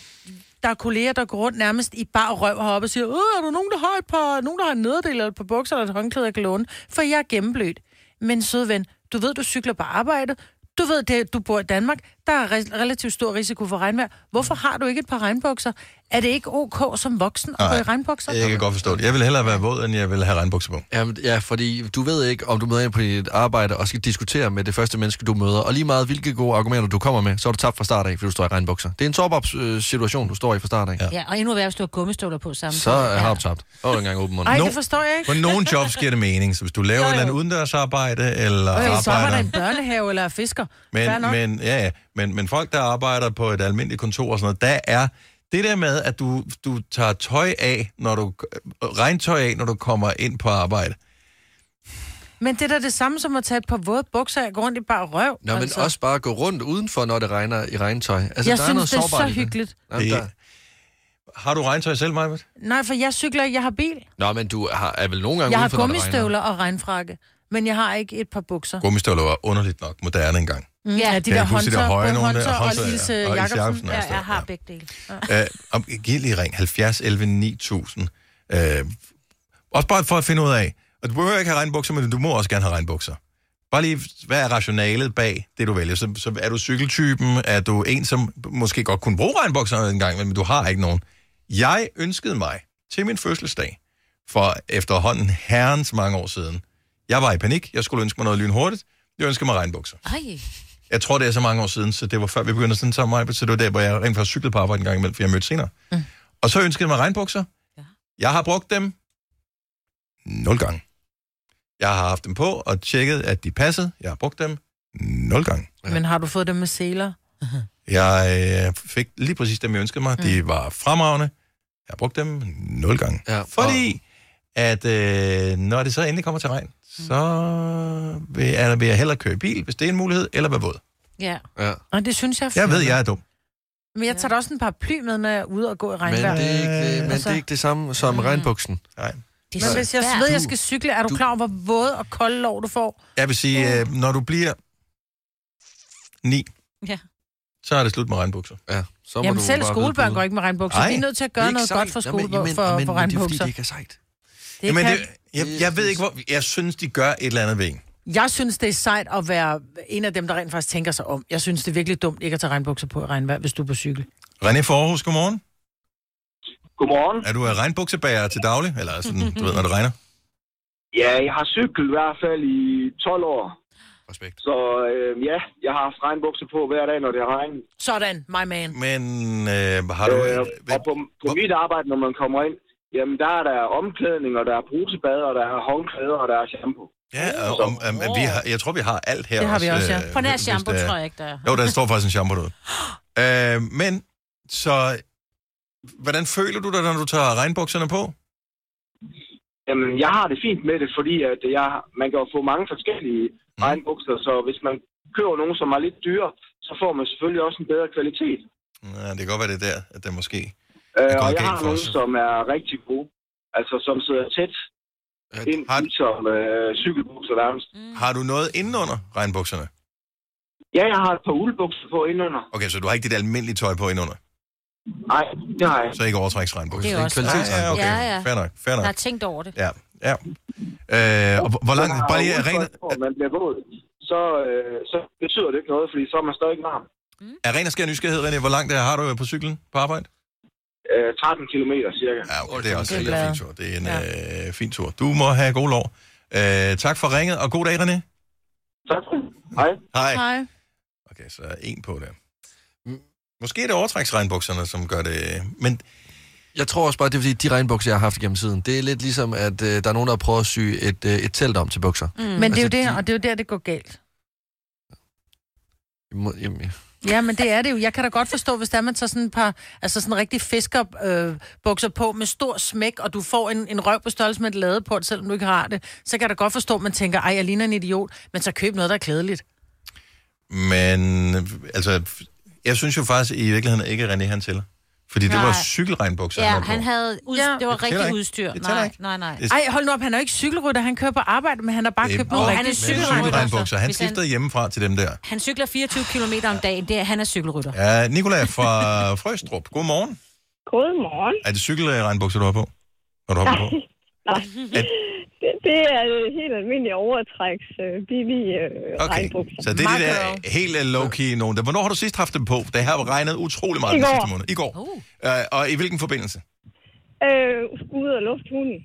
[SPEAKER 2] der er kolleger, der går rundt nærmest i bar røv heroppe og siger, Øh, er der nogen, der har et par, nogen, der har en nederdel eller et par bukser eller et håndklæde, jeg kan låne? For jeg er gennemblødt. Men søde ven, du ved, du cykler på arbejde. Du ved, det, du bor i Danmark. Der er re- relativt stor risiko for regnvejr. Hvorfor har du ikke et par regnbukser? Er det ikke ok som voksen at gå i regnbukser?
[SPEAKER 1] jeg kan godt forstå det. Jeg vil hellere være våd, end jeg vil have regnbukser på.
[SPEAKER 3] Jamen, ja, fordi du ved ikke, om du møder ind på dit arbejde og skal diskutere med det første menneske, du møder. Og lige meget hvilke gode argumenter, du kommer med, så er du tabt fra start af, fordi du står i regnbukser. Det er en sårbar øh, situation, du står i fra start af.
[SPEAKER 4] Ja, og endnu værre, hvis du har gummistøvler på sammen.
[SPEAKER 3] Så øh, har du tabt. Og du engang åben munden.
[SPEAKER 4] Ej, det forstår jeg ikke.
[SPEAKER 1] På nogle jobs giver det mening. Så hvis du laver et eller andet udendørsarbejde, eller
[SPEAKER 2] Okay, så var der
[SPEAKER 1] arbejder...
[SPEAKER 2] en børnehave eller er fisker. Fair
[SPEAKER 1] Men,
[SPEAKER 2] nok.
[SPEAKER 1] men, ja, ja. Men, men folk, der arbejder på et almindeligt kontor og sådan noget, der er det der med, at du, du tager tøj af, når du, regntøj af, når du kommer ind på arbejde.
[SPEAKER 2] Men det er da det samme som at tage et par våde bukser og gå rundt i bare røv.
[SPEAKER 3] Nå, men altså. også bare gå rundt udenfor, når det regner i regntøj. Altså,
[SPEAKER 2] Jeg
[SPEAKER 3] der er
[SPEAKER 2] synes,
[SPEAKER 3] noget
[SPEAKER 2] det er
[SPEAKER 3] sårbart
[SPEAKER 2] så
[SPEAKER 3] i
[SPEAKER 2] hyggeligt.
[SPEAKER 3] Jamen,
[SPEAKER 1] Det-
[SPEAKER 3] der...
[SPEAKER 1] Har du regntøj selv, Majbert?
[SPEAKER 2] Nej, for jeg cykler ikke, jeg har bil.
[SPEAKER 3] Nå, men du har, er vel nogle gange
[SPEAKER 2] Jeg har
[SPEAKER 3] udenfor, når det
[SPEAKER 2] gummistøvler og regnfrakke, men jeg har ikke et par bukser.
[SPEAKER 1] Gummistøvler var underligt nok moderne engang.
[SPEAKER 2] Mm, Ja, de
[SPEAKER 1] Kan
[SPEAKER 2] der
[SPEAKER 1] jeg huske, de der
[SPEAKER 2] håndtør,
[SPEAKER 1] høje
[SPEAKER 2] både
[SPEAKER 1] nogle der?
[SPEAKER 2] håndtør og
[SPEAKER 1] Håndtør, ja.
[SPEAKER 2] Lise
[SPEAKER 1] Og Lise
[SPEAKER 2] Jacobsen.
[SPEAKER 1] Jacobsen,
[SPEAKER 2] Ja,
[SPEAKER 1] altså,
[SPEAKER 2] jeg har begge dele. Ja.
[SPEAKER 1] Øh, om- Giv lige ring 70 11 9000. Øh, også bare for at finde ud af, og du behøver ikke have regnbukser, men du må også gerne have regnbukser. Bare lige, hvad er rationalet bag det, du vælger? Så, så er du cykeltypen? Er du en, som måske godt kunne bruge regnbukser en gang, men du har ikke nogen? Jeg ønskede mig til min fødselsdag for efterhånden herrens mange år siden Jeg var i panik. Jeg skulle ønske mig noget lynhurtigt. Jeg ønskede mig regnbukser.
[SPEAKER 4] Ej.
[SPEAKER 1] Jeg tror, det er så mange år siden, så det var før vi begyndte sådan sammen med så det var der, hvor jeg rent faktisk cyklede på arbejde en gang imellem, for jeg mødte senere. Mm. Og så ønskede jeg mig regnbukser. Ja. Jeg har brugt dem nul gange. Jeg har haft dem på og tjekket, at de passede. Jeg har brugt dem nul gange.
[SPEAKER 2] Men har du fået dem med seler?
[SPEAKER 1] Jeg øh, fik lige præcis dem, jeg ønskede mig. Mm. De var fremragende. Jeg har brugt dem nul gange. Ja, fordi at øh, når det så endelig kommer til regn, så vil, eller vil jeg hellere køre i bil, hvis det er en mulighed, eller være våd.
[SPEAKER 2] Ja.
[SPEAKER 3] Ja.
[SPEAKER 2] Og det synes jeg... er
[SPEAKER 1] Jeg ved,
[SPEAKER 2] fjollet.
[SPEAKER 1] jeg er dum.
[SPEAKER 2] Men jeg tager da også en par ply med, når jeg er ude og gå i
[SPEAKER 3] Men
[SPEAKER 2] regnvejr. Ah.
[SPEAKER 3] det, er ikke, det, men det er ikke det samme som regnbuksen.
[SPEAKER 1] Nej.
[SPEAKER 2] Det er Men hvis jeg ved, at jeg skal cykle, er du, klar over, hvor våde og kolde lov du får?
[SPEAKER 1] Jeg vil sige, øh, når du bliver 9,
[SPEAKER 2] Ja.
[SPEAKER 1] så er det slut med regnbukser.
[SPEAKER 3] Ja, så
[SPEAKER 2] Jamen selv skolebørn går ikke med regnbukser.
[SPEAKER 1] Nej,
[SPEAKER 2] De er nødt til at
[SPEAKER 1] det
[SPEAKER 2] gøre
[SPEAKER 1] er
[SPEAKER 2] noget
[SPEAKER 1] ikke
[SPEAKER 2] godt for
[SPEAKER 1] sejt. Jamen,
[SPEAKER 2] skolebørn
[SPEAKER 1] jamen,
[SPEAKER 2] for,
[SPEAKER 1] men-
[SPEAKER 2] for
[SPEAKER 1] men det er, fordi
[SPEAKER 2] regnbukser.
[SPEAKER 1] det ikke er sejt.
[SPEAKER 2] Det kan-
[SPEAKER 1] jeg, jeg ved ikke, hvor... Jeg synes, de gør et eller andet ved en.
[SPEAKER 2] Jeg synes, det er sejt at være en af dem, der rent faktisk tænker sig om. Jeg synes, det er virkelig dumt ikke at tage regnbukser på i regnvejr, hvis du er på cykel.
[SPEAKER 1] René Forhus, godmorgen.
[SPEAKER 16] Godmorgen.
[SPEAKER 1] Er du øh, regnbuksebager til daglig? Eller sådan, du ved, når det regner?
[SPEAKER 16] Ja, jeg har cyklet i hvert fald i 12 år.
[SPEAKER 1] Respekt.
[SPEAKER 16] Så øh, ja, jeg har haft regnbukser på hver dag, når det har regnet.
[SPEAKER 2] Sådan, my man.
[SPEAKER 1] Men øh, har du... Øh,
[SPEAKER 16] og på, på mit arbejde, når man kommer ind, jamen der er der omklædning, og der er brusebad, og der er håndklæder, og der er shampoo.
[SPEAKER 1] Ja, og, og, og, vi har, jeg tror, vi har alt her.
[SPEAKER 16] Det har vi også, ja.
[SPEAKER 1] øh,
[SPEAKER 4] På nær
[SPEAKER 1] hvis
[SPEAKER 4] shampoo,
[SPEAKER 1] det er-
[SPEAKER 4] tror jeg ikke, der er.
[SPEAKER 1] Jo, der står faktisk en shampoo derude. Øh, men, så... Hvordan føler du dig, når du tager regnbukserne på?
[SPEAKER 16] Jamen, jeg har det fint med det, fordi at jeg, man kan jo få mange forskellige
[SPEAKER 1] Mhm.
[SPEAKER 16] mm. regnbukser, så hvis man køber nogen, som er lidt dyre, så får man selvfølgelig også en bedre kvalitet.
[SPEAKER 1] Ja, det kan godt være, det er der, at det måske...
[SPEAKER 16] Øh,
[SPEAKER 1] gået
[SPEAKER 16] og jeg
[SPEAKER 1] galt
[SPEAKER 16] har
[SPEAKER 1] for
[SPEAKER 16] nogle,
[SPEAKER 1] os.
[SPEAKER 16] som er rigtig gode. Altså, som sidder tæt ind har... som øh, cykelbukser nærmest.
[SPEAKER 4] Mm.
[SPEAKER 1] Har du noget indenunder regnbukserne?
[SPEAKER 16] Ja, jeg har et par uldbukser på indenunder.
[SPEAKER 1] Okay, så du har ikke dit almindelige tøj på indenunder?
[SPEAKER 16] Nej, det har jeg.
[SPEAKER 1] Så ikke overtræksregnbukser?
[SPEAKER 4] Det er også
[SPEAKER 1] ja, ja, okay.
[SPEAKER 4] Ja, ja.
[SPEAKER 1] Fair nok, fair
[SPEAKER 4] Der har
[SPEAKER 1] nok.
[SPEAKER 4] tænkt over det.
[SPEAKER 1] Ja, ja. Øh, og hvor- hvor langt...
[SPEAKER 16] Jeg har
[SPEAKER 1] Bare lige
[SPEAKER 16] uldtøj
[SPEAKER 1] arena,
[SPEAKER 16] på, og man bliver våd, så, øh, så betyder det ikke noget, fordi så er man stadig varm.
[SPEAKER 1] arena skær nysgerrighed, René. Hvor langt øh, har du øh, på cyklen på arbejde?
[SPEAKER 16] Øh, 13 kilometer cirka.
[SPEAKER 1] Ja, okay, det er også
[SPEAKER 16] Det
[SPEAKER 1] det
[SPEAKER 16] er
[SPEAKER 1] er en
[SPEAKER 16] glad.
[SPEAKER 1] fin tur. Det er en ja. øh, fin tur. Du må have god lov. Øh, tak for ringet, og god dag, René.
[SPEAKER 16] Tak. Hej.
[SPEAKER 1] Hej. Okay, så en på der. Måske er det overtræksregnbukserne, som gør det... Men
[SPEAKER 3] Jeg tror også bare, det er fordi, de regnbukser, jeg har haft gennem tiden, det er lidt ligesom, at øh, der er nogen, der prøver at sy et, øh, et telt om til bukser.
[SPEAKER 2] Mm. Men
[SPEAKER 1] Altså,
[SPEAKER 2] det er jo det, og det er jo der, det går galt.
[SPEAKER 3] Må- Jamen, ja.
[SPEAKER 2] Ja, men det er det jo. Jeg kan da godt forstå, hvis der man tager sådan et par, altså sådan rigtig fiskerbukser øh, bukser på med stor smæk, og du får en, en røv på størrelse med et ladeport, selvom du ikke har det, så kan jeg da godt forstå, at man tænker, ej, jeg ligner en idiot, men så køb noget, der er klædeligt.
[SPEAKER 1] Men, øh, altså, jeg synes jo faktisk i virkeligheden ikke, at René han tæller. Fordi det
[SPEAKER 4] Nej.
[SPEAKER 1] var cykelregnbukser,
[SPEAKER 4] Ja,
[SPEAKER 1] havde på.
[SPEAKER 4] han havde... Ud... Ja. Det var
[SPEAKER 1] tæller
[SPEAKER 4] rigtig
[SPEAKER 1] ikke.
[SPEAKER 4] udstyr.
[SPEAKER 1] Det tæller
[SPEAKER 4] Nej,
[SPEAKER 1] ikke.
[SPEAKER 4] nej, nej.
[SPEAKER 1] Det-
[SPEAKER 2] Ej, hold nu op, han er jo ikke cykelrytter, han kører på arbejde, men han har bare
[SPEAKER 1] Det
[SPEAKER 2] købt
[SPEAKER 1] var
[SPEAKER 2] nogle
[SPEAKER 1] rigtigt.
[SPEAKER 2] rigtige
[SPEAKER 1] Men cykelregnbukser. Han
[SPEAKER 4] Hvis han-
[SPEAKER 1] skiftede hjemmefra til dem der.
[SPEAKER 4] Han cykler 24 km om dagen. Det er, han er cykelrytter.
[SPEAKER 1] Ja, Nikolaj fra Frøstrup. Godmorgen.
[SPEAKER 17] Godmorgen.
[SPEAKER 1] Er det cykelregnbukser, du har på? Når du har på?
[SPEAKER 17] Nej. Det, det er øh, helt almindelig overtræks øh, billige øh, okay. regnbukser.
[SPEAKER 1] Så det er det der helt øh, low-key nogen. der- Hvornår har du sidst haft dem på? Det har regnet utrolig meget
[SPEAKER 17] I
[SPEAKER 1] den
[SPEAKER 17] går.
[SPEAKER 1] sidste måned. I går. Uh. og i hvilken forbindelse?
[SPEAKER 17] Øh, ud og lufthunden.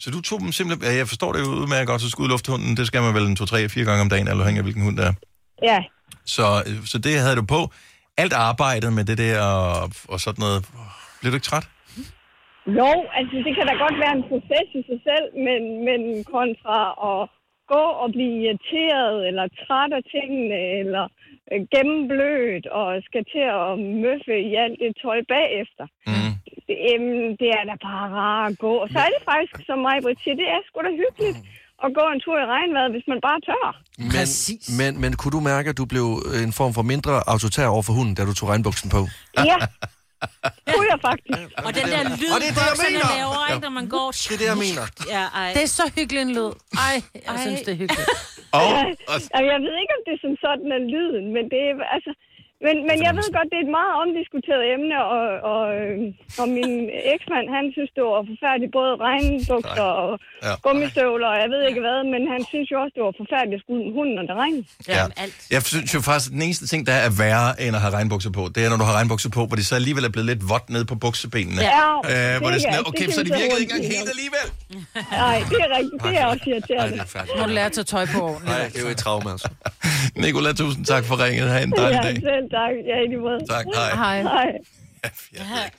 [SPEAKER 1] Så du tog dem simpelthen... Ja, jeg forstår det jo udmærket godt, så skud i lufthunden, det skal man vel en 2-3-4 gange om dagen, eller afhængig af hvilken hund det er.
[SPEAKER 17] Ja,
[SPEAKER 1] Så, øh, så det havde du på. Alt arbejdet med det der og, og sådan noget. Blev du ikke træt?
[SPEAKER 17] jo, altså det kan da godt være en proces i sig selv, men, men kontra at gå og blive irriteret, eller træt af tingene, eller øh, gennemblødt, og skal til at møffe i alt det tøj bagefter. Mm. Det, jamen, det er da bare rart at gå. Og så er det faktisk, som mig siger, det er sgu da hyggeligt at gå en tur i regnvejret, hvis man bare tør.
[SPEAKER 3] Men, men, men kunne du mærke, at du blev øh, en form for mindre autoritær over for hunden, da du tog regnbuksen på?
[SPEAKER 17] Ja, kunne jeg faktisk.
[SPEAKER 4] Og den der lyd,
[SPEAKER 2] Og det er det, jeg
[SPEAKER 4] bukserne
[SPEAKER 2] mener.
[SPEAKER 4] laver, ikke, når man går... Det
[SPEAKER 3] er det, jeg mener.
[SPEAKER 4] Ja, ej.
[SPEAKER 2] Det er så hyggelig en lyd. Ej, jeg ej. synes, det er hyggeligt.
[SPEAKER 1] Og,
[SPEAKER 17] og... Jeg ved ikke, om det er som sådan er lyden, men det er, altså, Men, men jeg ved godt, det er et meget omdiskuteret emne, og, og, øh, og min eksmand, han synes, det var forfærdeligt, både regnbukser og
[SPEAKER 1] Ja.
[SPEAKER 17] gummistøvler, og jeg ved ikke hvad, men han synes jo også, det var forfærdeligt at skulle hunden, når det regnede.
[SPEAKER 1] Jeg synes jo faktisk, at den eneste ting, der er værre end at have regnbukser på, det er, når du har regnbukser på, hvor de så alligevel er blevet lidt vådt nede på buksebenene. øh, hvor det er sådan,
[SPEAKER 17] jeg-
[SPEAKER 1] at, okay,
[SPEAKER 17] kan
[SPEAKER 1] så
[SPEAKER 17] vi
[SPEAKER 1] det virkede
[SPEAKER 17] rundt
[SPEAKER 1] ikke engang
[SPEAKER 17] i.
[SPEAKER 1] helt alligevel.
[SPEAKER 17] Nej, det er rigtigt. Det er også irriterende.
[SPEAKER 2] Må du lære at tage tøj på ordentligt.
[SPEAKER 3] Nej, det er jo et traume, altså.
[SPEAKER 1] Nicola, tusind tak for ringet. Ha' en dejlig
[SPEAKER 17] Ja,
[SPEAKER 1] dag.
[SPEAKER 17] selv tak. Ja, i lige måde.
[SPEAKER 1] Tak, hej.
[SPEAKER 2] Hej.
[SPEAKER 17] Hej.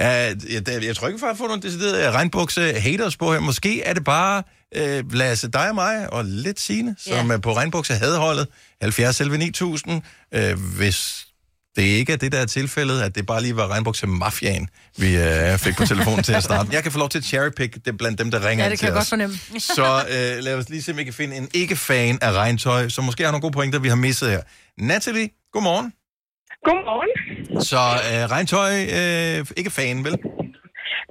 [SPEAKER 1] Uh, jeg, der- jeg tror ikke, vi har fået nogle deciderede regnbukse-haters på her. Måske er det bare uh, Lasse, dig og mig, og lidt Signe, som er på regnbukse havde holdet 70 selv 9000. Uh, hvis det ikke er det, der er tilfældet, at det bare lige var regnbukse-mafiaen, vi
[SPEAKER 3] øh,
[SPEAKER 1] uh, fik på telefonen til at starte. Jeg kan få lov til at cherrypick det er blandt dem, der ringer ind
[SPEAKER 2] Ja, det
[SPEAKER 1] til
[SPEAKER 2] kan jeg godt
[SPEAKER 1] os.
[SPEAKER 2] fornemme.
[SPEAKER 1] Så øh, lad os lige se, om vi kan finde en ikke-fan af regntøj, som måske har nogle gode pointer, vi har misset her. Natalie, godmorgen.
[SPEAKER 17] Godmorgen.
[SPEAKER 1] Så øh, regntøj, øh, ikke-fan, vel?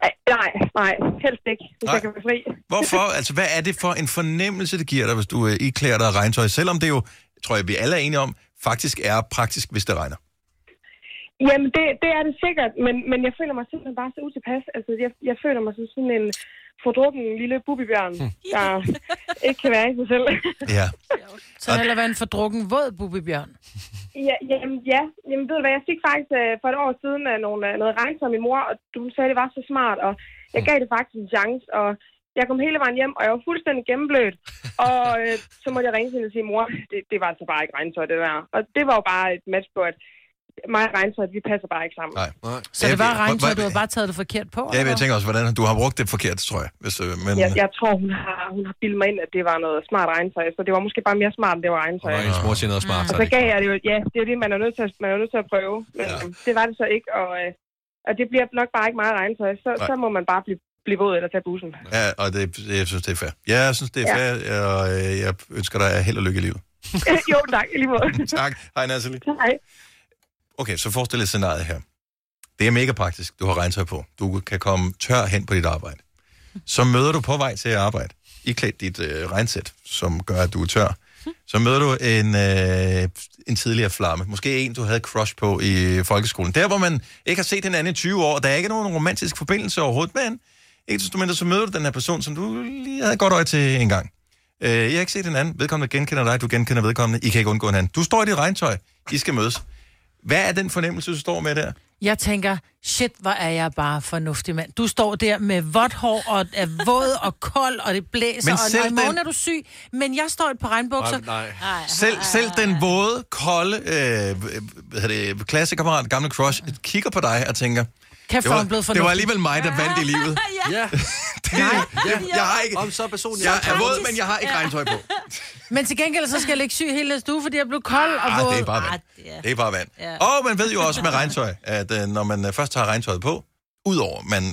[SPEAKER 17] Ej, Nej, nej, helst ikke, hvis
[SPEAKER 1] Nej.
[SPEAKER 17] jeg kan være fri.
[SPEAKER 1] Hvorfor? Altså, hvad er det for en fornemmelse, det giver dig, hvis du øh, iklæder dig regntøj? Selvom det jo, tror jeg, vi alle er enige om, faktisk er praktisk, hvis det regner.
[SPEAKER 17] Jamen, det, det er det sikkert, men, men jeg føler mig simpelthen bare så utilpas. Altså, jeg, jeg føler mig som sådan en fordrukken lille bubibjørn,
[SPEAKER 1] Hm.
[SPEAKER 17] der ikke kan være i sig selv.
[SPEAKER 1] Ja.
[SPEAKER 2] Så heller være en fordrukken våd bubibjørn.
[SPEAKER 17] ja, jamen, ja. Jamen, ved du hvad, jeg fik faktisk øh, for et år siden øh, nogle, øh, noget regn fra min mor, og du sagde, det var så smart, og jeg gav det faktisk en chance, og jeg kom hele vejen hjem, og jeg var fuldstændig gennemblødt. Og øh, så måtte jeg ringe til hende og sige, mor, det, det var altså bare ikke regntøj, det der. Og det var jo bare et match på, at mig og regntøj, vi passer bare ikke sammen.
[SPEAKER 1] Nej.
[SPEAKER 2] Så det var regntøj, du
[SPEAKER 1] havde
[SPEAKER 2] havde bare taget det forkert på?
[SPEAKER 1] Ja,
[SPEAKER 2] eller
[SPEAKER 1] men jeg
[SPEAKER 2] hvad?
[SPEAKER 1] tænker også, hvordan du har brugt det forkert, tror jeg. Hvis, øh, men,
[SPEAKER 17] Jeg, jeg tror, hun har, hun har bildet mig ind, at det var noget smart regntøj, så det var måske bare mere smart, end det var regntøj.
[SPEAKER 3] Og ens mor siger noget smart.
[SPEAKER 17] Og Ah, så gav Mm. Altså, jeg det jo, ja, det er jo det, man er nødt til at, man er nødt til at prøve. Men ja. det var det så ikke, og, øh, og det bliver nok bare ikke meget regntøj. Så,
[SPEAKER 1] Nej.
[SPEAKER 17] så må man bare blive, blive våd eller tage bussen.
[SPEAKER 1] Ja, og det, jeg synes, det er fair. Ja, jeg synes, det er
[SPEAKER 17] Ja.
[SPEAKER 1] fair, og øh, jeg ønsker dig held og lykke i livet.
[SPEAKER 17] jo, tak, i lige måde.
[SPEAKER 1] tak. Hej, Nathalie.
[SPEAKER 17] Hej.
[SPEAKER 1] Okay, så forestil dig scenariet her. Det er mega praktisk, du har regntøj på. Du kan komme tør hen på dit arbejde. Så møder du på vej til at arbejde, iklædt dit øh, regnsæt, som gør, at du er tør. Så møder du en, øh, en tidligere flamme. Måske en, du havde crush på i folkeskolen. Der, hvor man ikke har set hinanden i 20 år. Der er ikke nogen romantisk forbindelse overhovedet, men ikke desto mindre, så møder du den her person, som du lige havde et godt øje til en gang. Øh, jeg har ikke set hinanden. Vedkommende genkender dig, du genkender vedkommende. I kan ikke undgå hinanden. Du står i dit regntøj. I skal mødes. Hvad er den fornemmelse, du står med der?
[SPEAKER 2] Jeg tænker, shit, hvor er jeg bare fornuftig mand. Du står der med vådt hår og er våd og kold, og det blæser,
[SPEAKER 1] Men
[SPEAKER 2] og
[SPEAKER 1] selv
[SPEAKER 2] og i morgen
[SPEAKER 1] den-
[SPEAKER 2] er du syg, men jeg står i et par regnbukser.
[SPEAKER 3] Nej, nej.
[SPEAKER 1] Selv, selv den våde, kolde, øh, hvad hedder det, klassekammerat, gamle crush, kigger på dig og tænker, det
[SPEAKER 2] Kæft, hvor
[SPEAKER 1] var,
[SPEAKER 2] er hun blevet
[SPEAKER 1] det var
[SPEAKER 2] fornuftig."
[SPEAKER 1] alligevel mig, der vandt i livet.
[SPEAKER 3] Ja.
[SPEAKER 1] Det, jeg, jeg har ikke,
[SPEAKER 3] Om så personligt.
[SPEAKER 1] jeg er våd, men jeg har ikke regntøj på.
[SPEAKER 2] Men til gengæld, så skal jeg ligge syg hele næste uge, fordi jeg blev kold og
[SPEAKER 1] Ah,
[SPEAKER 2] våd.
[SPEAKER 1] det er bare vand. Det er bare vand.
[SPEAKER 2] Ja.
[SPEAKER 1] Og man ved jo også med regntøj, at øh, når man øh, først tager regntøjet på, udover man,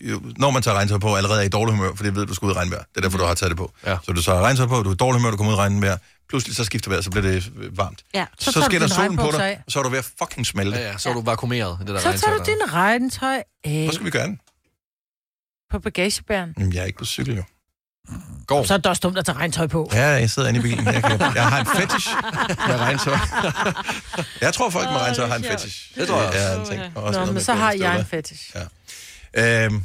[SPEAKER 1] øh, jo, når man tager regntøj på, allerede er i dårlig humør, for det ved du, du skal ud i regnvejr. Det er
[SPEAKER 2] Mm.
[SPEAKER 1] derfor, du har taget det på. Ja. Så du tager regntøj på, du er i dårlig humør, du kommer ud i regnvejr, pludselig så skifter vejret, så bliver det øh, varmt.
[SPEAKER 2] Ja,
[SPEAKER 1] Så, så
[SPEAKER 2] tager du
[SPEAKER 1] sker der
[SPEAKER 2] dine
[SPEAKER 1] solen på
[SPEAKER 2] regnbukser
[SPEAKER 1] dig,
[SPEAKER 2] af.
[SPEAKER 1] og så er du ved at fucking smelte.
[SPEAKER 3] Ja, ja, så er du vakuumeret i det der
[SPEAKER 2] Så tager du din regntøj af
[SPEAKER 1] Hvad skal vi gøre den?
[SPEAKER 2] på bagagebæren.
[SPEAKER 1] Jamen, jeg er ikke på cykel, jo. Går.
[SPEAKER 2] Så er det også dumt at tage regntøj på.
[SPEAKER 1] Ja, jeg sidder inde i bilen. Jeg, kan, jeg har en fetish med regntøj. Jeg tror, folk med regntøj har en fetish.
[SPEAKER 3] Det tror jeg også.
[SPEAKER 1] Ja, en ting. Og også
[SPEAKER 2] Nå,
[SPEAKER 1] noget
[SPEAKER 2] men
[SPEAKER 1] med
[SPEAKER 2] så har jeg
[SPEAKER 1] gummistøvler.
[SPEAKER 2] en fetish.
[SPEAKER 1] Øhm,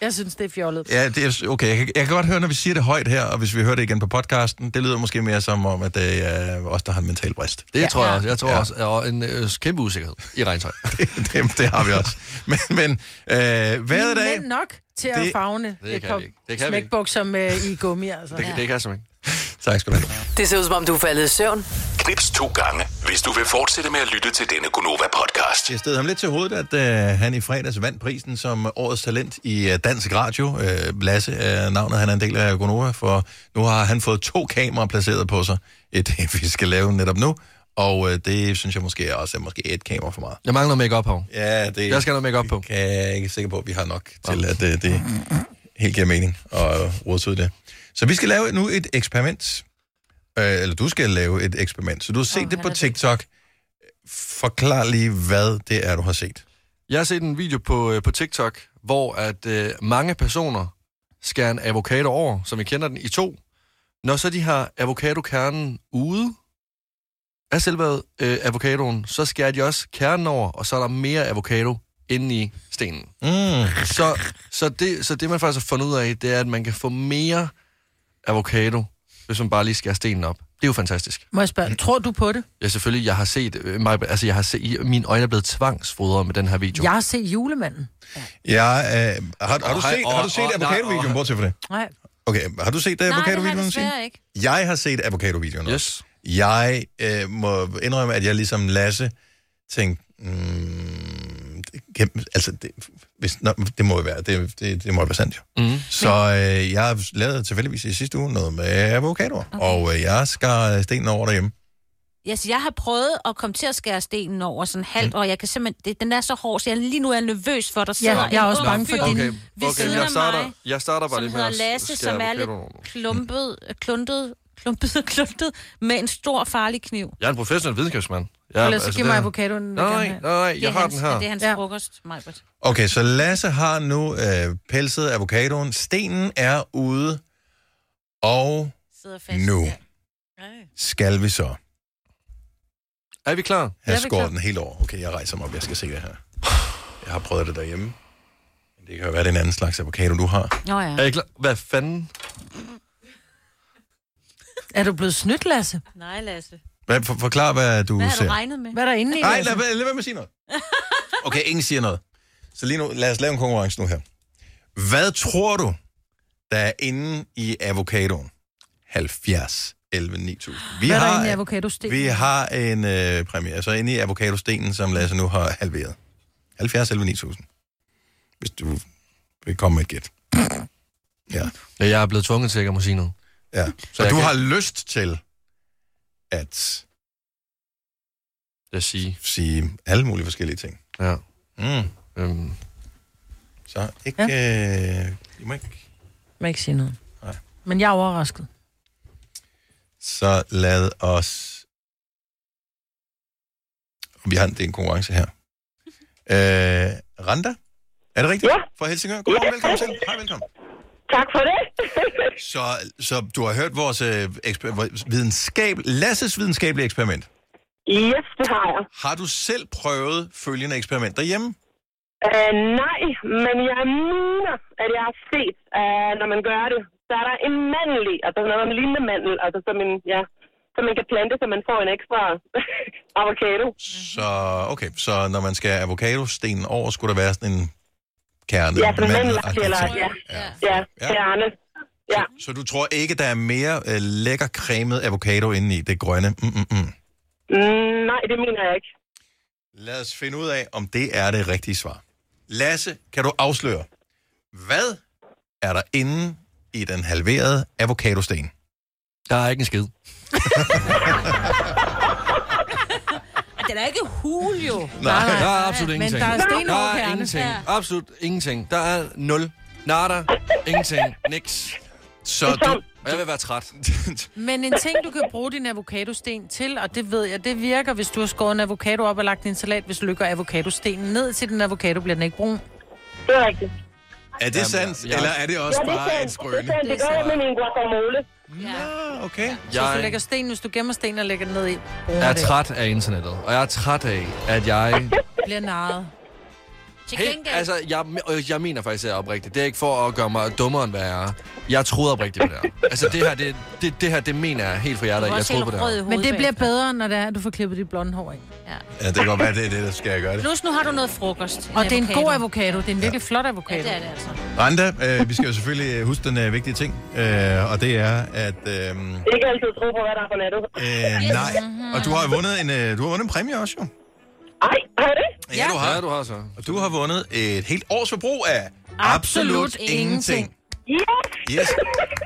[SPEAKER 2] Jeg synes, det er fjollet.
[SPEAKER 1] Ja, det er, okay. Jeg kan, jeg kan godt høre, når vi siger det højt her, og hvis vi hører det igen på podcasten, det lyder måske mere som om, at det er os, der har en mental brist.
[SPEAKER 3] Det tror jeg også. Jeg tror også, er en øh, kæmpe usikkerhed i regntøj.
[SPEAKER 1] det, det, det har vi også. Men, men øh,
[SPEAKER 2] Vi
[SPEAKER 1] hvad
[SPEAKER 2] er
[SPEAKER 1] er dag?
[SPEAKER 2] mænd nok til at
[SPEAKER 1] Det-
[SPEAKER 2] fagne
[SPEAKER 3] det
[SPEAKER 2] et
[SPEAKER 3] kan
[SPEAKER 2] par
[SPEAKER 3] vi ikke. Det kan vi ikke.
[SPEAKER 2] smækbukser med i gummi, altså.
[SPEAKER 3] Det, det kan jeg simpelthen ikke.
[SPEAKER 1] Tak skal du have.
[SPEAKER 14] Det ser ud som om, du er faldet i søvn.
[SPEAKER 5] Knips to gange, hvis du vil fortsætte med at lytte til denne Gonova-podcast.
[SPEAKER 1] Jeg stod ham lidt til hovedet, at øh, han i fredags vandt prisen som årets talent i øh, dansk radio. Øh, Lasse er navnet, han er en del af Gonova, for nu har han fået to kameraer placeret på sig. Et, vi skal lave netop nu, og øh, det synes jeg måske også er måske et kamera for meget.
[SPEAKER 3] Jeg mangler make-up på.
[SPEAKER 1] Ja, det
[SPEAKER 3] Jeg skal have noget make-up på.
[SPEAKER 1] kan jeg ikke sikker på, at vi har nok til, at øh, det helt giver mening at øh, rode sig ud i det. Så vi skal lave nu et eksperiment. Øh, eller du skal lave et eksperiment. Så du har set oh, det på TikTok. Forklar lige, hvad det er, du har set.
[SPEAKER 3] Jeg har set en video på, øh, på TikTok, hvor at øh, mange personer skærer en avocado over, som vi kender den, i to. Når så de har avocadokernen ude, af selve øh, avocadoen, så skærer de også kernen over, og så er der mere avocado inde i stenen.
[SPEAKER 1] Mm.
[SPEAKER 3] Så, så, det, så det, man faktisk har fundet ud af, det er, at man kan få mere avocado, hvis man bare lige skærer stenen op. Det er jo fantastisk.
[SPEAKER 2] Må jeg spørge, tror du på det?
[SPEAKER 3] Ja, selvfølgelig, jeg har set, øh, mig, altså jeg har set, mine øjne er blevet tvangsfodret med den her video.
[SPEAKER 2] Jeg har set julemanden.
[SPEAKER 1] Ja, øh, har, har, du
[SPEAKER 3] Og hej,
[SPEAKER 1] set,
[SPEAKER 3] og-
[SPEAKER 1] har du set
[SPEAKER 3] og- nej,
[SPEAKER 1] avocadovideoen?
[SPEAKER 3] og-
[SPEAKER 1] Bortset for det.
[SPEAKER 2] Nej.
[SPEAKER 1] Okay, har du set
[SPEAKER 4] Nej,
[SPEAKER 1] uh,
[SPEAKER 4] det har jeg
[SPEAKER 1] avocadovideoen?
[SPEAKER 4] desværre
[SPEAKER 1] Signe?
[SPEAKER 4] ikke.
[SPEAKER 1] Jeg har set avocadovideoen yes. Jeg øh, må indrømme, at jeg ligesom Lasse tænkte, mm, det, kan, altså, det, hvis, nå, det må jo være, det, det, det må jo være sandt jo.
[SPEAKER 3] Mm.
[SPEAKER 1] Så øh, jeg lavede tilfældigvis i sidste uge noget med avocadoer, okay. og øh, jeg skar stenen over derhjemme.
[SPEAKER 4] Yes, jeg har prøvet at komme til at skære stenen over sådan halvt, mm. og jeg kan simpelthen, det, den er så hård, så jeg, lige nu er jeg nervøs for, at der sidder
[SPEAKER 2] jeg er
[SPEAKER 4] en
[SPEAKER 2] også
[SPEAKER 4] ung
[SPEAKER 2] bange for
[SPEAKER 4] fyr
[SPEAKER 2] din-
[SPEAKER 4] ved
[SPEAKER 3] Okay, okay,
[SPEAKER 4] siden
[SPEAKER 3] jeg
[SPEAKER 4] af
[SPEAKER 3] starter,
[SPEAKER 4] mig,
[SPEAKER 3] jeg starter bare
[SPEAKER 4] som
[SPEAKER 3] lidt med
[SPEAKER 4] hedder
[SPEAKER 3] at
[SPEAKER 4] Lasse,
[SPEAKER 3] skære
[SPEAKER 4] som er lidt
[SPEAKER 3] avocado over.
[SPEAKER 4] klumpet, kluntet, klumpet og kluntet med en stor farlig kniv.
[SPEAKER 3] Jeg er en professionel videnskabsmand. Jeg,
[SPEAKER 4] Ellers så giv
[SPEAKER 3] altså det
[SPEAKER 4] mig
[SPEAKER 3] her-
[SPEAKER 4] avocadoen, vil jeg
[SPEAKER 3] Nej, nej,
[SPEAKER 4] gerne
[SPEAKER 3] nej,
[SPEAKER 4] Det er
[SPEAKER 3] jeg har
[SPEAKER 4] hans,
[SPEAKER 3] den her.
[SPEAKER 4] Det er hans ja. frokost, Majbert.
[SPEAKER 1] Okay, så Lasse har nu øh, pelset avocadoen. Stenen er ude, og
[SPEAKER 4] Sidder fast.
[SPEAKER 1] nu
[SPEAKER 4] Ja.
[SPEAKER 1] skal vi så
[SPEAKER 3] Er vi klar?
[SPEAKER 1] have skåret den helt over. Okay, jeg rejser mig op, jeg skal se det her. Jeg har prøvet det derhjemme. Men det kan jo være, det er en anden slags avocado, du har.
[SPEAKER 4] Nå ja.
[SPEAKER 3] Er I klar? Hvad fanden?
[SPEAKER 2] Er du blevet snydt, Lasse?
[SPEAKER 4] Nej, Lasse.
[SPEAKER 1] Hvad, for, forklar, hvad du
[SPEAKER 2] Hvad har du
[SPEAKER 1] ser.
[SPEAKER 2] regnet med? Hvad er der inde i,
[SPEAKER 1] Nej,
[SPEAKER 2] Lasse?
[SPEAKER 1] lad, lad, lad være med at sige noget. Okay, ingen siger noget. Så lige nu, lad os lave en konkurrence nu her. Hvad tror du, der er inde i avocadoen? 70, 11, 9000. Vi
[SPEAKER 2] Hvad er der
[SPEAKER 1] har,
[SPEAKER 2] inde i avocadostenen?
[SPEAKER 1] vi har en øh, præmie, så inde i avocadostenen, som Lasse nu har halveret. 70, 11, 9000. Hvis du vil komme med et gæt. Ja.
[SPEAKER 3] ja. Jeg er blevet tvunget til, at jeg må sige noget.
[SPEAKER 1] Ja. Så
[SPEAKER 3] jeg
[SPEAKER 1] du
[SPEAKER 3] kan-
[SPEAKER 1] har lyst til at
[SPEAKER 3] Jeg siger.
[SPEAKER 1] sige alle mulige forskellige ting.
[SPEAKER 3] Ja.
[SPEAKER 1] Mm.
[SPEAKER 3] Øhm.
[SPEAKER 1] Så ikke... Ja. Øh, I må ikke
[SPEAKER 2] Må ikke sige noget.
[SPEAKER 1] Nej.
[SPEAKER 2] Men jeg er overrasket.
[SPEAKER 1] Så lad os... Vi har en, det er en konkurrence her. Øh, Randa? Er det rigtigt? Ja. Fra Helsingør. Godmorgen, velkommen til. Hej, velkommen.
[SPEAKER 18] Tak for det.
[SPEAKER 1] Så, så du har hørt vores øh, eksper- vores videnskab, Lasses videnskabelige eksperiment.
[SPEAKER 18] Yes, det har jeg.
[SPEAKER 1] Har du selv prøvet følgende eksperiment derhjemme?
[SPEAKER 18] Uh, nej, men jeg mener, at jeg har set, uh, når man gør det, så er der en mandel i, altså når man ligner mandel, altså som en, ja, som man kan plante, så man får en ekstra avocado.
[SPEAKER 1] Så, okay, så når man skal avocadostenen over, skulle der være sådan en kerne.
[SPEAKER 18] Ja, som en mandel,
[SPEAKER 1] mandelagtig
[SPEAKER 18] eller,
[SPEAKER 1] ting.
[SPEAKER 18] ja, ja, kerne. Ja,
[SPEAKER 1] Så du tror ikke, der er mere øh, lækker cremet avocado inde i det grønne? Mm, mm, mm.
[SPEAKER 18] mm, nej, det mener jeg ikke.
[SPEAKER 1] Lad os finde ud af, om det er det rigtige svar. Lasse, kan du afsløre, hvad er der inde i den halverede avocadosten?
[SPEAKER 3] Der er ikke en skid.
[SPEAKER 4] Og den er ikke hul, jo. Nej,
[SPEAKER 3] der er absolut ingenting.
[SPEAKER 4] Men der er sten
[SPEAKER 3] der
[SPEAKER 4] over
[SPEAKER 3] er
[SPEAKER 4] kernen.
[SPEAKER 3] ingenting.
[SPEAKER 4] Ja.
[SPEAKER 3] Absolut ingenting. Der er nul. Nada. Ingenting. Niks.
[SPEAKER 1] Så
[SPEAKER 2] Det er
[SPEAKER 3] du...
[SPEAKER 2] sandt.
[SPEAKER 3] Og jeg vil være træt.
[SPEAKER 2] Men en ting, du kan bruge din avocadosten til, og det ved jeg, det virker, hvis du har skåret en avocado op og lagt din salat, hvis du lykker avocadostenen ned til den avocado, bliver den ikke brun.
[SPEAKER 18] Det er rigtigt.
[SPEAKER 1] Er det sandt,
[SPEAKER 3] jeg-
[SPEAKER 1] eller er det også
[SPEAKER 18] ja, det er
[SPEAKER 1] bare
[SPEAKER 18] sandt.
[SPEAKER 1] en
[SPEAKER 18] Det,
[SPEAKER 1] skrøne?
[SPEAKER 18] er sandt. det gør jeg med min guacamole.
[SPEAKER 1] Ja, okay.
[SPEAKER 2] Så hvis du
[SPEAKER 3] Jeg
[SPEAKER 2] lægger sten, hvis du gemmer sten og lægger den ned i, bruner
[SPEAKER 3] er
[SPEAKER 2] det.
[SPEAKER 3] træt af internettet. Og jeg er træt af, at jeg...
[SPEAKER 2] Bliver narret.
[SPEAKER 3] Hey, altså, jeg, øh, jeg mener faktisk, at jeg er oprigtig. Det er ikke for at gøre mig dummere, end hvad jeg er. Jeg troede oprigtigt på det her. Altså, det her, det, det, det her, det mener jeg helt fra hjertet. Jeg troede på det her.
[SPEAKER 2] Men det bliver bedre, når det er, at du får klippet dit blonde hår af. Ja.
[SPEAKER 1] Ja, det kan godt være, det er det, der skal jeg gøre det.
[SPEAKER 4] Plus nu har du noget frokost.
[SPEAKER 2] Og det er en god avocado. Det er en virkelig flot avocado.
[SPEAKER 4] Ja, det er det altså.
[SPEAKER 1] Randa, øh, vi skal jo selvfølgelig øh, huske den øh, vigtige ting, øh, og det er, at... Øh,
[SPEAKER 18] Det er ikke altid tro på, hvad der er på nettet.
[SPEAKER 1] øh, nej, og du har jo vundet en, øh, du har vundet en præmie også, jo.
[SPEAKER 18] Ej, har jeg det?
[SPEAKER 1] Ja, du har.
[SPEAKER 3] Ja, du har så.
[SPEAKER 1] Og du har vundet et helt års forbrug af
[SPEAKER 18] Yes!
[SPEAKER 1] Yes.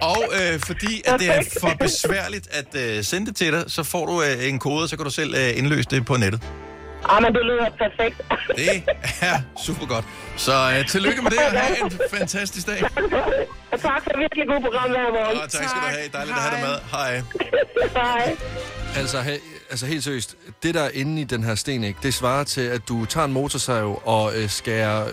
[SPEAKER 1] Og øh, fordi at det er for besværligt at øh, sende det til dig, så får du øh, en kode, så kan du selv øh, indløse det på nettet.
[SPEAKER 18] Ej, Ah, men det lyder perfekt.
[SPEAKER 1] Det er super godt. Så øh, tillykke med det, og have en fantastisk dag.
[SPEAKER 18] Og tak for et virkelig godt program hver morgen.
[SPEAKER 1] Og Ah, tak skal du have. Dejligt at have dig med. Hej.
[SPEAKER 18] Hej.
[SPEAKER 3] Altså, he, altså helt seriøst, det der er inde i den her sten, ikke, det svarer til, at du tager en motorsav og øh, skærer øh,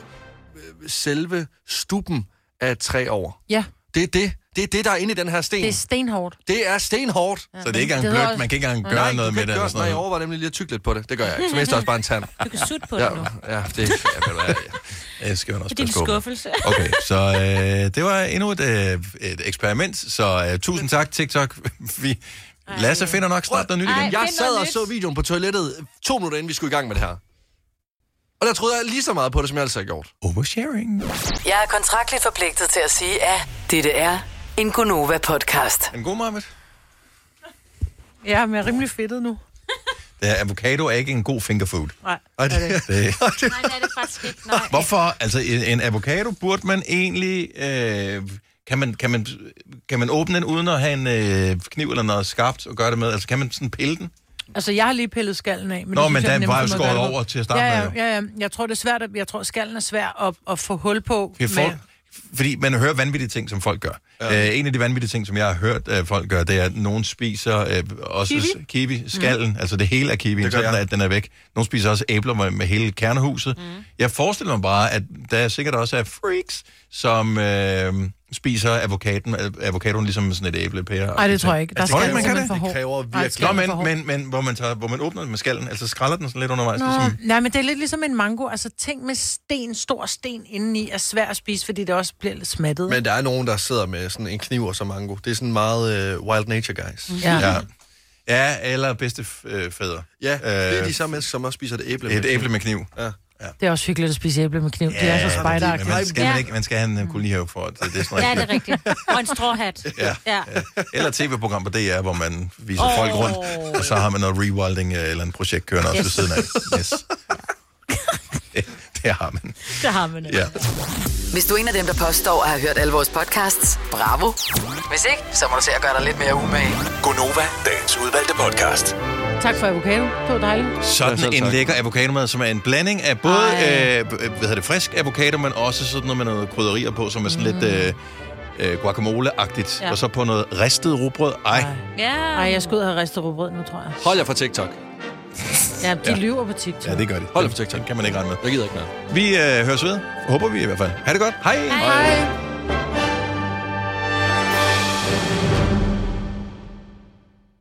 [SPEAKER 3] selve stuppen af et træ over.
[SPEAKER 2] Ja.
[SPEAKER 3] Det er det. Det er det, der er inde i den her sten.
[SPEAKER 2] Det er stenhårdt.
[SPEAKER 3] Det er stenhårdt.
[SPEAKER 2] Så det er ikke engang Det hedder blødt, også- man kan ikke engang gøre
[SPEAKER 3] Nej,
[SPEAKER 1] noget
[SPEAKER 3] du kan
[SPEAKER 1] med
[SPEAKER 3] ikke
[SPEAKER 1] det
[SPEAKER 3] gøre-
[SPEAKER 1] eller sådan
[SPEAKER 3] Nej, jeg
[SPEAKER 1] noget.
[SPEAKER 3] overvejer nemlig lige at tykke lidt på det. Det gør jeg ikke. Så mister jeg også bare en tand.
[SPEAKER 4] Du kan sutte på
[SPEAKER 3] ja,
[SPEAKER 4] det nu.
[SPEAKER 3] Ja, det, ja,
[SPEAKER 1] Det skal man også
[SPEAKER 4] Det er din
[SPEAKER 1] passe på med.
[SPEAKER 4] skuffelse.
[SPEAKER 1] Okay, så øh, det var endnu et, øh, et eksperiment, så øh, tusind tak TikTok. Vi, Lasse finder nok snart noget nyt igen.
[SPEAKER 3] jeg sad og så videoen på toilettet to minutter, inden vi skulle i gang med det her. Og der troede jeg lige så meget på det, som jeg altid har gjort.
[SPEAKER 1] Oversharing.
[SPEAKER 14] Jeg er kontraktligt forpligtet til at sige, at dette er en Gonova-podcast.
[SPEAKER 1] En god Mohammed.
[SPEAKER 2] Ja, men jeg er rimelig fedtet nu.
[SPEAKER 1] Det er, avocado er ikke en god fingerfood.
[SPEAKER 2] Nej.
[SPEAKER 1] Og det, det, det,
[SPEAKER 4] Nej, det er det faktisk ikke. Nej.
[SPEAKER 1] hvorfor? Altså, en, en avocado burde man egentlig... Øh, kan, man, kan, man, kan man åbne den uden at have en øh, kniv eller noget skarpt og gøre det med? Altså, kan man sådan pille den?
[SPEAKER 2] Altså, jeg har lige pillet skallen af. Men
[SPEAKER 1] Nå,
[SPEAKER 2] det synes
[SPEAKER 1] men
[SPEAKER 2] jeg
[SPEAKER 1] den
[SPEAKER 2] nemmeste
[SPEAKER 1] var jo
[SPEAKER 2] måde at
[SPEAKER 1] skåret
[SPEAKER 2] gøre det på.
[SPEAKER 1] over til at starte
[SPEAKER 2] ja,
[SPEAKER 1] med, jo.
[SPEAKER 2] ja, ja, ja, jeg tror, det er svært. At, jeg tror, skallen er svær at, at få hul på.
[SPEAKER 1] Fordi, folk, fordi man hører vanvittige ting, som folk gør. Ja. Øh, en af de vanvittige ting, som jeg har hørt øh, folk gøre, det er, at nogen spiser øh, også
[SPEAKER 2] Kiwi?
[SPEAKER 1] kiwi, kiwi skallen, mm. altså det hele af kiwi,
[SPEAKER 3] Det gør
[SPEAKER 1] sådan
[SPEAKER 3] jeg.
[SPEAKER 1] at den er væk. Nogen spiser også æbler med, med hele kernehuset. Mm. Jeg forestiller mig bare, at der sikkert også er freaks, som øh, spiser avocadoen, øh, avocadoen ligesom sådan et æblepære.
[SPEAKER 2] Ej, det tror jeg ikke. Der
[SPEAKER 1] Altså, tror du
[SPEAKER 2] skal
[SPEAKER 1] ikke, man kan det?
[SPEAKER 2] simpelthen for hård. Det kræver Nej, virkelig-
[SPEAKER 1] Nå,
[SPEAKER 2] skallen er for
[SPEAKER 1] men, men, men hvor, man tager, hvor man åbner den med skallen, altså skræller den sådan lidt undervejs.
[SPEAKER 2] Nå,
[SPEAKER 1] Ligesom,
[SPEAKER 2] nej, men det er lidt ligesom en mango. Altså, ting med sten, stor sten indeni, er svær at spise, fordi det også bliver lidt smattet.
[SPEAKER 3] Men der er nogen, der sidder med sådan en kniv og så mango. Det er sådan meget øh, wild nature, guys.
[SPEAKER 2] Ja.
[SPEAKER 1] ja. ja, eller bedste øh, fædre.
[SPEAKER 3] Ja, det er
[SPEAKER 1] Øh,
[SPEAKER 3] de samme mennesker, som også spiser et æble
[SPEAKER 1] Et æble med kniv.
[SPEAKER 3] Ja.
[SPEAKER 2] Det er også hyggeligt at spise æble med kniv. Ja, det er så
[SPEAKER 1] fordi
[SPEAKER 2] spejderagtigt.
[SPEAKER 1] Man skal, man, ikke, man skal have en øh, kolonihave for, at det, det er sådan
[SPEAKER 4] Ja,
[SPEAKER 1] noget.
[SPEAKER 4] det er rigtigt. Og en stråhat.
[SPEAKER 1] Ja.
[SPEAKER 4] ja.
[SPEAKER 1] Eller et tv-program på DR, hvor man viser
[SPEAKER 4] Åh.
[SPEAKER 1] oh. folk rundt, og så har man noget rewilding øh, eller en projekt kørende også ved
[SPEAKER 4] Yes.
[SPEAKER 1] siden af. Yes. Det, det har man.
[SPEAKER 4] Det har man
[SPEAKER 1] Ja.
[SPEAKER 14] Hvis du er en af dem, der påstår at have hørt alle vores podcasts, bravo. Hvis ikke, så må du se at gøre dig lidt mere umage.
[SPEAKER 5] Gonova, dagens udvalgte podcast.
[SPEAKER 2] Tak for avocado. Det var dejligt.
[SPEAKER 1] Sådan
[SPEAKER 3] selv
[SPEAKER 1] en
[SPEAKER 3] tak.
[SPEAKER 1] lækker avocadomad, som er en blanding af både øh,
[SPEAKER 2] Ej.
[SPEAKER 1] b- hvad hedder det, frisk avocado, men også sådan noget med noget krydderier på, som er sådan mm. lidt øh, øh, guacamole-agtigt.
[SPEAKER 2] Ja.
[SPEAKER 1] Ja. Og så på noget ristet rugbrød. Ej,
[SPEAKER 4] Ja.
[SPEAKER 2] Ej, jeg skulle ud og have ristet rugbrød nu, tror jeg.
[SPEAKER 3] Hold jer fra TikTok.
[SPEAKER 2] Ja, de ja. lyver på TikTok.
[SPEAKER 1] ja, det gør de.
[SPEAKER 3] Hold jer fra TikTok.
[SPEAKER 1] Kan man ikke regne med.
[SPEAKER 3] Jeg gider ikke mere.
[SPEAKER 1] Vi øh, høres ved. Håber vi i hvert fald. Ha' det godt. Hej.
[SPEAKER 2] Hej.